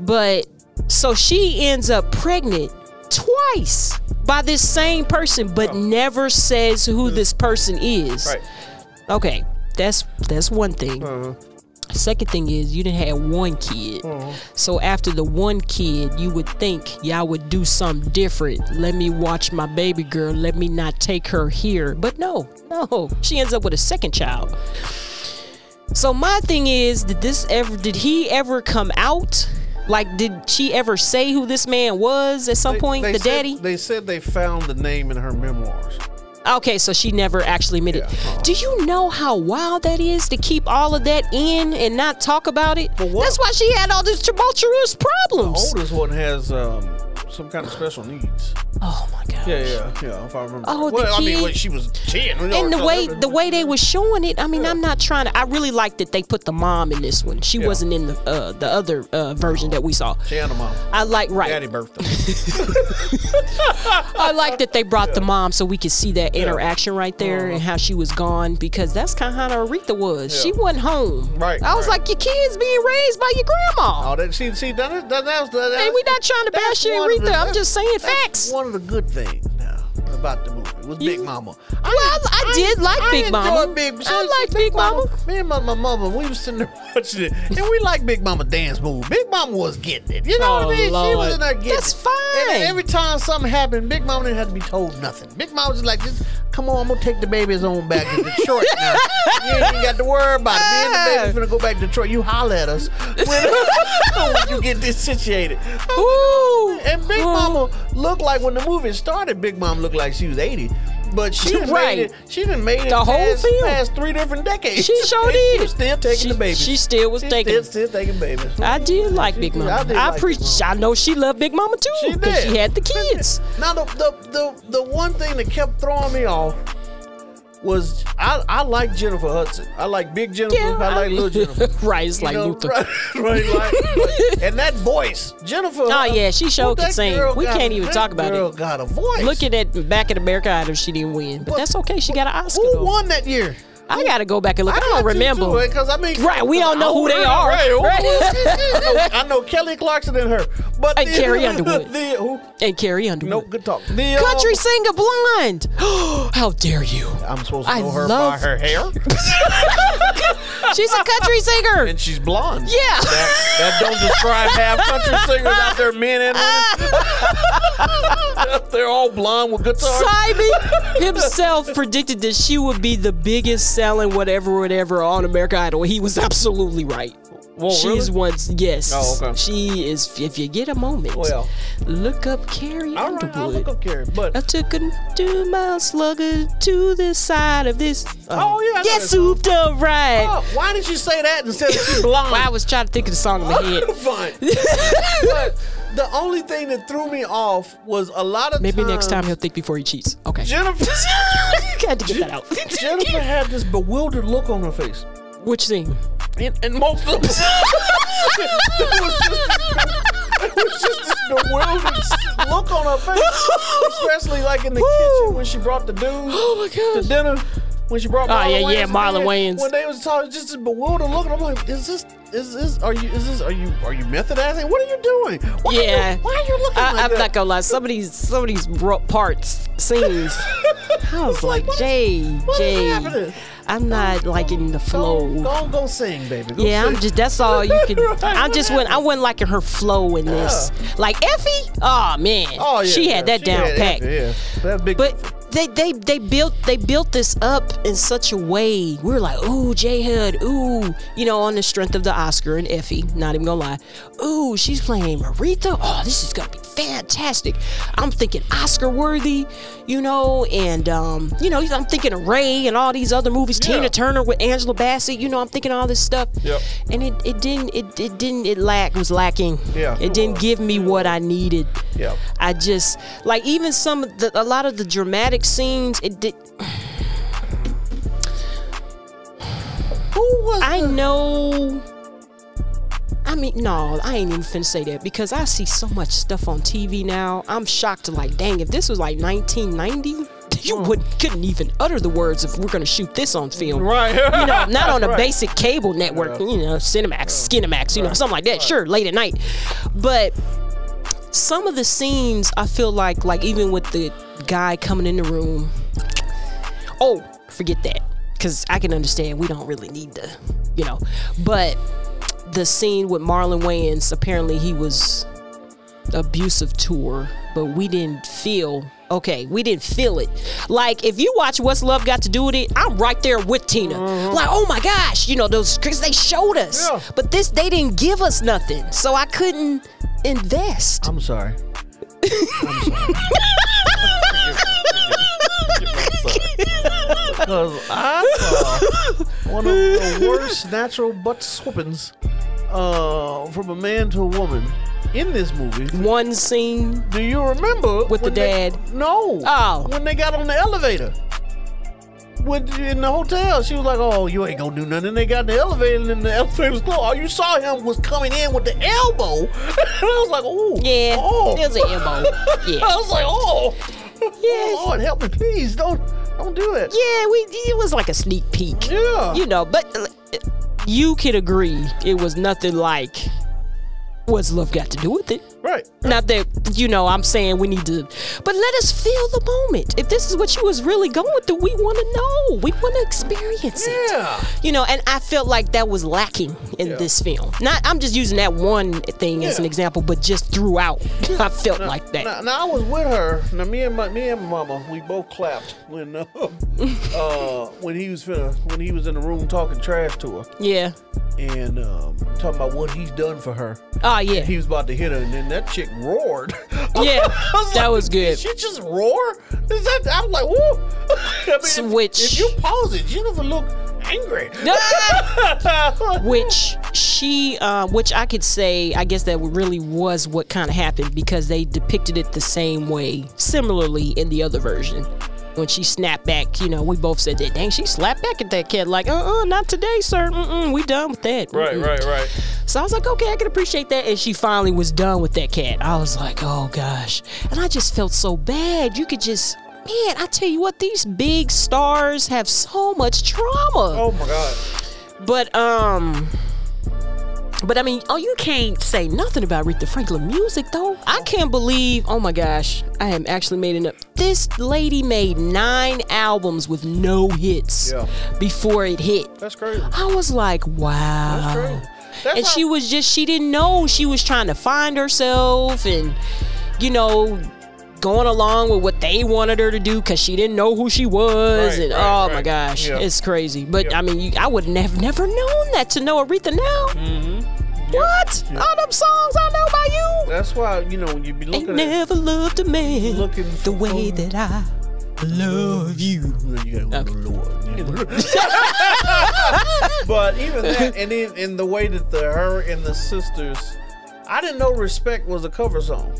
[SPEAKER 2] But so she ends up pregnant twice by this same person, but never says who this person is.
[SPEAKER 4] Oh. Mm. Right.
[SPEAKER 2] Okay. That's that's one thing.
[SPEAKER 4] Uh-huh.
[SPEAKER 2] Second thing is you didn't have one kid. So after the one kid, you would think y'all would do something different. Let me watch my baby girl. Let me not take her here. But no, no. She ends up with a second child. So my thing is, did this ever did he ever come out? Like did she ever say who this man was at some point?
[SPEAKER 4] They
[SPEAKER 2] the
[SPEAKER 4] said-
[SPEAKER 2] daddy?
[SPEAKER 4] They said they found the name in her memoirs.
[SPEAKER 2] Okay, so she never actually admitted.
[SPEAKER 4] uh-huh.
[SPEAKER 2] Do you know how wild that is to keep all of that in and not talk about it?
[SPEAKER 4] For what?
[SPEAKER 2] That's why she had all these tumultuous problems.
[SPEAKER 4] Oldest one has um, some kind of special needs.
[SPEAKER 2] Oh my god.
[SPEAKER 4] Yeah, yeah, yeah. If I remember.
[SPEAKER 2] Oh, the
[SPEAKER 4] well, I mean,
[SPEAKER 2] kid-
[SPEAKER 4] wait, she was ten. we
[SPEAKER 2] And
[SPEAKER 4] already
[SPEAKER 2] the
[SPEAKER 4] know
[SPEAKER 2] way
[SPEAKER 4] that.
[SPEAKER 2] the way they were showing it, I mean, I'm not trying to. I really like that they put the mom in this one. She wasn't in the uh, the other uh, version that we saw.
[SPEAKER 4] she had a mom.
[SPEAKER 2] I like right.
[SPEAKER 4] Daddy birthday.
[SPEAKER 2] I like that they brought the mom so we could see that interaction right
[SPEAKER 4] Uh-huh.
[SPEAKER 2] there and how she was gone because that's kind of how Aretha was. She wasn't home.
[SPEAKER 4] Right,
[SPEAKER 2] I was
[SPEAKER 4] right.
[SPEAKER 2] like, your kids being raised by your grandma.
[SPEAKER 4] oh, that see, see, that, that, that's that,
[SPEAKER 2] Hey, we not trying to
[SPEAKER 4] that's
[SPEAKER 2] bash you,
[SPEAKER 4] one of the-
[SPEAKER 2] Aretha. I'm
[SPEAKER 4] that's-
[SPEAKER 2] just saying
[SPEAKER 4] that's
[SPEAKER 2] facts.
[SPEAKER 4] One of the good things now about the movie was Big Mama. I,
[SPEAKER 2] Well, I did like
[SPEAKER 4] I
[SPEAKER 2] Big
[SPEAKER 4] enjoyed
[SPEAKER 2] Mama.
[SPEAKER 4] Big,
[SPEAKER 2] I liked Big Mama.
[SPEAKER 4] Me and my, my mama, we was sitting there watching it, and we like Big Mama dance move. Big Mama was getting it. You know
[SPEAKER 2] Oh,
[SPEAKER 4] what I mean? She
[SPEAKER 2] Lord.
[SPEAKER 4] was in there getting
[SPEAKER 2] That's
[SPEAKER 4] it.
[SPEAKER 2] fine.
[SPEAKER 4] And then every time something happened, Big Mama didn't have to be told nothing. Big Mama was like, just come on, I'm gonna take the babies on back to Detroit now. you ain't even got to worry about it. Me and the baby's gonna go back to Detroit. You holler at us when, when you get this situated.
[SPEAKER 2] Ooh.
[SPEAKER 4] And Big
[SPEAKER 2] Ooh.
[SPEAKER 4] Mama looked like when the movie started, Big Mama looked like she was 80. But she done
[SPEAKER 2] Right.
[SPEAKER 4] made it, she done made it
[SPEAKER 2] The whole
[SPEAKER 4] past,
[SPEAKER 2] film.
[SPEAKER 4] past three different decades.
[SPEAKER 2] She sure
[SPEAKER 4] And
[SPEAKER 2] did.
[SPEAKER 4] She was still taking
[SPEAKER 2] She-
[SPEAKER 4] the babies.
[SPEAKER 2] she still was
[SPEAKER 4] She
[SPEAKER 2] taking
[SPEAKER 4] Still,
[SPEAKER 2] them.
[SPEAKER 4] still taking babies.
[SPEAKER 2] I did like Big
[SPEAKER 4] did.
[SPEAKER 2] Mama.
[SPEAKER 4] I did
[SPEAKER 2] I,
[SPEAKER 4] like Big
[SPEAKER 2] preach.
[SPEAKER 4] Mama.
[SPEAKER 2] I know she loved Big Mama too
[SPEAKER 4] She
[SPEAKER 2] because she
[SPEAKER 4] did.
[SPEAKER 2] had the kids.
[SPEAKER 4] Now the, the the the one thing that kept throwing me off was I I like Jennifer Hudson. I like big Jennifer.
[SPEAKER 2] Yeah,
[SPEAKER 4] I
[SPEAKER 2] I-
[SPEAKER 4] like little Jennifer.
[SPEAKER 2] right, it's
[SPEAKER 4] You
[SPEAKER 2] like
[SPEAKER 4] know,
[SPEAKER 2] Luther.
[SPEAKER 4] Right, right, like- and that voice, Jennifer.
[SPEAKER 2] Oh, yeah, she sure
[SPEAKER 4] Well,
[SPEAKER 2] can
[SPEAKER 4] that
[SPEAKER 2] sing.
[SPEAKER 4] girl
[SPEAKER 2] We
[SPEAKER 4] got-
[SPEAKER 2] can't even
[SPEAKER 4] that
[SPEAKER 2] talk about it.
[SPEAKER 4] girl Got a voice.
[SPEAKER 2] Looking at back at America Idol, she didn't win, but,
[SPEAKER 4] But-
[SPEAKER 2] that's okay. She got an Oscar.
[SPEAKER 4] Who
[SPEAKER 2] though.
[SPEAKER 4] won that year?
[SPEAKER 2] I gotta go back and look. I, don't remember.
[SPEAKER 4] Because eh, I mean,
[SPEAKER 2] Right, we don't know who they are.
[SPEAKER 4] Right, who-
[SPEAKER 2] Right.
[SPEAKER 4] I, know, I know Kelly Clarkson and her, but
[SPEAKER 2] And
[SPEAKER 4] the-
[SPEAKER 2] Carrie Underwood.
[SPEAKER 4] the- who-
[SPEAKER 2] and Carrie Underwood.
[SPEAKER 4] no good talk. The, um,
[SPEAKER 2] Country singer blind. How dare you?
[SPEAKER 4] I'm supposed to
[SPEAKER 2] I
[SPEAKER 4] know her
[SPEAKER 2] love-
[SPEAKER 4] by her hair,
[SPEAKER 2] She's a country singer.
[SPEAKER 4] and she's blonde.
[SPEAKER 2] Yeah.
[SPEAKER 4] That, that don't describe half country singers out there, men and women. They're all blonde with guitars.
[SPEAKER 2] Simon himself predicted that she would be the biggest selling whatever, whatever on America Idol. He was absolutely right.
[SPEAKER 4] Whoa,
[SPEAKER 2] she
[SPEAKER 4] really?
[SPEAKER 2] is once yes.
[SPEAKER 4] Oh, okay.
[SPEAKER 2] She is. If you get a moment,
[SPEAKER 4] Well.
[SPEAKER 2] look up Carrie
[SPEAKER 4] All right,
[SPEAKER 2] Underwood.
[SPEAKER 4] I'll look up Carrie. But
[SPEAKER 2] I took a two mile slugger to the side of this. uh,
[SPEAKER 4] Oh, yeah, I know
[SPEAKER 2] Get
[SPEAKER 4] that
[SPEAKER 2] souped up right.
[SPEAKER 4] oh, why did you say that instead of she blonde?
[SPEAKER 2] Well, I was trying to think of the song in my head.
[SPEAKER 4] Fine. but the only thing that threw me off was a lot of
[SPEAKER 2] Maybe
[SPEAKER 4] times,
[SPEAKER 2] next time he'll think before he cheats. Okay.
[SPEAKER 4] Jennifer
[SPEAKER 2] Had to get that out.
[SPEAKER 4] Jennifer had this bewildered look on her face.
[SPEAKER 2] Which thing?
[SPEAKER 4] And, and most of it was just it was just this bewildered s- look on her face. Especially like in the kitchen when she brought the dudes
[SPEAKER 2] Oh my
[SPEAKER 4] to
[SPEAKER 2] gosh.
[SPEAKER 4] dinner. When she brought
[SPEAKER 2] Oh,
[SPEAKER 4] Marlon
[SPEAKER 2] yeah, yeah,
[SPEAKER 4] Wayans
[SPEAKER 2] Marlon
[SPEAKER 4] in,
[SPEAKER 2] Wayans.
[SPEAKER 4] When they was talking, just this bewildered look, and I'm like, is this, is this, are you, is this, are you, are you methodizing? What are you doing? Why are you-
[SPEAKER 2] Yeah.
[SPEAKER 4] why are you looking
[SPEAKER 2] I,
[SPEAKER 4] like
[SPEAKER 2] I'm
[SPEAKER 4] that?
[SPEAKER 2] not gonna lie. Some of these, some of these ro- parts, scenes. I was like,
[SPEAKER 4] what is-
[SPEAKER 2] Jay,
[SPEAKER 4] what is
[SPEAKER 2] Jay,
[SPEAKER 4] happening?
[SPEAKER 2] I'm not liking the flow.
[SPEAKER 4] Go, go, go sing, baby. Go
[SPEAKER 2] Yeah, I'm
[SPEAKER 4] sing.
[SPEAKER 2] just. That's all you can.
[SPEAKER 4] Right,
[SPEAKER 2] I
[SPEAKER 4] what
[SPEAKER 2] just went. I wasn't liking her flow in this. Like Effie. Oh man.
[SPEAKER 4] Oh yeah,
[SPEAKER 2] She had
[SPEAKER 4] yeah,
[SPEAKER 2] that down
[SPEAKER 4] had
[SPEAKER 2] pat.
[SPEAKER 4] that, Yeah, that big.
[SPEAKER 2] But they, they they built they built this up in such a way. We were like, ooh, J Hood, ooh, you know, on the strength of the Oscar and Effie. Not even gonna lie. Ooh, she's playing Aretha. Oh, this is gonna be fantastic. I'm thinking Oscar worthy, you know, and um, you know, I'm thinking of Ray and all these other movies. Tina Turner with Angela Bassett, you know, I'm thinking all this stuff.
[SPEAKER 4] Yep.
[SPEAKER 2] And it, it didn't it, it didn't it lack was lacking.
[SPEAKER 4] Yeah.
[SPEAKER 2] It didn't give me what I needed.
[SPEAKER 4] Yeah.
[SPEAKER 2] I just like even some of the a lot of the dramatic scenes. It did.
[SPEAKER 4] who was?
[SPEAKER 2] I know. I mean, no, I ain't even finna say that because I see so much stuff on TV now. I'm shocked. Like, dang, if this was like 1990, you
[SPEAKER 4] Hmm.
[SPEAKER 2] wouldn't couldn't even utter the words of "We're gonna shoot this on film."
[SPEAKER 4] Right.
[SPEAKER 2] you know, not on a basic cable network, you know, Cinemax, Skinemax, you know, something like that. Sure, late at night, but some of the scenes I feel like, like even with the guy coming in the room. Oh, forget that, because I can understand we don't really need the, you know, but the scene with Marlon Wayans. Apparently, he was abusive to her, but we didn't feel okay. We didn't feel it. Like if you watch What's Love Got to Do with It, I'm right there with Tina. Like oh my gosh, you know those because they showed us,
[SPEAKER 4] Yeah.
[SPEAKER 2] but this they didn't give us nothing, so I couldn't invest.
[SPEAKER 4] I'm sorry. Because I saw one of the worst natural butt swoopings uh, from a man to a woman in this movie.
[SPEAKER 2] One scene.
[SPEAKER 4] Do you remember
[SPEAKER 2] With the
[SPEAKER 4] when they-
[SPEAKER 2] dad?
[SPEAKER 4] no.
[SPEAKER 2] Oh.
[SPEAKER 4] When they got on the elevator. When, in the hotel, she was like, "Oh, you ain't gonna do nothing." And they got in the elevator, and then the elevator was closed. All you saw him was coming in with the elbow. and I was like, "Oh,
[SPEAKER 2] Yeah,
[SPEAKER 4] oh."
[SPEAKER 2] there's an elbow.
[SPEAKER 4] I
[SPEAKER 2] Yeah,
[SPEAKER 4] was like, "Oh,
[SPEAKER 2] Yes.
[SPEAKER 4] oh Lord, help me, please, don't, don't do it."
[SPEAKER 2] yeah. We it was like a sneak peek.
[SPEAKER 4] Yeah.
[SPEAKER 2] you know, but uh, you could agree it was nothing like what's love got to do with it.
[SPEAKER 4] Right.
[SPEAKER 2] Not that you know, I'm saying we need to, but let us feel the moment. If this is what you was really going through, we want to know. We want to experience it.
[SPEAKER 4] Yeah.
[SPEAKER 2] You know, and I felt like that was lacking in this film. Not, I'm just using that one thing as an
[SPEAKER 4] Yeah.
[SPEAKER 2] example, but just throughout, I felt like that.
[SPEAKER 4] Now, now I was with her. Now me and my me and mama, we both clapped when uh, uh, when he was finna, when he was in the room talking trash to her.
[SPEAKER 2] Yeah.
[SPEAKER 4] and um, talking about what he's done for her.
[SPEAKER 2] Oh yeah.
[SPEAKER 4] He was about to hit her, and then that chick roared.
[SPEAKER 2] Yeah, that
[SPEAKER 4] like,
[SPEAKER 2] was good.
[SPEAKER 4] Did she just roar? Is that? I was like, woo. I mean, if-
[SPEAKER 2] Switch.
[SPEAKER 4] If, you pause it, Jennifer look angry.
[SPEAKER 2] which she uh, which i could say i guess that really was what kind of happened because they depicted it the same way similarly in the other version when she snapped back you know we both said that dang she slapped back at that kid like uh-uh not today sir Mm-mm, we done with that Mm-mm."
[SPEAKER 4] right.
[SPEAKER 2] so i was like okay i can appreciate that and she finally was done with that cat i was like oh gosh and i just felt so bad you could just man i tell you what these big stars have so much trauma
[SPEAKER 4] Oh my god.
[SPEAKER 2] but um but I mean, oh, you can't say nothing about Aretha Franklin music though. I can't believe, oh my gosh, I am actually made it up. This lady made nine albums with no hits
[SPEAKER 4] Yeah.
[SPEAKER 2] before it hit.
[SPEAKER 4] That's crazy.
[SPEAKER 2] I was like, wow.
[SPEAKER 4] That's crazy. That's
[SPEAKER 2] Uh, and
[SPEAKER 4] how-
[SPEAKER 2] she was just she didn't know she was trying to find herself and you know going along with what they wanted her to do because she didn't know who she was
[SPEAKER 4] Right,
[SPEAKER 2] and
[SPEAKER 4] right,
[SPEAKER 2] oh my
[SPEAKER 4] right.
[SPEAKER 2] gosh
[SPEAKER 4] Yeah.
[SPEAKER 2] it's crazy but
[SPEAKER 4] Yeah.
[SPEAKER 2] i mean you, i would have never known that to know aretha now What? All them songs I know by you?
[SPEAKER 4] Mm-hmm. That's why you know when you be
[SPEAKER 2] Ain't
[SPEAKER 4] looking at
[SPEAKER 2] never loved a man the way that I love you.
[SPEAKER 4] You gotta go, Lord. but even that, and in, in the way that the her and the sisters, I didn't know "Respect" was a cover song.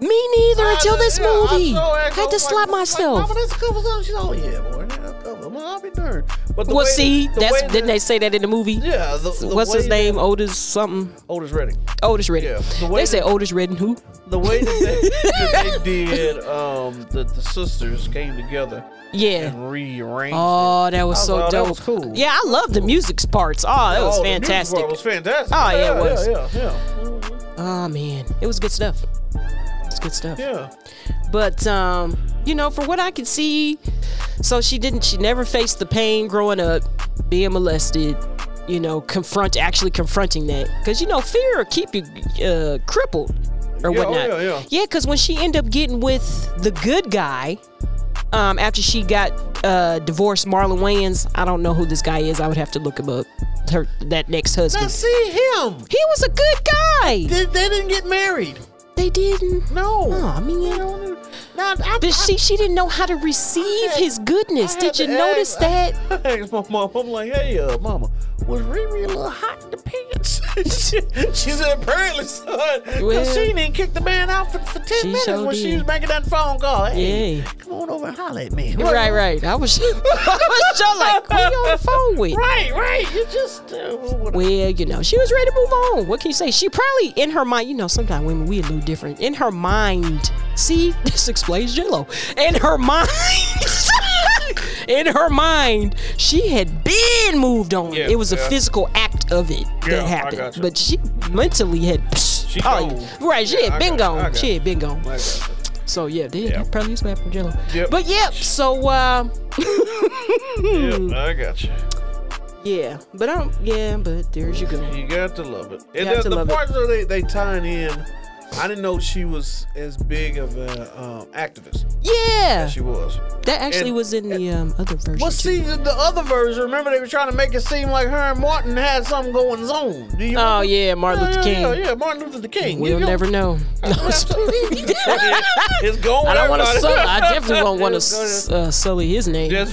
[SPEAKER 2] Me neither until this
[SPEAKER 4] Yeah, I
[SPEAKER 2] movie.
[SPEAKER 4] saw
[SPEAKER 2] I
[SPEAKER 4] that,
[SPEAKER 2] had to
[SPEAKER 4] was like-
[SPEAKER 2] slap
[SPEAKER 4] like,
[SPEAKER 2] myself.
[SPEAKER 4] Mama, that's a cover song. She's oh yeah, boy, that's a cover. Mama, I'll be darned. But the
[SPEAKER 2] well,
[SPEAKER 4] way that-
[SPEAKER 2] see,
[SPEAKER 4] the
[SPEAKER 2] that's
[SPEAKER 4] way
[SPEAKER 2] didn't they say that in the movie?
[SPEAKER 4] Yeah, the- the
[SPEAKER 2] What's
[SPEAKER 4] way
[SPEAKER 2] his name? Otis something.
[SPEAKER 4] Otis Redding.
[SPEAKER 2] Otis Redden.
[SPEAKER 4] Yeah, the way
[SPEAKER 2] they said Otis Redden who?
[SPEAKER 4] The way that they, that they did, um, the, the sisters came together.
[SPEAKER 2] Yeah.
[SPEAKER 4] and rearranged.
[SPEAKER 2] Oh,
[SPEAKER 4] it.
[SPEAKER 2] that was
[SPEAKER 4] I
[SPEAKER 2] so
[SPEAKER 4] like, oh,
[SPEAKER 2] dope.
[SPEAKER 4] That was cool.
[SPEAKER 2] Yeah, I love the music parts. Oh, that was
[SPEAKER 4] Oh, the music
[SPEAKER 2] fantastic.
[SPEAKER 4] part was fantastic.
[SPEAKER 2] Oh, yeah, it was.
[SPEAKER 4] Yeah, yeah,
[SPEAKER 2] Oh man, it was good stuff. It's good stuff.
[SPEAKER 4] yeah.
[SPEAKER 2] But um, you know, from what I could see, so she didn't. She never faced the pain growing up, being molested. You know, confront actually confronting that because you know fear will keep you uh, crippled or
[SPEAKER 4] Yeah, oh,
[SPEAKER 2] whatnot.
[SPEAKER 4] yeah, yeah.
[SPEAKER 2] because when she ended up getting with the good guy. Um, after she got uh, divorced, Marlon Wayans. I don't know who this guy is. I would have to look him up. Her that next
[SPEAKER 4] Now
[SPEAKER 2] husband.
[SPEAKER 4] see him.
[SPEAKER 2] He was a good guy.
[SPEAKER 4] They, they didn't get married.
[SPEAKER 2] They didn't.
[SPEAKER 4] No.
[SPEAKER 2] Oh, I mean, you know,
[SPEAKER 4] Now, I,
[SPEAKER 2] but
[SPEAKER 4] I-
[SPEAKER 2] she she didn't know how to receive
[SPEAKER 4] had-
[SPEAKER 2] his goodness.
[SPEAKER 4] I
[SPEAKER 2] Did
[SPEAKER 4] had
[SPEAKER 2] you
[SPEAKER 4] to
[SPEAKER 2] notice
[SPEAKER 4] ask-
[SPEAKER 2] that?
[SPEAKER 4] I asked my mom. I'm like, hey, uh, mama, was Riri a little hot in the pants? she, she said, apparently, son, because
[SPEAKER 2] Well-
[SPEAKER 4] she didn't kick the man out for, for 10
[SPEAKER 2] She
[SPEAKER 4] minutes
[SPEAKER 2] sure
[SPEAKER 4] when
[SPEAKER 2] did.
[SPEAKER 4] she was making that phone call. Hey,
[SPEAKER 2] Yeah.
[SPEAKER 4] come on over and holler at me.
[SPEAKER 2] Right, right. I was, I was just like, who you on the phone with?
[SPEAKER 4] Right, right. You just, uh, what-
[SPEAKER 2] Well, you know, she was ready to move on. What can you say? She probably in her mind, you know, sometimes women we a little different. In her mind, see, this explains J-Lo. In her mind, in her mind, she had been moved on.
[SPEAKER 4] Yeah,
[SPEAKER 2] it was a
[SPEAKER 4] yeah.
[SPEAKER 2] physical act of it
[SPEAKER 4] Yeah,
[SPEAKER 2] that
[SPEAKER 4] I
[SPEAKER 2] happened.
[SPEAKER 4] gotcha.
[SPEAKER 2] But she mentally had
[SPEAKER 4] She
[SPEAKER 2] oh,
[SPEAKER 4] gone.
[SPEAKER 2] right, she
[SPEAKER 4] Yeah,
[SPEAKER 2] had
[SPEAKER 4] I
[SPEAKER 2] been
[SPEAKER 4] gotcha, I
[SPEAKER 2] gone. She
[SPEAKER 4] gotcha.
[SPEAKER 2] had been gone.
[SPEAKER 4] My God.
[SPEAKER 2] So yeah, they
[SPEAKER 4] Yeah.
[SPEAKER 2] that probably is bad for Jello.
[SPEAKER 4] Yep.
[SPEAKER 2] But yep, so uh, Hmm.
[SPEAKER 4] Yep, I got you.
[SPEAKER 2] yeah, but I don't. Yeah, but there you go.
[SPEAKER 4] You got to love it. And
[SPEAKER 2] Got
[SPEAKER 4] the,
[SPEAKER 2] to
[SPEAKER 4] the
[SPEAKER 2] love it.
[SPEAKER 4] parts where they, they tying in, I didn't know she was as big of an um, activist
[SPEAKER 2] Yeah,
[SPEAKER 4] as she was.
[SPEAKER 2] that actually
[SPEAKER 4] and-
[SPEAKER 2] was in the um, other version.
[SPEAKER 4] Well,
[SPEAKER 2] too.
[SPEAKER 4] see, the the other version, remember they were trying to make it seem like her and Martin had something going on. Do you
[SPEAKER 2] Oh
[SPEAKER 4] remember?
[SPEAKER 2] yeah, Martin Luther King.
[SPEAKER 4] Yeah, yeah, yeah, Martin Luther King.
[SPEAKER 2] We'll
[SPEAKER 4] You- you-
[SPEAKER 2] never know. No, it's-
[SPEAKER 4] it's going.
[SPEAKER 2] I don't want to. Sully,
[SPEAKER 4] everybody.
[SPEAKER 2] I definitely won't want
[SPEAKER 4] It's going-
[SPEAKER 2] to uh, sully his name.
[SPEAKER 4] That's-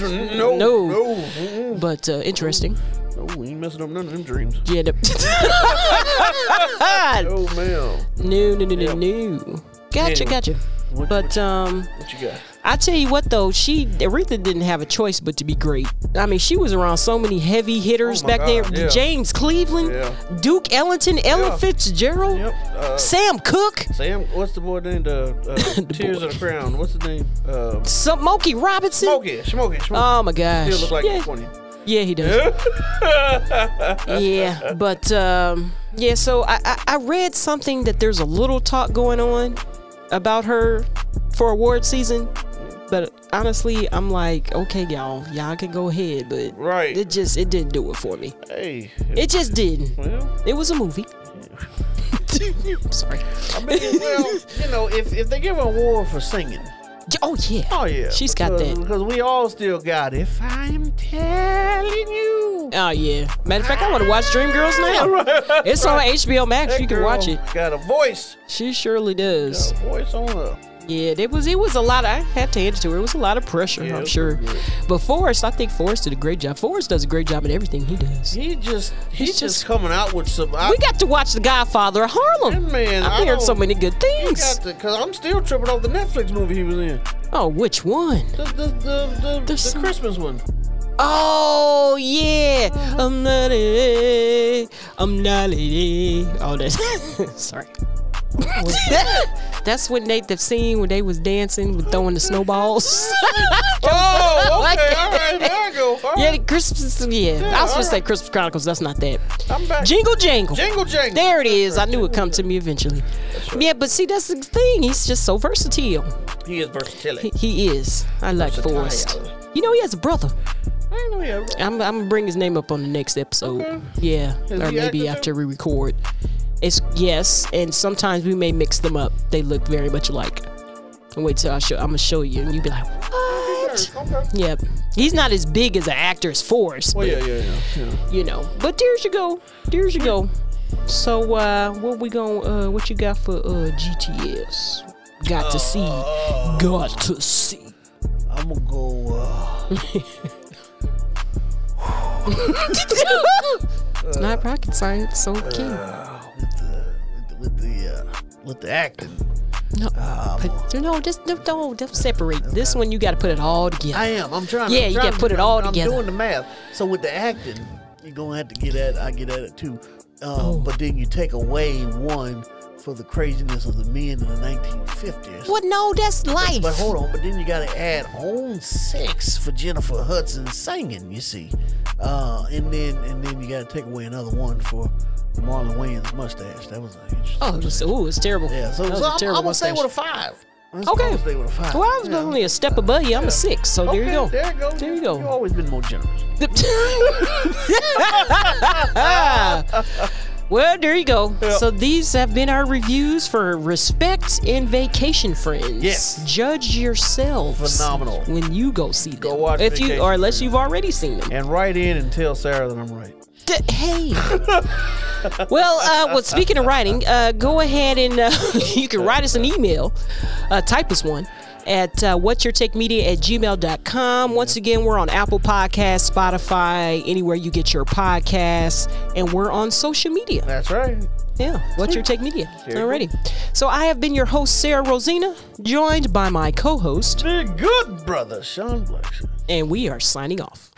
[SPEAKER 2] No.
[SPEAKER 4] no, no, no, mm-mm.
[SPEAKER 2] But uh, interesting.
[SPEAKER 4] no. We ain't messing up none of them dreams.
[SPEAKER 2] Yeah. The-
[SPEAKER 4] Oh man,
[SPEAKER 2] no, no, no, no, no. Gotcha,
[SPEAKER 4] Anyway.
[SPEAKER 2] gotcha.
[SPEAKER 4] What-
[SPEAKER 2] But um.
[SPEAKER 4] what you got?
[SPEAKER 2] I tell you what though, she Aretha didn't have a choice but to be great. I mean, she was around so many heavy hitters
[SPEAKER 4] Oh, my
[SPEAKER 2] back there:
[SPEAKER 4] God, yeah.
[SPEAKER 2] James Cleveland,
[SPEAKER 4] Yeah.
[SPEAKER 2] Duke Ellington, Ella
[SPEAKER 4] Yeah.
[SPEAKER 2] Fitzgerald,
[SPEAKER 4] Yep. Uh,
[SPEAKER 2] Sam Cooke,
[SPEAKER 4] Sam, what's the boy named? Uh, uh, Tears of the Crown. What's his name? Uh,
[SPEAKER 2] Smokey Robinson.
[SPEAKER 4] Smokey. Smokey. Smokey.
[SPEAKER 2] Oh my gosh!
[SPEAKER 4] Still look like
[SPEAKER 2] yeah.
[SPEAKER 4] twenty.
[SPEAKER 2] yeah, he does. yeah, but um, yeah. So I, I I read something that there's a little talk going on about her for award season. But honestly, I'm like, okay, y'all, y'all can go ahead, but
[SPEAKER 4] Right.
[SPEAKER 2] it just it didn't do it for me.
[SPEAKER 4] Hey.
[SPEAKER 2] It just didn't.
[SPEAKER 4] Well.
[SPEAKER 2] It was a movie. Sorry.
[SPEAKER 4] I mean, well, you know, if, if they give an award for singing,
[SPEAKER 2] J- Oh yeah.
[SPEAKER 4] oh yeah,
[SPEAKER 2] She's got
[SPEAKER 4] because-
[SPEAKER 2] that.
[SPEAKER 4] because we all still got. If I'm telling you,
[SPEAKER 2] Oh yeah. Matter of fact, I want to watch Dreamgirls now. It's on HBO Max.
[SPEAKER 4] that
[SPEAKER 2] You can watch
[SPEAKER 4] girl
[SPEAKER 2] it.
[SPEAKER 4] Got a voice,
[SPEAKER 2] She surely does.
[SPEAKER 4] got a voice on her.
[SPEAKER 2] Yeah, it was it was a lot. I had to hand it to her. It was a lot of pressure,
[SPEAKER 4] Yeah, it
[SPEAKER 2] I'm
[SPEAKER 4] was
[SPEAKER 2] sure.
[SPEAKER 4] pretty
[SPEAKER 2] But Forrest, I think Forrest did a great job. Forrest does a great job in everything he does.
[SPEAKER 4] He just he's,
[SPEAKER 2] He's
[SPEAKER 4] just,
[SPEAKER 2] just-
[SPEAKER 4] coming out with some. I,
[SPEAKER 2] We got to watch The Godfather of Harlem.
[SPEAKER 4] That man,
[SPEAKER 2] I've
[SPEAKER 4] I
[SPEAKER 2] heard so
[SPEAKER 4] don't-
[SPEAKER 2] many good
[SPEAKER 4] you
[SPEAKER 2] things.
[SPEAKER 4] got because I'm still tripping off the Netflix movie he was in.
[SPEAKER 2] oh, which one?
[SPEAKER 4] The the the, the,
[SPEAKER 2] There's
[SPEAKER 4] the
[SPEAKER 2] some-
[SPEAKER 4] Christmas one.
[SPEAKER 2] Oh yeah,
[SPEAKER 4] Uh-huh.
[SPEAKER 2] I'm not a, I'm not a. Oh, that's sorry. that's when they the scene when they was dancing with throwing the snowballs.
[SPEAKER 4] Oh,
[SPEAKER 2] Like
[SPEAKER 4] okay,
[SPEAKER 2] it.
[SPEAKER 4] all right, there I go. All
[SPEAKER 2] yeah,
[SPEAKER 4] right,
[SPEAKER 2] the Christmas. Yeah, I was supposed to say
[SPEAKER 4] alright.
[SPEAKER 2] Christmas Chronicles. That's not that.
[SPEAKER 4] I'm back.
[SPEAKER 2] Jingle jangle.
[SPEAKER 4] Jingle jangle.
[SPEAKER 2] There it is. I knew it would come to me eventually. Yeah, but see, that's the thing. He's just so versatile.
[SPEAKER 4] He is versatile.
[SPEAKER 2] He, he is. I like Forrest. You know, he has a brother.
[SPEAKER 4] I ain't know he had-
[SPEAKER 2] I'm, I'm gonna bring his name up on the next episode. Yeah,
[SPEAKER 4] Is
[SPEAKER 2] or
[SPEAKER 4] he
[SPEAKER 2] maybe
[SPEAKER 4] active
[SPEAKER 2] after
[SPEAKER 4] too?
[SPEAKER 2] we record. It's yes, and sometimes we may mix them up. They look very much alike. And wait till I show. I'm gonna show you, and you be like, what?
[SPEAKER 4] Okay.
[SPEAKER 2] Yep. He's not as big as an actor as Forrest,
[SPEAKER 4] Well,
[SPEAKER 2] but
[SPEAKER 4] Oh, yeah, yeah, yeah. yeah.
[SPEAKER 2] you know. But there's you go. There's you go. So uh, what we going uh, what you got for uh, GTS? Got to see,
[SPEAKER 4] Oh.
[SPEAKER 2] got to see.
[SPEAKER 4] I'm gonna go. Uh,
[SPEAKER 2] it's not rocket science, so okay.
[SPEAKER 4] with the uh, with the acting.
[SPEAKER 2] No, but you know, just no, don't, don't separate. This one you got to put it all together.
[SPEAKER 4] I am. I'm trying.
[SPEAKER 2] Yeah,
[SPEAKER 4] I'm
[SPEAKER 2] you
[SPEAKER 4] trying
[SPEAKER 2] got to put it all
[SPEAKER 4] I'm,
[SPEAKER 2] together.
[SPEAKER 4] I'm doing the math. So with the acting, you're gonna have to get at. I get at it too. Uh,
[SPEAKER 2] Oh.
[SPEAKER 4] But then you take away one for the craziness of the men in the 1950s.
[SPEAKER 2] What? No, that's life.
[SPEAKER 4] But hold on. But then you got to add on six for Jennifer Hudson singing. You see, uh, and then and then you got to take away another one for Marlon Wayans' mustache. That was an interesting.
[SPEAKER 2] Oh, it was, ooh, it's terrible.
[SPEAKER 4] Yeah, so,
[SPEAKER 2] That was
[SPEAKER 4] so
[SPEAKER 2] a
[SPEAKER 4] I'm, I'm
[SPEAKER 2] terrible
[SPEAKER 4] gonna stay
[SPEAKER 2] mustache.
[SPEAKER 4] with a five. I'm
[SPEAKER 2] Okay.
[SPEAKER 4] gonna stay with a five.
[SPEAKER 2] Well, I was
[SPEAKER 4] Yeah.
[SPEAKER 2] only a step above you. I'm a six, so there you
[SPEAKER 4] Okay,
[SPEAKER 2] go.
[SPEAKER 4] There you go.
[SPEAKER 2] There you go.
[SPEAKER 4] You've always been more generous.
[SPEAKER 2] well, there you go. So these have been our reviews for Respect and Vacation Friends.
[SPEAKER 4] Yes.
[SPEAKER 2] Judge yourselves.
[SPEAKER 4] Phenomenal.
[SPEAKER 2] When you go see them.
[SPEAKER 4] Go watch
[SPEAKER 2] if you
[SPEAKER 4] Vacation
[SPEAKER 2] or unless you've already seen them.
[SPEAKER 4] And write in and tell Sarah that I'm right.
[SPEAKER 2] D- hey. well, uh, well. Speaking of writing, uh, go ahead and uh, you can write us an email. Uh, type us one at uh, what's your take media at gmail.com once again we're on apple Podcasts, spotify anywhere you get your podcasts and we're on social media
[SPEAKER 4] That's right.
[SPEAKER 2] yeah what's your take media alrighty so i have been your host sarah rosina joined by my co-host
[SPEAKER 4] Big good brother, Sean Blackshire.
[SPEAKER 2] and we are signing off